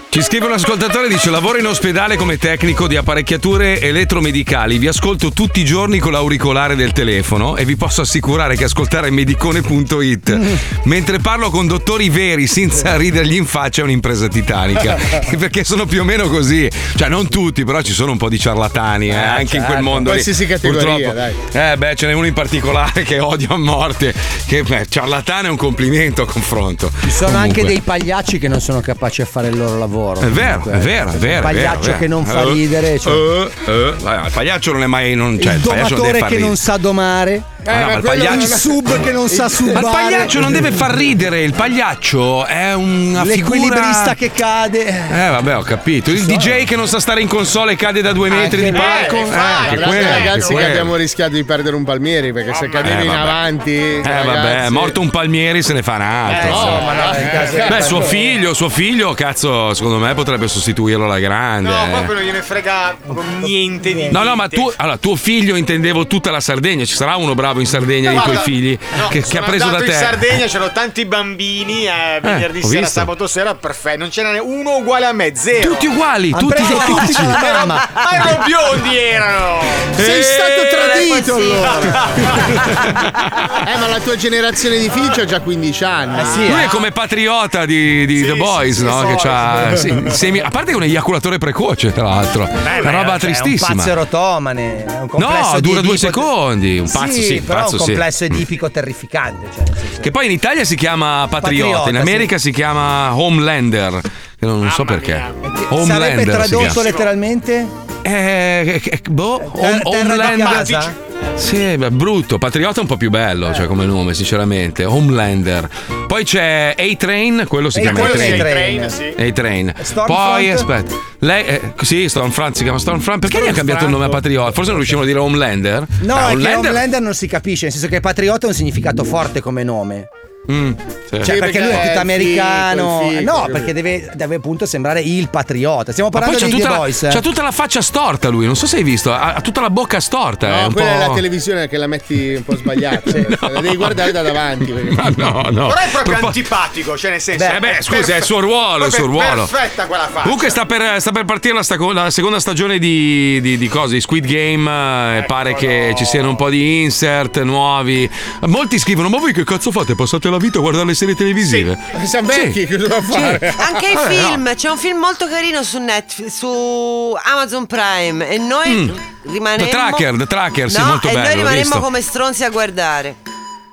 S2: Ci scrive un ascoltatore dice lavoro in ospedale come tecnico di apparecchiature elettromedicali, vi ascolto tutti i giorni con l'auricolare del telefono e vi posso assicurare che ascoltare medicone.it mentre parlo con dottori veri senza ridergli in faccia è
S8: (laughs)
S2: un'impresa titanica, perché sono più o meno così, cioè non tutti, però ci sono un po' di ciarlatani eh, anche in quel
S8: certo,
S2: mondo. lì,
S8: qualsiasi categoria,
S2: purtroppo. Eh beh, ce n'è uno in particolare (laughs) che odio a morte, che beh, ciarlatano è un complimento a confronto.
S6: Ci sono anche dei pagliacci che non sono capaci a fare il loro lavoro.
S2: È vero,
S6: Comunque,
S2: è vero, è
S6: c'è
S2: vero. Eh,
S6: Un pagliaccio che non fa ridere. Cioè.
S2: il pagliaccio non è mai. Non, cioè,
S6: il
S2: il pagliaccio non deve
S6: domatore
S2: far
S6: che
S2: ridere.
S6: non sa domare.
S2: Ah, no, ma il pagliaccio-
S6: Il sub che non sa
S2: Ma
S6: subare.
S2: il pagliaccio non deve far ridere, il pagliaccio è una
S6: L'equilibrista
S2: figura.
S6: che cade.
S2: Eh vabbè, ho capito. Il DJ che non sa stare in console e cade da due
S6: Ah,
S2: metri di palco. Eh, anche
S8: guardate
S2: quello, anche
S8: ragazzi che
S2: quello.
S8: abbiamo rischiato di perdere un palmieri perché se cadevi
S2: Eh,
S8: in
S2: vabbè.
S8: avanti
S2: Eh vabbè, morto un palmieri se ne fa un altro.
S8: Eh, no, ma no, in caso-
S2: Beh, suo figlio, suo figlio, cazzo, secondo me potrebbe sostituirlo alla grande.
S3: No,
S2: eh.
S3: proprio non gliene frega proprio niente di
S2: No, no, ma tu, allora, tuo figlio intendevo tutta la Sardegna, ci sarà uno bravo in Sardegna dei tuoi figli che, che ha preso da te.
S3: in
S2: (laughs)
S3: Sardegna c'erano tanti bambini eh, venerdì
S2: ho
S3: sera,
S2: visto.
S3: sabato sera, perfetto. Non c'era ne- uno uguale a me, zero.
S2: Tutti uguali, tutti identici.
S3: Erano-
S2: Ma-
S8: Ah,
S3: ma
S2: (laughs)
S3: erano biondi erano. Eh,
S8: Sei stato tradito
S3: non è possibile.
S8: eh ma la tua generazione di figli c'ha già 15 anni
S2: Eh,
S6: eh.
S2: Lui è come patriota di, di The Boys,
S8: sì,
S2: no?
S8: sì,
S2: che
S8: sì.
S2: c'ha, eh, sì, il semi- a parte che è un eiaculatore precoce, tra l'altro. una roba
S6: cioè, È un
S2: tristissima.
S6: pazzo erotomane. è un complesso
S2: no,
S6: di
S2: dura due
S6: Edipo-
S2: secondi. Un pazzo, sì,
S6: sì,
S2: un
S6: però è
S2: pazzo,
S6: un
S2: sì. Mm.
S6: complesso edipico terrificante. Cioè, nel senso-
S2: Che poi in Italia si chiama patriota,
S6: Patriota,
S2: in America si chiama Homelander. Che non, non so perché.
S6: Sarebbe
S2: Homelander. si
S6: tradotto
S2: chiama.
S6: letteralmente?
S2: Eh, boh, Hom- Homelander. Sì, beh, brutto. Patriota è un po' più
S6: Eh.
S2: bello, cioè come nome, sinceramente. Homelander. Poi c'è A-Train, quello si chiama
S3: Quello sì,
S2: A-Train.
S3: train, sì.
S2: A-Train.
S3: Stormfront?
S2: Poi aspetta. Lei, eh, sì, Stormfront si chiama Stormfront. Perché gli ha cambiato il nome a Patriota? Forse non riuscivano a dire Homelander?
S6: No,
S2: Ah,
S6: è che Homelander non si capisce, nel senso che patriota ha un significato forte come nome.
S2: Mm, sì.
S6: Cioè, perché lui è tutto americano.
S2: fico, il fico,
S6: no,
S2: capito.
S6: perché deve, deve appunto sembrare il patriota. Stiamo
S2: Ma poi
S6: parlando
S2: c'ha
S6: di The
S2: tutta, la,
S6: Boys. eh.
S2: c'ha tutta la faccia storta lui, non so se hai visto, ha, ha tutta la bocca storta.
S8: No,
S2: è un
S8: quella
S2: po'...
S8: è la televisione che la metti un po' sbagliata. cioè, La devi guardare da davanti. perché-
S2: (laughs) Ma no, no.
S3: Però è proprio
S2: Propos-
S3: antipatico, cioè nel senso.
S2: Beh, beh, scusa, è il suo ruolo, è il suo
S3: proprio
S2: ruolo.
S3: Perfetta quella faccia.
S2: Comunque sta per, sta per partire la, staco- la seconda stagione di, di, di cose, di Squid Game, eh, pare che ci siano un po' di insert nuovi. Molti scrivono, ma voi che cazzo fate? Passate la vita a guardare le serie televisive?
S8: Siamo vecchi, che cosa fare?
S9: Anche
S2: Eh,
S9: i
S8: Vabbè, no.
S9: film, c'è un film molto carino su Netflix, su Amazon Prime e noi
S2: Mm.
S9: rimanemmo
S2: The Tracker, The Tracker, sì,
S9: No,
S2: molto
S9: e
S2: bello,
S9: noi
S2: l'ho
S9: rimanemmo
S2: visto.
S9: come stronzi a guardare.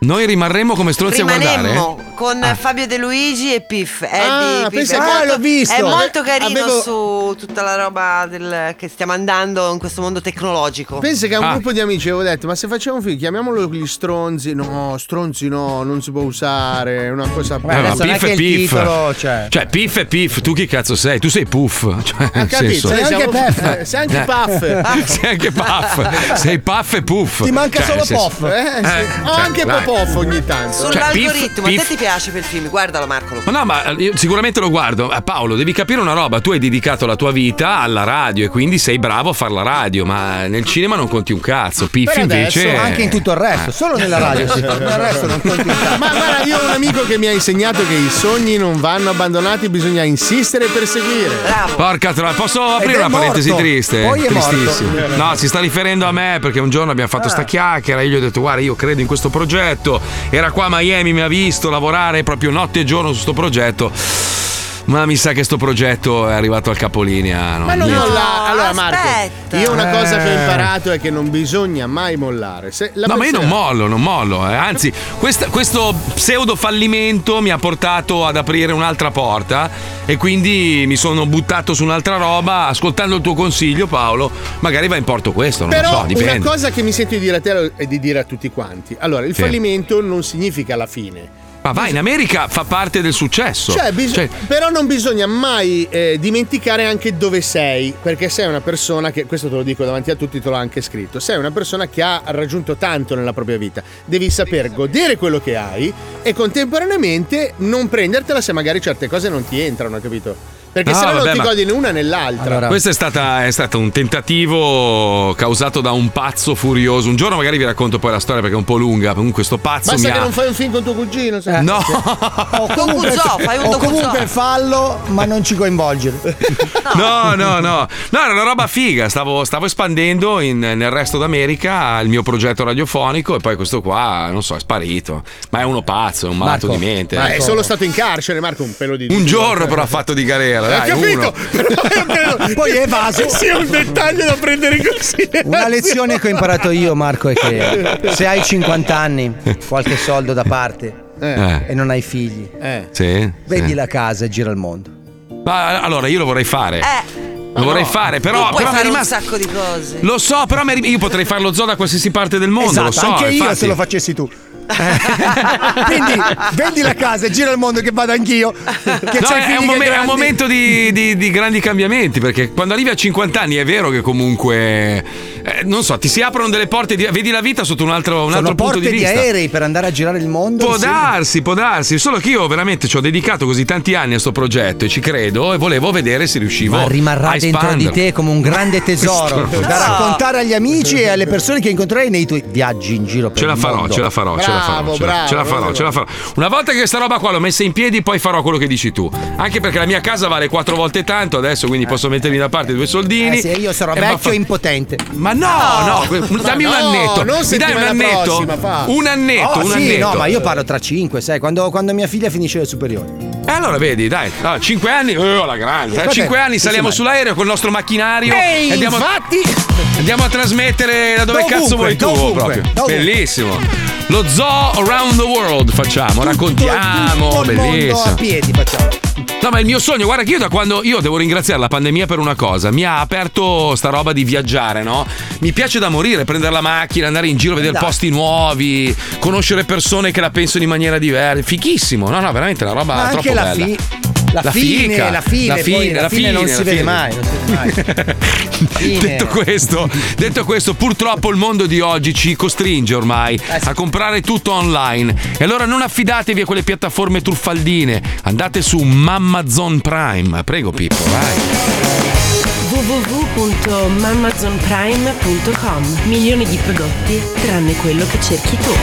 S2: Noi rimarremo come stronzi a guardare? Eh, Ah.
S9: rimanemmo con Fabio De Luigi e Piff. Eddie Piff.
S8: pensa-
S9: È
S8: ah,
S9: molto-
S8: l'ho visto.
S9: È molto carino
S8: Avevo-
S9: su tutta la roba del- che stiamo andando in questo mondo tecnologico.
S8: Pensa
S2: Ah.
S8: che a un gruppo di amici avevo detto: Ma se facciamo un film, chiamiamolo gli stronzi. No, stronzi no, non si può usare. È una cosa
S2: Eh, ma Piff è Piff. Cioè, Piff è Piff, tu chi cazzo sei? Tu sei Puff. (laughs) Cioè, nel senso-
S8: Sei anche Puff.
S2: Eh.
S8: Sei anche
S2: Eh.
S8: Puff.
S2: (laughs) sei anche Puff. Sei Puff e Puff.
S8: Ti manca
S2: Cioè,
S8: solo
S2: nel senso-
S8: Puff. Eh, sì. Ho
S2: cioè,
S8: anche
S2: dai.
S8: Popoff ogni tanto.
S2: Cioè, Piff-
S9: Sull'algoritmo, a
S2: Piff-
S9: te ti piace quel film? Guardalo Marco.
S2: Ma no, ma eh, io sicuramente lo guardo. Eh, Paolo, devi capire una roba. Tu hai dedicato la tua vita alla radio e quindi sei bravo a fare la radio, ma nel cinema non conti un cazzo. Piff
S6: Per adesso,
S2: invece.
S6: anche in tutto il resto, solo nella radio. sì. Nel
S2: (laughs)
S6: resto non conti
S8: Ma guarda, io ho un amico che mi ha insegnato che i sogni non vanno abbandonati, bisogna insistere e perseguire.
S2: Porca troia, posso aprire
S8: è
S2: una parentesi
S8: morto.
S2: triste?
S8: Poi è morto. Ah.
S2: Tristissimo. No, si sta riferendo a me perché un giorno abbiamo fatto sta chiacchiera. Io gli ho detto, guarda, io credo in questo progetto. Era qua a Miami, mi ha visto lavorare proprio notte e giorno su questo progetto. Ma mi sa che sto progetto è arrivato al capolinea. No?
S8: Ma non
S2: Niente.
S8: mollare. Ah, Allora, Marco,
S2: aspetta.
S8: io una cosa che ho
S2: Eh.
S8: imparato è che non bisogna mai mollare. Se la
S2: no, ma io non
S8: persona-
S2: mollo, non mollo. eh. Anzi, questa- questo pseudo fallimento mi ha portato ad aprire un'altra porta e quindi mi sono buttato su un'altra roba. Ascoltando il tuo consiglio, Paolo, magari va in porto questo. Non lo
S8: Però
S2: so, dipende.
S8: una cosa che mi sento di dire a te e di dire a tutti quanti. Allora, il
S2: Sì.
S8: fallimento non significa la fine.
S2: Ma vai, in America fa parte del successo.
S8: Cioè, bis-
S2: Cioè,
S8: però non bisogna mai eh, dimenticare anche dove sei, perché sei una persona che, questo te lo dico davanti a tutti, te l'ho anche scritto, sei una persona che ha raggiunto tanto nella propria vita. Devi saper godere quello che hai e contemporaneamente non prendertela se magari certe cose non ti entrano, capito? Perché
S2: No,
S8: se no non
S2: vabbè,
S8: ti
S2: ma-
S8: godi né una né l'altra.
S2: Questo è, stata- è stato un tentativo causato da un pazzo furioso. Un giorno magari vi racconto poi la storia perché è un po' lunga. Comunque sto pazzo
S8: Basta
S2: mi
S8: che
S2: ha...
S8: non fai un film con tuo cugino. sai? (laughs)
S2: No.
S8: O
S6: Comunque, o comunque fallo, ma non ci coinvolgere.
S2: No, no, no. No, era una roba figa. Stavo, stavo espandendo in- nel resto d'America il mio progetto radiofonico e poi questo qua, non so, è sparito. Ma è uno pazzo, è un malato
S8: Marco,
S2: di mente.
S8: Ma è Eh, solo stato in carcere, Marco, un pelo di
S2: Un giorno però ha fatto di galera,
S8: Ho
S2: dai,
S8: capito,
S2: uno.
S6: Poi è evaso.
S8: Sì, è un dettaglio da prendere in considerazione.
S6: Una lezione che ho imparato io, Marco, è (laughs) che se hai 50 anni, qualche soldo da parte
S2: Eh.
S6: e non hai figli,
S2: Sì.
S6: vendi
S2: sì.
S6: la casa e gira il mondo.
S2: Ma allora io lo vorrei fare. Lo vorrei fare, però,
S9: Eh. Tu puoi
S2: però mi è
S9: fare
S2: rimasto-
S9: un sacco di cose.
S2: Lo so, però mi è rim- io potrei farlo zoo da qualsiasi parte del mondo,
S6: esatto,
S2: Oh, lo so.
S6: anche io
S2: infatti.
S6: se lo facessi tu. (laughs) Quindi vendi la casa e gira il mondo che vado (laughs) anch'io. Che
S2: No,
S6: c'hai
S2: è,
S6: figli
S2: un
S6: che
S2: momen- è un
S6: grandi-
S2: momento di, di- di grandi cambiamenti perché quando arrivi a 50 anni è vero che comunque eh, non so ti si aprono delle porte di- vedi la vita sotto un altro, un
S6: Sono
S2: altro punto
S6: porte
S2: di
S6: di,
S2: vista
S6: aerei per andare a girare il mondo.
S2: Può
S6: sì.
S2: darsi, può darsi, solo che io veramente ci ho dedicato così tanti anni a sto progetto e ci credo e volevo vedere se riuscivo
S6: Ma rimarrà
S2: a
S6: dentro di
S2: espanderlo.
S6: te come un grande
S2: (laughs)
S6: tesoro
S2: Questo-
S6: da raccontare agli amici e alle persone che incontrerai nei tuoi viaggi in giro per
S2: Ce la
S6: il
S2: farò,
S6: mondo.
S2: ce la farò, ce la farò, ce la- ce la farò, ce la farò. Una volta che sta roba qua l'ho messa in piedi, poi farò quello che dici tu. Anche perché la mia casa vale quattro volte tanto adesso, quindi posso mettermi da parte due soldini.
S6: Eh sì, io sarò
S2: e
S6: vecchio
S2: vaffa-
S6: e impotente.
S2: Ma no, no,
S6: Ma
S2: dammi un
S6: no,
S2: annetto.
S6: non
S2: Mi dai un
S6: settimana
S2: annetto?
S6: prossima, fa.
S2: Un annetto,
S6: Oh,
S2: un
S6: sì,
S2: annetto.
S6: No, ma io parlo tra 5, sai, quando, quando mia figlia finisce le superiori.
S2: E Eh, allora vedi, dai, 5 anni, oh, la grande. Tra
S6: Vabbè,
S2: 5 anni
S6: sì,
S2: saliamo
S6: sì,
S2: sull'aereo con il nostro macchinario
S6: Ehi,
S2: andiamo,
S6: infatti!
S2: andiamo a trasmettere da dove
S6: Dovunque,
S2: cazzo vuoi tu
S6: dovunque,
S2: proprio.
S6: dovunque.
S2: Bellissimo. Lo zoo around the world facciamo, raccontiamo,
S6: Tutto il mondo a
S2: bellissimo.
S6: piedi facciamo.
S2: No, ma il mio sogno, guarda che io da quando io devo ringraziare la pandemia per una cosa, mi ha aperto sta roba di viaggiare, no? Mi piace da morire prendere la macchina, andare in giro, vedere
S6: Andare.
S2: posti nuovi, conoscere persone che la pensano in maniera diversa, fichissimo. No, no, veramente una roba
S6: Ma
S2: Ah, troppo
S6: anche la,
S2: bella.
S6: fi- la, fine,
S2: fica,
S6: la fine, poi la fine non
S2: la
S6: si vede
S2: fine.
S6: mai, non si vede mai.
S2: (laughs) Detto questo, detto questo, purtroppo il mondo di oggi ci costringe ormai
S22: Eh
S2: a comprare tutto online. E allora non affidatevi a quelle piattaforme truffaldine. Andate su Mammazon Prime. Prego, Pippo, vai.
S7: www.mamazonprime.com Milioni di prodotti tranne quello che cerchi tu.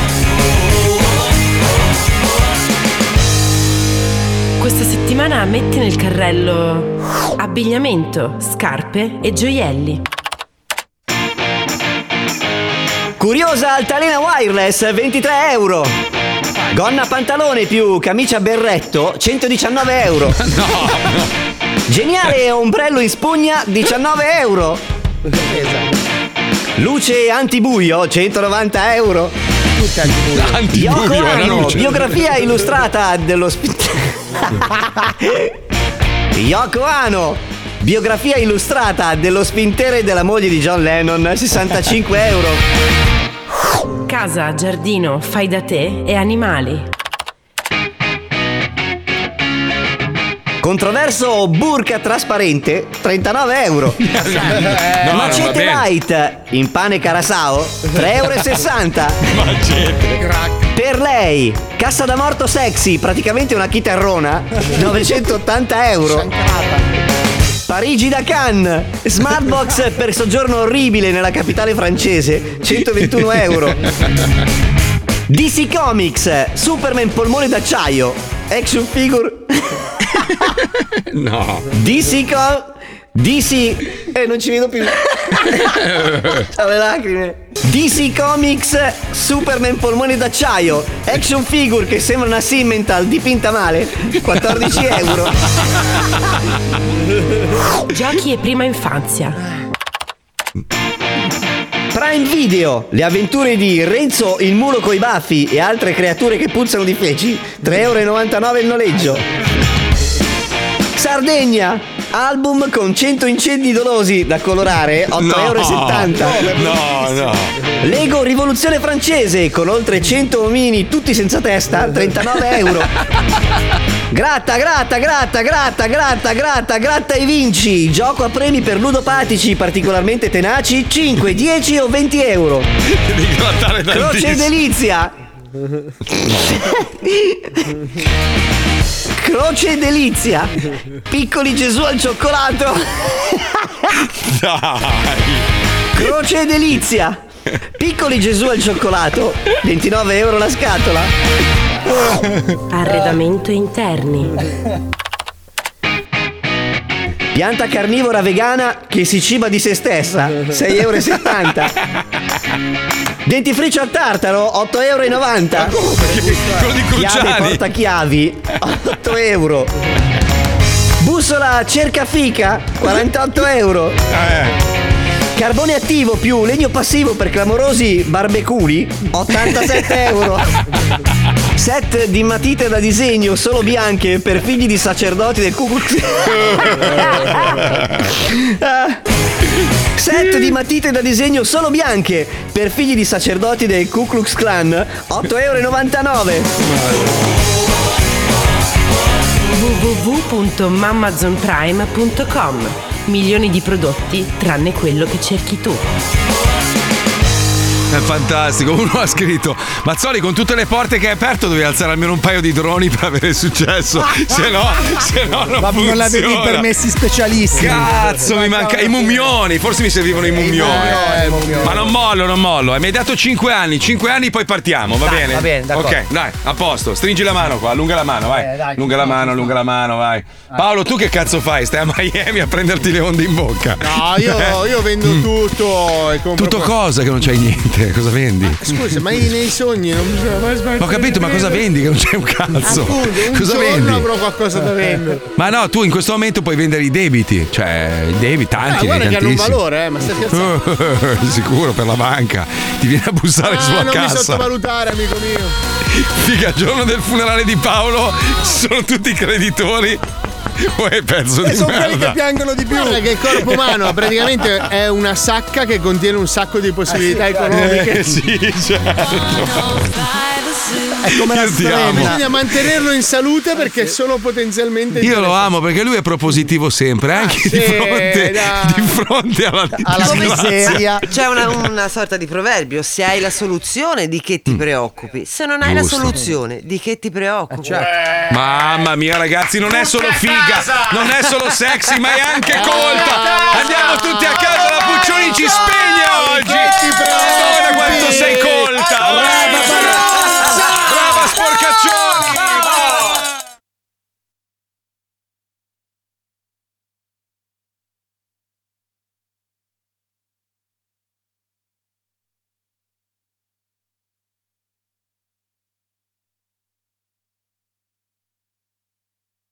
S7: Questa settimana metti nel carrello abbigliamento, scarpe e gioielli.
S28: Curiosa altalena wireless 23 euro. Gonna pantalone più camicia berretto 119 (laughs) euro. Geniale ombrello in spugna 19 euro. Luce antibuio 190 euro. Antibuio, Yoko era Ono, luce. biografia illustrata dello spintero. (laughs) Yoko Ono, biografia illustrata dello spintere della moglie di John Lennon 65 euro.
S7: Casa, giardino, fai da te e animali.
S28: Controverso burka trasparente 39 (laughs) euro. No, non va Macete bene. light in pane carasao 3,60 euro. Per lei, cassa da morto sexy, praticamente una chitarrona 980 euro. Parigi da Cannes, smartbox per soggiorno orribile nella capitale francese 121 euro. DC Comics, Superman polmone d'acciaio, action figure.
S2: No.
S6: (laughs)
S28: DC (laughs) Co- DC. Eh, non ci vedo più. Ho le lacrime. DC Comics Superman polmoni d'acciaio Action figure che sembra una Simmental dipinta male
S5: (laughs)
S28: 14 euro
S7: Giochi e prima infanzia.
S28: Prime Video Le avventure di Renzo il mulo coi baffi e altre creature che puzzano di feci 3,99 euro il noleggio Sardegna Album con 100 incendi dolosi da colorare 8,70 euro
S2: No, no.
S28: Lego Rivoluzione Francese con oltre 100 omini tutti senza testa, 39 euro. Gratta, gratta, gratta, gratta, gratta, gratta, gratta e vinci. Gioco a premi per ludopatici particolarmente tenaci, 5, 10 o 20 euro.
S2: Devi grattare
S28: Croce e
S2: tantissimo.
S28: delizia. Croce e delizia. Piccoli Gesù al cioccolato.
S6: (laughs)
S28: Croce e delizia! Piccoli Gesù al cioccolato, 29 euro la scatola.
S7: Arredamento interni.
S28: Pianta carnivora vegana che si ciba di se stessa, 6,70 euro. Dentifricio a tartaro, 8,90 euro.
S2: (laughs) Quello di
S28: Chiave
S2: Cruciani.
S28: portachiavi, 8 euro. Bussola cerca fica, 48 euro.
S2: Eh.
S28: Carbone attivo più legno passivo per clamorosi barbeculi, 87 euro. Set di matite da disegno solo bianche per figli di sacerdoti del Ku Klux- Ah. Set di matite da disegno solo bianche per figli di sacerdoti del Ku Klux Klan, 8,99 euro.
S7: www.mamazonprime.com Milioni di prodotti tranne quello che cerchi tu.
S2: È fantastico, uno ha scritto Mazzoli con tutte le porte che hai aperto dovevi alzare almeno un paio di droni per avere successo (laughs) Se no, se no non
S22: Ma non l'avevi i
S2: funziona.
S22: permessi specialissimi.
S2: Cazzo, mi manca i mummioni, forse mi servivano i mummioni. Eh,
S22: Eh,
S2: Ma non mollo, non mollo. eh, Mi hai dato 5 anni, 5 anni poi partiamo, va
S6: Dai,
S2: bene?
S6: va bene, d'accordo.
S2: Ok, dai, a posto. Stringi la mano qua, allunga la mano, vai.
S6: Eh, dai.
S2: Allunga la mano, allunga la mano, vai. Paolo, tu che cazzo fai? Stai a Miami a prenderti le onde in bocca.
S8: (laughs) No,
S2: (laughs)
S8: io,
S2: Eh,
S8: io vendo tutto e compro
S2: Tutto cosa che non c'hai niente? Cosa vendi?
S8: Scusa, ma i- nei sogni non bisogna mai sbagliare.
S2: Ho capito, ma cosa vendi che non c'è un cazzo?
S8: Appunto, un
S2: cosa
S8: giorno
S2: vendi?
S8: avrò qualcosa da
S2: (laughs)
S8: vendere.
S2: Ma no, tu in questo momento puoi vendere i debiti, cioè i debiti,
S8: Ah,
S2: tanti,
S8: guarda
S2: ne
S8: che hanno un
S2: tantissimi.
S8: valore, eh, ma stai scherzando.
S2: (laughs) Sicuro per la banca, ti viene a bussare
S8: Ah,
S2: sulla
S8: non mi
S2: cassa.
S8: sottovalutare, amico mio.
S2: Figa, il giorno del funerale di Paolo ci sono tutti i creditori. Uè, pezzo
S8: E
S2: di
S8: Eh, sono quelli
S2: merda.
S8: che piangono di più. Guarda che il corpo umano praticamente è una sacca che contiene un sacco di possibilità
S2: Eh,
S8: economiche.
S2: (laughs) sì, certo.
S8: È
S2: come la Io ti strega. amo.
S8: Bisogna mantenerlo in salute perché sono potenzialmente
S2: Io lo amo perché lui è propositivo sempre, anche di,
S8: sì,
S2: fronte,
S8: dai.
S2: di fronte alla, disgrazia.
S9: C'è una, una sorta di proverbio: se hai la soluzione, di che ti preoccupi? Se non hai la
S2: Mm. Giusto. Eh, certo.
S9: soluzione, di che ti preoccupi?
S2: Mamma mia, ragazzi, non è solo figa, non è solo sexy, ma è anche
S5: Eh.
S2: colta. Andiamo tutti a casa, la Puccioni ci spegne oggi. Madonna, quanto sei colta! Brava, brava.